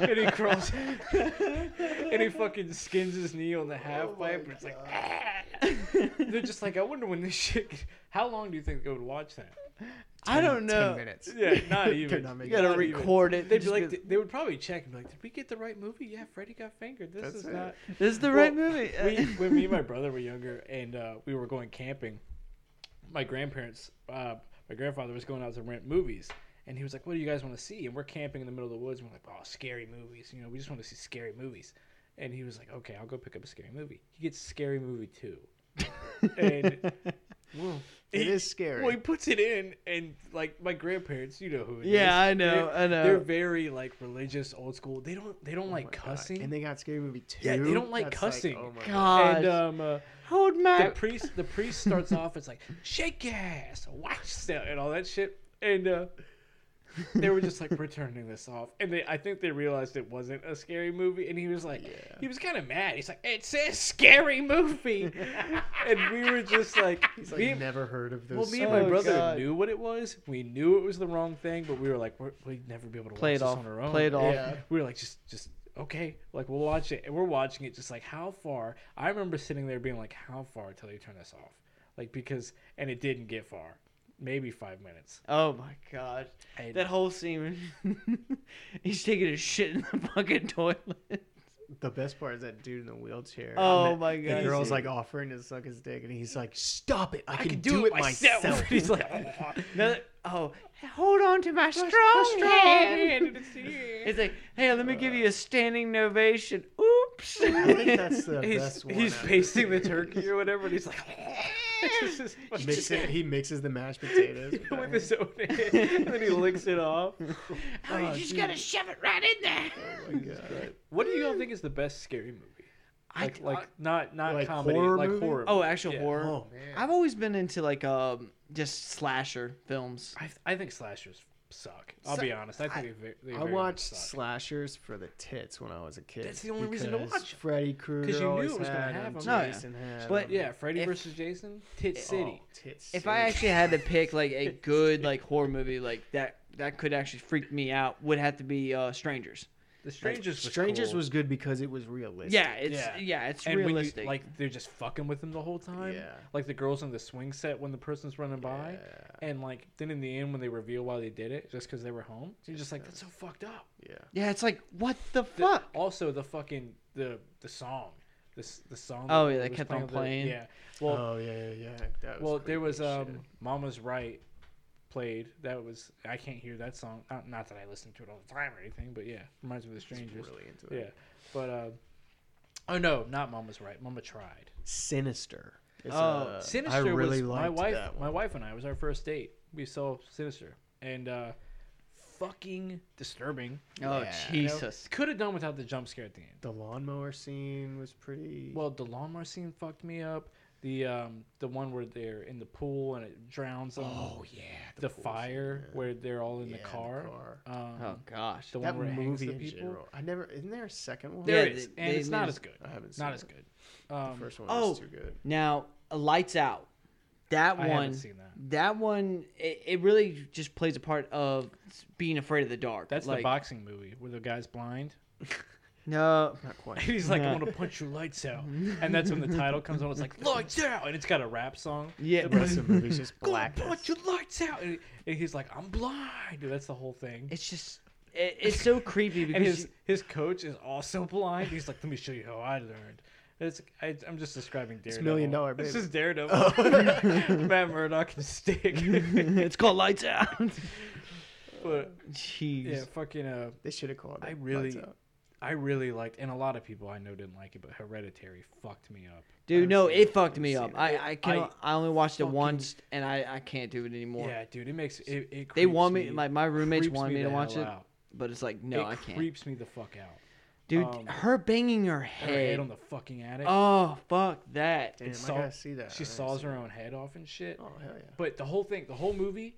Speaker 3: and he
Speaker 1: (laughs)
Speaker 3: crawls, (laughs) and he fucking skins his knee on the
Speaker 2: Oh
Speaker 3: half pipe, and it's like, "Ah." they're just like, I wonder when this shit. How long do you think they would watch that?
Speaker 1: I don't know.
Speaker 2: "Ah, Ten minutes.
Speaker 3: Yeah,
Speaker 2: (laughs)
Speaker 3: not even.
Speaker 2: not
Speaker 1: You
Speaker 2: make
Speaker 1: gotta
Speaker 3: Not even.
Speaker 1: record it.
Speaker 3: They'd be
Speaker 1: just
Speaker 3: like,
Speaker 1: be-
Speaker 3: they would probably check and be like, did we get the right movie? Yeah, Freddy got fingered. This
Speaker 2: That's
Speaker 3: is
Speaker 2: it.
Speaker 3: not.
Speaker 1: this is the
Speaker 3: Well,
Speaker 1: right movie.
Speaker 2: (laughs)
Speaker 3: We, when me and my brother were younger and uh, we were going camping, my grandparents, uh, my grandfather was going out to rent movies. And he was like, what do you guys want to see? And we're camping in the middle of the woods. And we're like, oh, scary movies. You know, we just want to see scary movies. And he was like, okay, I'll go pick up a scary movie. He gets scary movie two. and
Speaker 2: (laughs) It
Speaker 3: he-
Speaker 2: is scary.
Speaker 3: well, he puts it in, and like my grandparents, you know who. it is.
Speaker 1: Yeah, I know,
Speaker 3: They're-
Speaker 1: I know.
Speaker 3: They're very like religious, old school. They don't, they don't
Speaker 2: Oh
Speaker 3: like
Speaker 2: my God.
Speaker 3: (laughs) cussing.
Speaker 2: And they got scary movie two.
Speaker 3: Yeah, they don't like
Speaker 2: That's
Speaker 3: cussing.
Speaker 2: oh
Speaker 1: (laughs)
Speaker 2: my God.
Speaker 1: God,
Speaker 3: And, um, uh,
Speaker 1: hold
Speaker 3: the
Speaker 1: my
Speaker 3: priest, the priest starts off. It's like shake your ass, watch that, and all that shit. And uh, they
Speaker 2: (laughs)
Speaker 3: were just like we're turning this off. And they, I think they realized it wasn't a scary movie. And he was like,
Speaker 2: Yeah.
Speaker 3: he was kind of mad. He's like, it says
Speaker 2: (laughs)
Speaker 3: scary movie, and we were just like,
Speaker 2: He's like
Speaker 3: me and-
Speaker 2: never heard of this.
Speaker 3: well, me and my
Speaker 1: Oh,
Speaker 3: brother
Speaker 1: God.
Speaker 3: knew what it was. We knew it was the wrong thing, but we were like, we're, we'd never be able to
Speaker 1: Play
Speaker 3: watch
Speaker 1: it
Speaker 3: this
Speaker 1: off.
Speaker 3: on our own.
Speaker 1: Play it off.
Speaker 2: Yeah.
Speaker 3: We were like, just, just okay. Like we'll watch it, and we're watching it. Just like how far? I remember sitting there being like, how far till they turn this off? Like because, and it didn't get far. Maybe five minutes.
Speaker 1: Oh my god.
Speaker 3: And
Speaker 1: That whole scene. (laughs) he's taking a shit in the fucking toilet.
Speaker 2: The best part is that dude in the wheelchair.
Speaker 1: Oh
Speaker 2: And the-
Speaker 1: my God.
Speaker 2: The girl's like offering to suck his dick, and he's like, "Stop it! I,
Speaker 3: I can do, it, myself. (laughs)
Speaker 2: (laughs)
Speaker 3: He's like,
Speaker 1: Another, oh, hold on to my strong, hand.
Speaker 3: (laughs) and it's here.
Speaker 1: It's like, hey, let me give you a standing ovation. Oops.
Speaker 2: I think
Speaker 1: (laughs)
Speaker 2: that's the
Speaker 3: He's,
Speaker 2: best one.
Speaker 3: he's
Speaker 2: out of
Speaker 3: pasting the
Speaker 2: it.
Speaker 3: turkey or whatever, and he's like, (laughs) This is fucking-
Speaker 2: Mix it- he mixes the mashed potatoes
Speaker 3: (laughs) with his own hand, and
Speaker 1: (laughs)
Speaker 3: then he licks
Speaker 2: (laughs)
Speaker 3: it off.
Speaker 1: oh, you just gotta shove it right in there.
Speaker 2: Oh
Speaker 3: (laughs)
Speaker 2: my God.
Speaker 3: What do you all think is the best scary movie? Like,
Speaker 1: I, uh,
Speaker 3: like not not
Speaker 2: Like
Speaker 3: comedy,
Speaker 2: horror
Speaker 3: like
Speaker 2: movie?
Speaker 3: horror.
Speaker 1: oh, actual
Speaker 3: yeah.
Speaker 1: horror.
Speaker 2: Oh man.
Speaker 1: I've always been into like um just slasher films.
Speaker 3: I, I think slashers suck. I'll
Speaker 2: So-
Speaker 3: be honest. I think
Speaker 2: I-
Speaker 3: they, ve- they
Speaker 2: I
Speaker 3: very much
Speaker 2: watched
Speaker 3: suck.
Speaker 2: slashers for the tits when I was a kid.
Speaker 3: That's the only reason to
Speaker 2: because
Speaker 3: watch 'em.
Speaker 2: Freddy
Speaker 3: you
Speaker 2: Krueger
Speaker 3: knew
Speaker 2: always
Speaker 3: it was gonna
Speaker 2: had
Speaker 3: have
Speaker 2: 'em,
Speaker 3: 'em.
Speaker 1: No,
Speaker 2: Jason had
Speaker 1: but-
Speaker 2: 'em.
Speaker 3: Yeah, Freddy
Speaker 1: If-
Speaker 3: versus Jason, Tit City.
Speaker 2: Oh, tits
Speaker 1: If I
Speaker 2: City.
Speaker 1: actually had to pick like
Speaker 3: (laughs)
Speaker 1: a good like horror movie like that that could actually freak me out would have to be uh Strangers.
Speaker 3: The Strangers. was
Speaker 2: Strangers
Speaker 3: cool.
Speaker 2: was good because it was realistic.
Speaker 1: Yeah, it's yeah,
Speaker 3: Yeah.
Speaker 1: it's
Speaker 3: and
Speaker 1: realistic.
Speaker 3: When you, like they're just fucking with him the whole time.
Speaker 2: Yeah.
Speaker 3: Like the girls in the swing set when the person's running by,
Speaker 2: Yeah.
Speaker 3: and like then in the end when they reveal why they did it, just because they were home, you're just like that's so fucked up.
Speaker 2: Yeah.
Speaker 1: yeah, it's like what the
Speaker 3: The-
Speaker 1: fuck?
Speaker 3: Also, the fucking the the song, the s- the song.
Speaker 1: Oh,
Speaker 3: that
Speaker 1: yeah, they
Speaker 3: was
Speaker 1: kept on
Speaker 3: the-
Speaker 1: playing.
Speaker 3: yeah. Well,
Speaker 2: oh yeah, yeah. That was
Speaker 3: well, there
Speaker 2: creepy
Speaker 3: was
Speaker 2: as
Speaker 3: um,
Speaker 2: shit.
Speaker 3: Mama's Right played. That was I can't hear that song. Not, not that I listen to it all the time or anything, but yeah, reminds me of the
Speaker 2: I was
Speaker 3: Strangers.
Speaker 2: really into that.
Speaker 3: Yeah, but uh, oh no, not Mama's Right. Mama tried.
Speaker 2: Sinister. is,
Speaker 1: Oh,
Speaker 2: uh,
Speaker 3: Sinister
Speaker 2: I really
Speaker 3: was
Speaker 2: liked
Speaker 3: my wife.
Speaker 2: that one.
Speaker 3: My wife and I it was our first date. We saw Sinister and uh, fucking disturbing.
Speaker 1: oh
Speaker 2: yeah, you know,
Speaker 1: Jesus.
Speaker 3: Could have done without the jump scare at the end.
Speaker 2: The lawnmower scene was pretty.
Speaker 3: Well, the lawnmower scene fucked me up. The um the one where they're in the pool and it drowns them.
Speaker 2: Oh yeah,
Speaker 3: um, the,
Speaker 2: pool scene,
Speaker 3: fire
Speaker 2: yeah.
Speaker 3: where they're all in
Speaker 2: Yeah,
Speaker 3: the car. Um,
Speaker 1: Oh gosh.
Speaker 3: the one
Speaker 2: That
Speaker 3: where it hangs
Speaker 2: movie
Speaker 3: the
Speaker 2: in
Speaker 3: people.
Speaker 2: general. I never. Isn't there a second one?
Speaker 1: Yeah,
Speaker 3: There it is,
Speaker 1: they-
Speaker 3: and
Speaker 1: they
Speaker 3: it's
Speaker 1: made
Speaker 3: not
Speaker 1: us-
Speaker 3: as good.
Speaker 2: I haven't seen
Speaker 3: Not
Speaker 2: it.
Speaker 3: as good.
Speaker 2: The
Speaker 3: Um,
Speaker 2: first one
Speaker 1: oh.
Speaker 2: was too good.
Speaker 1: Now, Lights Out. That one.
Speaker 3: I haven't seen that.
Speaker 1: That one, it, it really just plays a part of being afraid of the dark.
Speaker 3: That's
Speaker 1: like,
Speaker 3: the boxing movie where the guy's blind. (laughs)
Speaker 1: No,
Speaker 2: Not (laughs)
Speaker 3: And
Speaker 2: quite.
Speaker 3: he's like,
Speaker 1: Yeah.
Speaker 3: "I'm gonna punch your lights (laughs) out," and that's when the title comes on. It's like "Lights Out," and it's got a rap song.
Speaker 1: Yeah,
Speaker 3: The
Speaker 1: but-
Speaker 3: rest of the
Speaker 2: movie's just
Speaker 3: Go
Speaker 2: black.
Speaker 3: punch your lights out, and, and he's like, "I'm blind." Dude, that's the whole thing.
Speaker 1: (laughs) it's just it, it's so creepy
Speaker 3: and
Speaker 1: because
Speaker 3: his
Speaker 1: you-
Speaker 3: his coach is also (laughs) blind. He's like, "Let me show you how I learned." It's I, I'm just describing Daredevil.
Speaker 2: Million Dollar
Speaker 3: This
Speaker 2: Baby.
Speaker 3: is Daredevil. (laughs) Matt Murdock and Stick.
Speaker 1: (laughs)
Speaker 3: (laughs)
Speaker 1: it's called Lights Out.
Speaker 3: but
Speaker 1: Jeez.
Speaker 3: yeah, fucking uh,
Speaker 2: They should have called it.
Speaker 3: I
Speaker 2: Lights
Speaker 3: really-
Speaker 2: Out.
Speaker 3: I really liked, and a lot of people I know didn't like it, but Hereditary fucked me up.
Speaker 1: Dude,
Speaker 2: I've
Speaker 1: no,
Speaker 2: seen
Speaker 1: it
Speaker 2: it.
Speaker 1: fucked
Speaker 2: I've
Speaker 1: me
Speaker 2: seen
Speaker 1: up.
Speaker 2: it.
Speaker 1: I I can
Speaker 3: I
Speaker 1: not I only watched it
Speaker 3: fucking-
Speaker 1: once, and I I can't do it anymore.
Speaker 3: Yeah, dude, it makes it. it
Speaker 1: they want
Speaker 3: creeps
Speaker 1: me like my roommates
Speaker 3: creeps
Speaker 1: wanted me to
Speaker 3: the
Speaker 1: watch
Speaker 3: hell
Speaker 1: it,
Speaker 3: out.
Speaker 1: but it's like no,
Speaker 3: it
Speaker 1: I can't.
Speaker 3: creeps me the fuck out.
Speaker 1: Dude,
Speaker 3: um,
Speaker 1: her banging her
Speaker 3: Her head
Speaker 1: head.
Speaker 3: on the fucking attic.
Speaker 1: oh fuck that.
Speaker 2: Damn,
Speaker 3: saw-
Speaker 2: I gotta see that.
Speaker 3: she
Speaker 2: I
Speaker 3: saws
Speaker 2: see
Speaker 3: her
Speaker 2: that.
Speaker 3: own head off and shit.
Speaker 2: Oh hell yeah.
Speaker 3: But the whole thing, the whole movie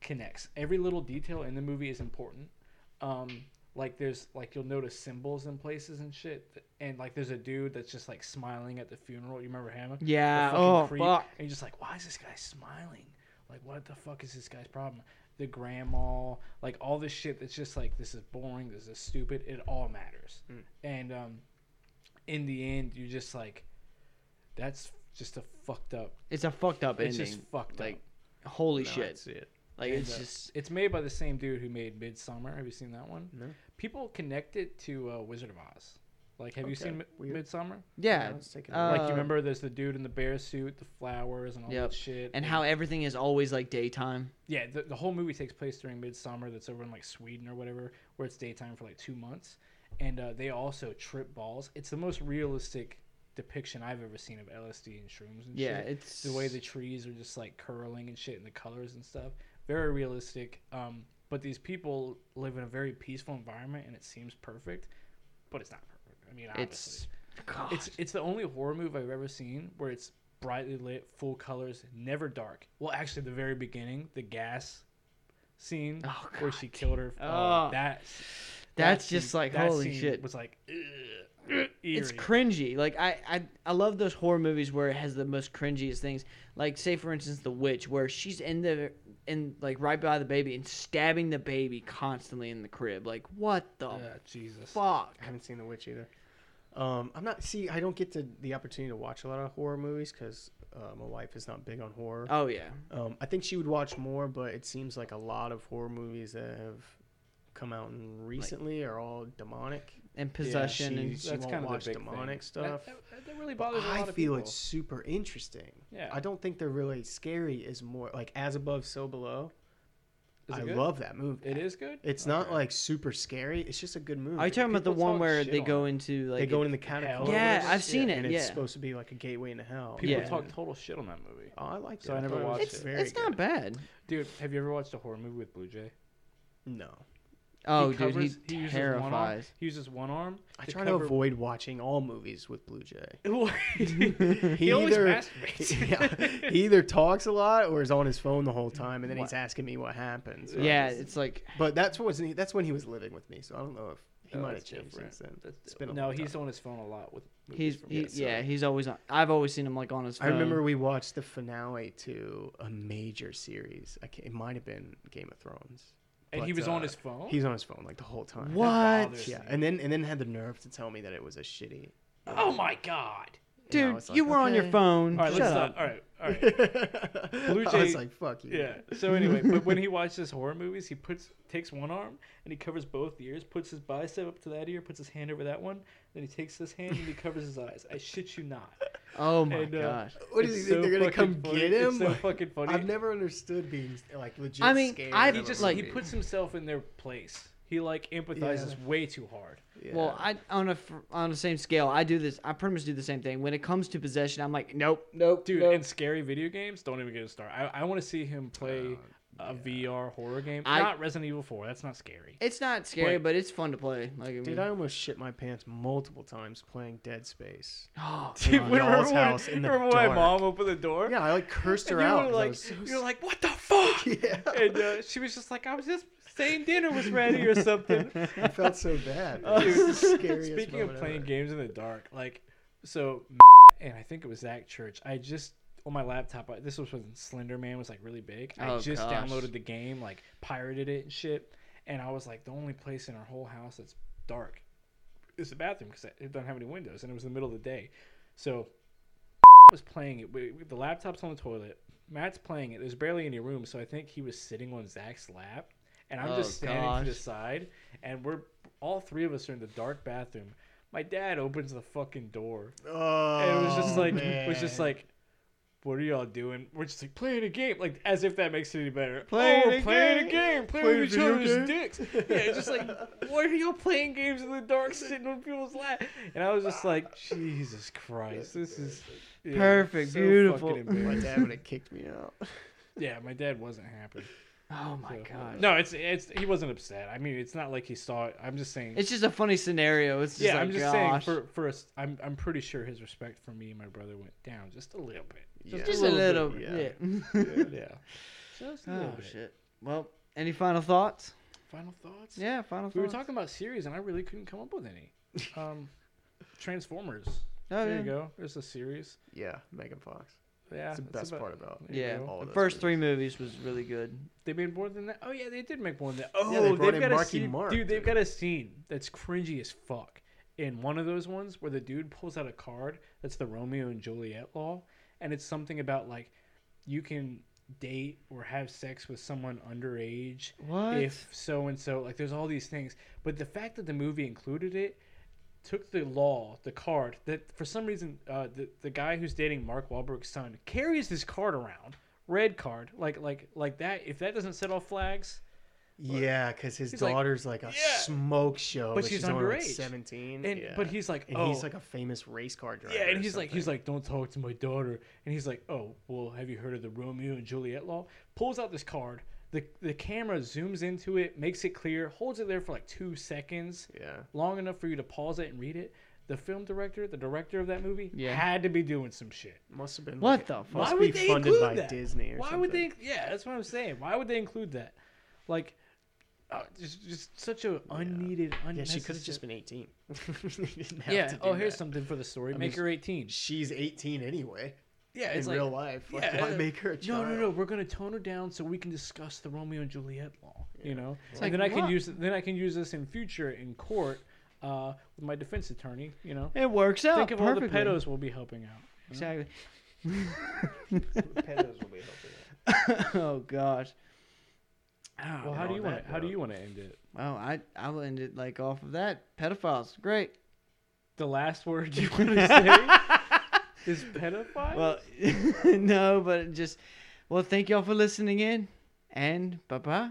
Speaker 3: connects. Every little detail in the movie is important. Um, like there's like you'll notice symbols in places and shit, and like there's a dude that's just like smiling at the funeral. You remember him? The
Speaker 1: Yeah.
Speaker 3: fucking
Speaker 1: Oh fuck.
Speaker 3: And you're just like, why is this guy smiling? Like, what the fuck is this guy's problem? The grandma, like all this shit that's just like this is boring, this is stupid. It all matters.
Speaker 1: Mm.
Speaker 3: And um, in the end, you're just like, that's just a fucked up.
Speaker 1: It's a fucked up
Speaker 3: It's
Speaker 1: ending.
Speaker 3: just fucked
Speaker 1: like
Speaker 3: up.
Speaker 1: holy
Speaker 2: No, I
Speaker 1: shit.
Speaker 2: see it.
Speaker 1: Like
Speaker 3: And,
Speaker 1: it's
Speaker 3: uh,
Speaker 1: just
Speaker 3: it's made by the same dude who made Midsummer. Have you seen that one?
Speaker 2: No.
Speaker 3: People connect it to uh, Wizard of Oz. Like, have you
Speaker 2: Okay,
Speaker 3: seen Mi-
Speaker 2: weird.
Speaker 3: Midsummer?
Speaker 1: yeah.
Speaker 2: No, it's taken
Speaker 1: uh,
Speaker 2: away.
Speaker 3: like, you remember there's the dude in the bear suit, the flowers, and all
Speaker 1: Yep.
Speaker 3: that shit.
Speaker 1: And how everything is always like daytime.
Speaker 3: Yeah, the, the whole movie takes place during midsummer. That's over in like Sweden or whatever, where it's daytime for like two months, and uh, they also trip balls. It's the most realistic depiction I've ever seen of LSD and shrooms and
Speaker 1: Yeah,
Speaker 3: shit.
Speaker 1: it's
Speaker 3: the way the trees are just like curling and shit, and the colors and stuff. Very realistic. Um, but these people live in a very peaceful environment, and it seems perfect, but it's not perfect. I mean, obviously.
Speaker 1: it's God.
Speaker 3: It's it's the only horror movie I've ever seen where it's brightly lit, full colors, never dark. Well, actually, the very beginning, the gas scene
Speaker 1: Oh,
Speaker 3: where
Speaker 1: God,
Speaker 3: she killed her. Oh,
Speaker 1: Oh.
Speaker 3: that
Speaker 1: That's
Speaker 3: scene-
Speaker 1: just like,
Speaker 3: that
Speaker 1: holy
Speaker 3: scene
Speaker 1: shit.
Speaker 3: Was like,
Speaker 1: it's cringy. Like I, I I love those horror movies where it has the most cringiest things. Like say for instance The Witch where she's in the in like right by the baby and stabbing the baby constantly in the crib. Like what the
Speaker 3: Jesus.
Speaker 1: fuck?
Speaker 2: I haven't seen The Witch either. Um, I'm not. See, I don't get to, the opportunity to watch a lot of horror movies because uh, my wife is not big on horror.
Speaker 3: Uh.
Speaker 1: Oh yeah.
Speaker 2: Um, I think she would watch more, but it seems like a lot of horror movies that have come out in recently are all demonic.
Speaker 1: And possession
Speaker 2: she,
Speaker 1: and
Speaker 2: she
Speaker 3: That's
Speaker 2: won't
Speaker 3: kind of the
Speaker 2: watch
Speaker 3: big
Speaker 2: demonic
Speaker 3: thing.
Speaker 2: stuff.
Speaker 3: That, that- that really
Speaker 2: But
Speaker 3: bothers a lot
Speaker 2: I feel
Speaker 3: of people.
Speaker 2: it's super interesting.
Speaker 3: Yeah.
Speaker 2: I don't think they're really scary. Is more like as above, so below.
Speaker 3: Is it
Speaker 2: I
Speaker 3: good?
Speaker 2: love that movie.
Speaker 3: It is good.
Speaker 2: It's not
Speaker 3: Okay.
Speaker 2: like super scary. It's just a good movie.
Speaker 1: Are you talking about the
Speaker 3: People
Speaker 1: one
Speaker 3: talk
Speaker 1: where
Speaker 3: shit
Speaker 1: they
Speaker 3: on
Speaker 1: go
Speaker 3: it.
Speaker 1: into like
Speaker 2: they go in the catacombs.
Speaker 3: or
Speaker 1: Yeah,
Speaker 3: whatever.
Speaker 1: I've seen
Speaker 2: and
Speaker 1: it.
Speaker 2: it's
Speaker 1: Yeah.
Speaker 2: supposed to be like a gateway into hell.
Speaker 3: people
Speaker 1: Yeah.
Speaker 3: talk total shit on that movie.
Speaker 2: Oh, I liked it.
Speaker 3: So I never
Speaker 2: thought was
Speaker 3: watched
Speaker 1: it's
Speaker 3: it.
Speaker 2: very
Speaker 1: it's not
Speaker 2: good.
Speaker 1: bad.
Speaker 3: Dude, have you ever watched a horror movie with Blue Jay?
Speaker 2: No,
Speaker 1: Oh dude,
Speaker 3: covers-
Speaker 1: he,
Speaker 3: uses one arm-
Speaker 1: terrifies.
Speaker 3: He uses one arm.
Speaker 2: I try to avoid watching all movies with Blue
Speaker 3: (laughs)
Speaker 2: Jay.
Speaker 3: avoid. he always
Speaker 2: either- (laughs)
Speaker 3: masturbates.
Speaker 2: yeah, he either talks a lot or is on his phone the whole time, and then he's asking me what happened. so I
Speaker 1: Yeah,
Speaker 2: just-
Speaker 1: it's like
Speaker 2: but that's what was that's when he was living with me, so I don't know if he
Speaker 3: Oh,
Speaker 2: might have
Speaker 3: that's
Speaker 2: changed
Speaker 3: different.
Speaker 2: since then.
Speaker 3: That's
Speaker 2: It's
Speaker 3: different.
Speaker 2: been a
Speaker 3: no,
Speaker 2: long
Speaker 3: he's
Speaker 2: time.
Speaker 3: on his phone a lot with.
Speaker 1: he's
Speaker 3: movies from
Speaker 1: he,
Speaker 3: his side.
Speaker 1: yeah, he's always on I've always seen him like on his
Speaker 2: I
Speaker 1: phone.
Speaker 3: um,
Speaker 2: remember we watched the finale to a major series. I can't, it might have been Game of Thrones.
Speaker 3: and he
Speaker 2: but,
Speaker 3: was
Speaker 2: uh,
Speaker 3: on his phone.
Speaker 2: He's on his phone like the whole time.
Speaker 1: What?
Speaker 3: bothers
Speaker 2: Yeah,
Speaker 3: me.
Speaker 2: and then and then had the nerve to tell me that it was a shitty.
Speaker 3: Oh my god!
Speaker 2: and I
Speaker 1: Dude,
Speaker 2: was like,
Speaker 1: you were on your
Speaker 2: okay.
Speaker 1: phone.
Speaker 3: All right,
Speaker 1: Shut
Speaker 3: let's
Speaker 1: up.
Speaker 3: stop. All right, all
Speaker 2: (laughs)
Speaker 3: right.
Speaker 2: Blue I
Speaker 3: Jay-
Speaker 2: was like, fuck you.
Speaker 3: Yeah. So anyway, but when he watches horror movies, he puts takes one arm and he covers both ears, puts his bicep up to that ear, puts his hand over that one, then he takes this hand and he covers his eyes. I shit you not.
Speaker 1: Oh my
Speaker 3: And, uh,
Speaker 1: gosh.
Speaker 2: What do you
Speaker 3: It's
Speaker 2: think they're gonna
Speaker 3: fucking
Speaker 2: come
Speaker 3: funny.
Speaker 2: get
Speaker 3: It's
Speaker 2: him?
Speaker 3: so fucking
Speaker 2: (laughs)
Speaker 3: funny.
Speaker 2: I've never understood being like legit.
Speaker 1: I mean,
Speaker 2: scared
Speaker 1: I've
Speaker 2: of
Speaker 3: he
Speaker 2: a
Speaker 3: just
Speaker 1: like-
Speaker 3: he
Speaker 2: movie.
Speaker 3: puts himself in their place. He like empathizes way too hard.
Speaker 2: Yeah.
Speaker 1: Well, I on a fr- on the same scale, I do this. I pretty much do the same thing. When it comes to possession, I'm like, nope, nope,
Speaker 3: Dude,
Speaker 1: nope.
Speaker 3: and scary video games, don't even get us started. I, I want to see him play a VR horror game.
Speaker 1: I-
Speaker 3: not Resident Evil 4. That's not scary.
Speaker 1: It's not scary,
Speaker 3: Wait.
Speaker 1: but it's fun to play. Like, I mean,
Speaker 2: Dude, I almost shit my pants multiple times playing Dead Space.
Speaker 1: (gasps)
Speaker 3: (laughs)
Speaker 1: Oh,
Speaker 3: Dude,
Speaker 2: my
Speaker 3: when-
Speaker 2: doll's
Speaker 3: remember when-
Speaker 2: house in the
Speaker 3: remember when my
Speaker 2: dark.
Speaker 3: mom opened the door?
Speaker 2: Yeah, I like cursed
Speaker 3: And
Speaker 2: her
Speaker 3: you
Speaker 2: out.
Speaker 3: were
Speaker 2: 'cause I
Speaker 3: like,
Speaker 2: was so
Speaker 3: you're like, what the fuck?
Speaker 2: (laughs) Yeah.
Speaker 3: And uh, she was just like, I was just saying dinner was ready or
Speaker 2: (laughs)
Speaker 3: something.
Speaker 2: I felt so bad.
Speaker 3: Uh,
Speaker 2: It was the
Speaker 3: (laughs)
Speaker 2: scariest
Speaker 3: Speaking of
Speaker 2: moment
Speaker 3: playing
Speaker 2: ever.
Speaker 3: games in the dark, like so, (laughs) and I think it was Zach Church. I just on my laptop. I, this was when Slender Man was like really big. I
Speaker 1: Oh,
Speaker 3: just
Speaker 1: gosh.
Speaker 3: downloaded the game, like pirated it and shit. And I was like, the only place in our whole house that's dark is the bathroom because it doesn't have any windows, and it was the middle of the day. So (laughs) was playing it. We, we- the laptop's on the toilet. Matt's playing it. There's barely any room, so I think he was sitting on Zach's lap, and I'm
Speaker 1: Oh,
Speaker 3: just standing
Speaker 1: gosh.
Speaker 3: to the side, and we're all three of us are in the dark bathroom. My dad opens the fucking door,
Speaker 2: Oh,
Speaker 3: and it was just like, it was just
Speaker 2: man.
Speaker 3: like, what are y'all doing? We're just like playing a game, like as if that makes it any better.
Speaker 1: Playing
Speaker 3: oh, we're
Speaker 1: a
Speaker 3: playing
Speaker 1: game.
Speaker 3: a game, playing,
Speaker 2: Playing a
Speaker 3: with each
Speaker 2: video
Speaker 3: other's
Speaker 2: game.
Speaker 3: dicks.
Speaker 1: (laughs)
Speaker 3: Yeah, it's just like, why are y'all playing games in the dark, sitting on people's lap? And I was just like, Jesus Christ, this is yeah,
Speaker 1: Perfect,
Speaker 3: fucking
Speaker 1: beautiful. Oh
Speaker 2: my
Speaker 3: embarrassing.
Speaker 2: dad would have kicked me out.
Speaker 3: yeah, my dad wasn't happy.
Speaker 1: oh my
Speaker 3: So-
Speaker 1: god.
Speaker 3: No, it's it's he wasn't upset. I mean, it's not like he saw it. I'm just saying.
Speaker 1: It's just a funny scenario. It's just
Speaker 3: yeah,
Speaker 1: like,
Speaker 3: I'm just
Speaker 1: gosh.
Speaker 3: saying. For for us, I'm I'm pretty sure his respect for me and my brother went down just a little bit.
Speaker 2: Yeah.
Speaker 1: just a little,
Speaker 2: bit,
Speaker 3: bit.
Speaker 1: (laughs) yeah.
Speaker 3: Yeah. Just a little
Speaker 1: oh
Speaker 3: bit.
Speaker 1: shit. Well, any final thoughts?
Speaker 3: Final thoughts.
Speaker 1: Yeah, final
Speaker 3: We were
Speaker 1: thoughts.
Speaker 3: talking about series, and I really couldn't come up with
Speaker 1: (laughs)
Speaker 3: any. Um, Transformers.
Speaker 1: Oh,
Speaker 3: there
Speaker 1: yeah.
Speaker 3: you go. There's a series.
Speaker 2: Yeah, Megan Fox.
Speaker 3: Yeah,
Speaker 2: That's the
Speaker 3: that's
Speaker 2: best
Speaker 3: about-
Speaker 2: part about.
Speaker 3: there you
Speaker 1: Yeah,
Speaker 3: go.
Speaker 2: All of
Speaker 1: the
Speaker 2: those
Speaker 1: first three movies was really good.
Speaker 3: They made more than that. Oh yeah, they did make more than that.
Speaker 2: Yeah,
Speaker 3: Oh,
Speaker 2: they
Speaker 3: they
Speaker 2: brought
Speaker 3: have
Speaker 2: in
Speaker 3: got a
Speaker 2: Marky
Speaker 3: scene,
Speaker 2: Mark,
Speaker 3: dude. They've
Speaker 2: dude.
Speaker 3: got a scene that's cringy as fuck in one of those ones where the dude pulls out a card that's the Romeo and Juliet law, and it's something about like you can date or have sex with someone underage
Speaker 1: What?
Speaker 3: if so and so. Like, there's all these things, but the fact that the movie included it took the law, the card that for some reason uh, the the guy who's dating Mark Wahlberg's son carries this card around, red card, like like like that. If that doesn't set off flags,
Speaker 2: Yeah, because his
Speaker 3: He's like,
Speaker 2: daughter's like, a
Speaker 3: "Yeah."
Speaker 2: smoke show,
Speaker 3: But
Speaker 2: but,
Speaker 3: she's
Speaker 2: she's, only like
Speaker 3: underage.
Speaker 2: seventeen.
Speaker 3: and
Speaker 2: Mm, yeah.
Speaker 3: but he's like,
Speaker 2: and
Speaker 3: oh,
Speaker 2: he's like a famous race car driver.
Speaker 3: yeah,
Speaker 2: or
Speaker 3: and he's like, he's
Speaker 2: something.
Speaker 3: like, don't talk to my daughter, and he's like, oh, well, have you heard of the Romeo and Juliet law? Pulls out this card. The, the camera zooms into it, makes it clear, holds it there for like two seconds,
Speaker 2: yeah.
Speaker 3: long enough for you to pause it and read it. The film director, the director of that movie,
Speaker 1: Yeah.
Speaker 3: had to be doing some shit.
Speaker 2: Must have been.
Speaker 1: What
Speaker 2: like,
Speaker 1: the
Speaker 2: must
Speaker 1: fuck?
Speaker 3: Why
Speaker 2: be
Speaker 3: would they
Speaker 2: funded
Speaker 3: include
Speaker 2: by
Speaker 3: that?
Speaker 2: Disney or
Speaker 3: Why
Speaker 2: something.
Speaker 3: would they? Yeah, that's what I'm saying. Why would they include that? Like, uh, just just such a unneeded,
Speaker 2: Yeah,
Speaker 3: unnecessary.
Speaker 2: she could have just been eighteen. (laughs) They didn't have
Speaker 3: Yeah.
Speaker 2: to do
Speaker 3: Oh, here's
Speaker 2: that.
Speaker 3: something for the story.
Speaker 2: I
Speaker 3: Make
Speaker 2: mean,
Speaker 3: her 18.
Speaker 2: She's eighteen anyway.
Speaker 3: Yeah,
Speaker 2: in
Speaker 3: it's
Speaker 2: real
Speaker 3: like,
Speaker 2: life. Like,
Speaker 3: yeah,
Speaker 2: why
Speaker 3: uh,
Speaker 2: make her a
Speaker 3: no,
Speaker 2: child?
Speaker 3: no, no. We're gonna tone her down so we can discuss the Romeo and Juliet law. You know, and
Speaker 1: like,
Speaker 3: then I can
Speaker 1: what?
Speaker 3: use then I can use this in future in court uh, with my defense attorney. You know,
Speaker 1: It works out.
Speaker 3: think of all the
Speaker 1: perfectly.
Speaker 3: pedos we'll be helping out.
Speaker 1: Exactly. (laughs)
Speaker 2: Pedos will be helping.
Speaker 1: oh gosh.
Speaker 3: Well,
Speaker 2: And
Speaker 3: how do
Speaker 2: on
Speaker 3: you want
Speaker 2: that
Speaker 3: to how do
Speaker 2: note-
Speaker 3: you want to end it?
Speaker 1: Well, I I'll end it like off of that. Pedophiles,
Speaker 3: (laughs)
Speaker 1: great. (laughs)
Speaker 3: The last word you want to say is pedophile.
Speaker 1: Well, (laughs) no, but it just well, thank y'all for listening in, and bye bye.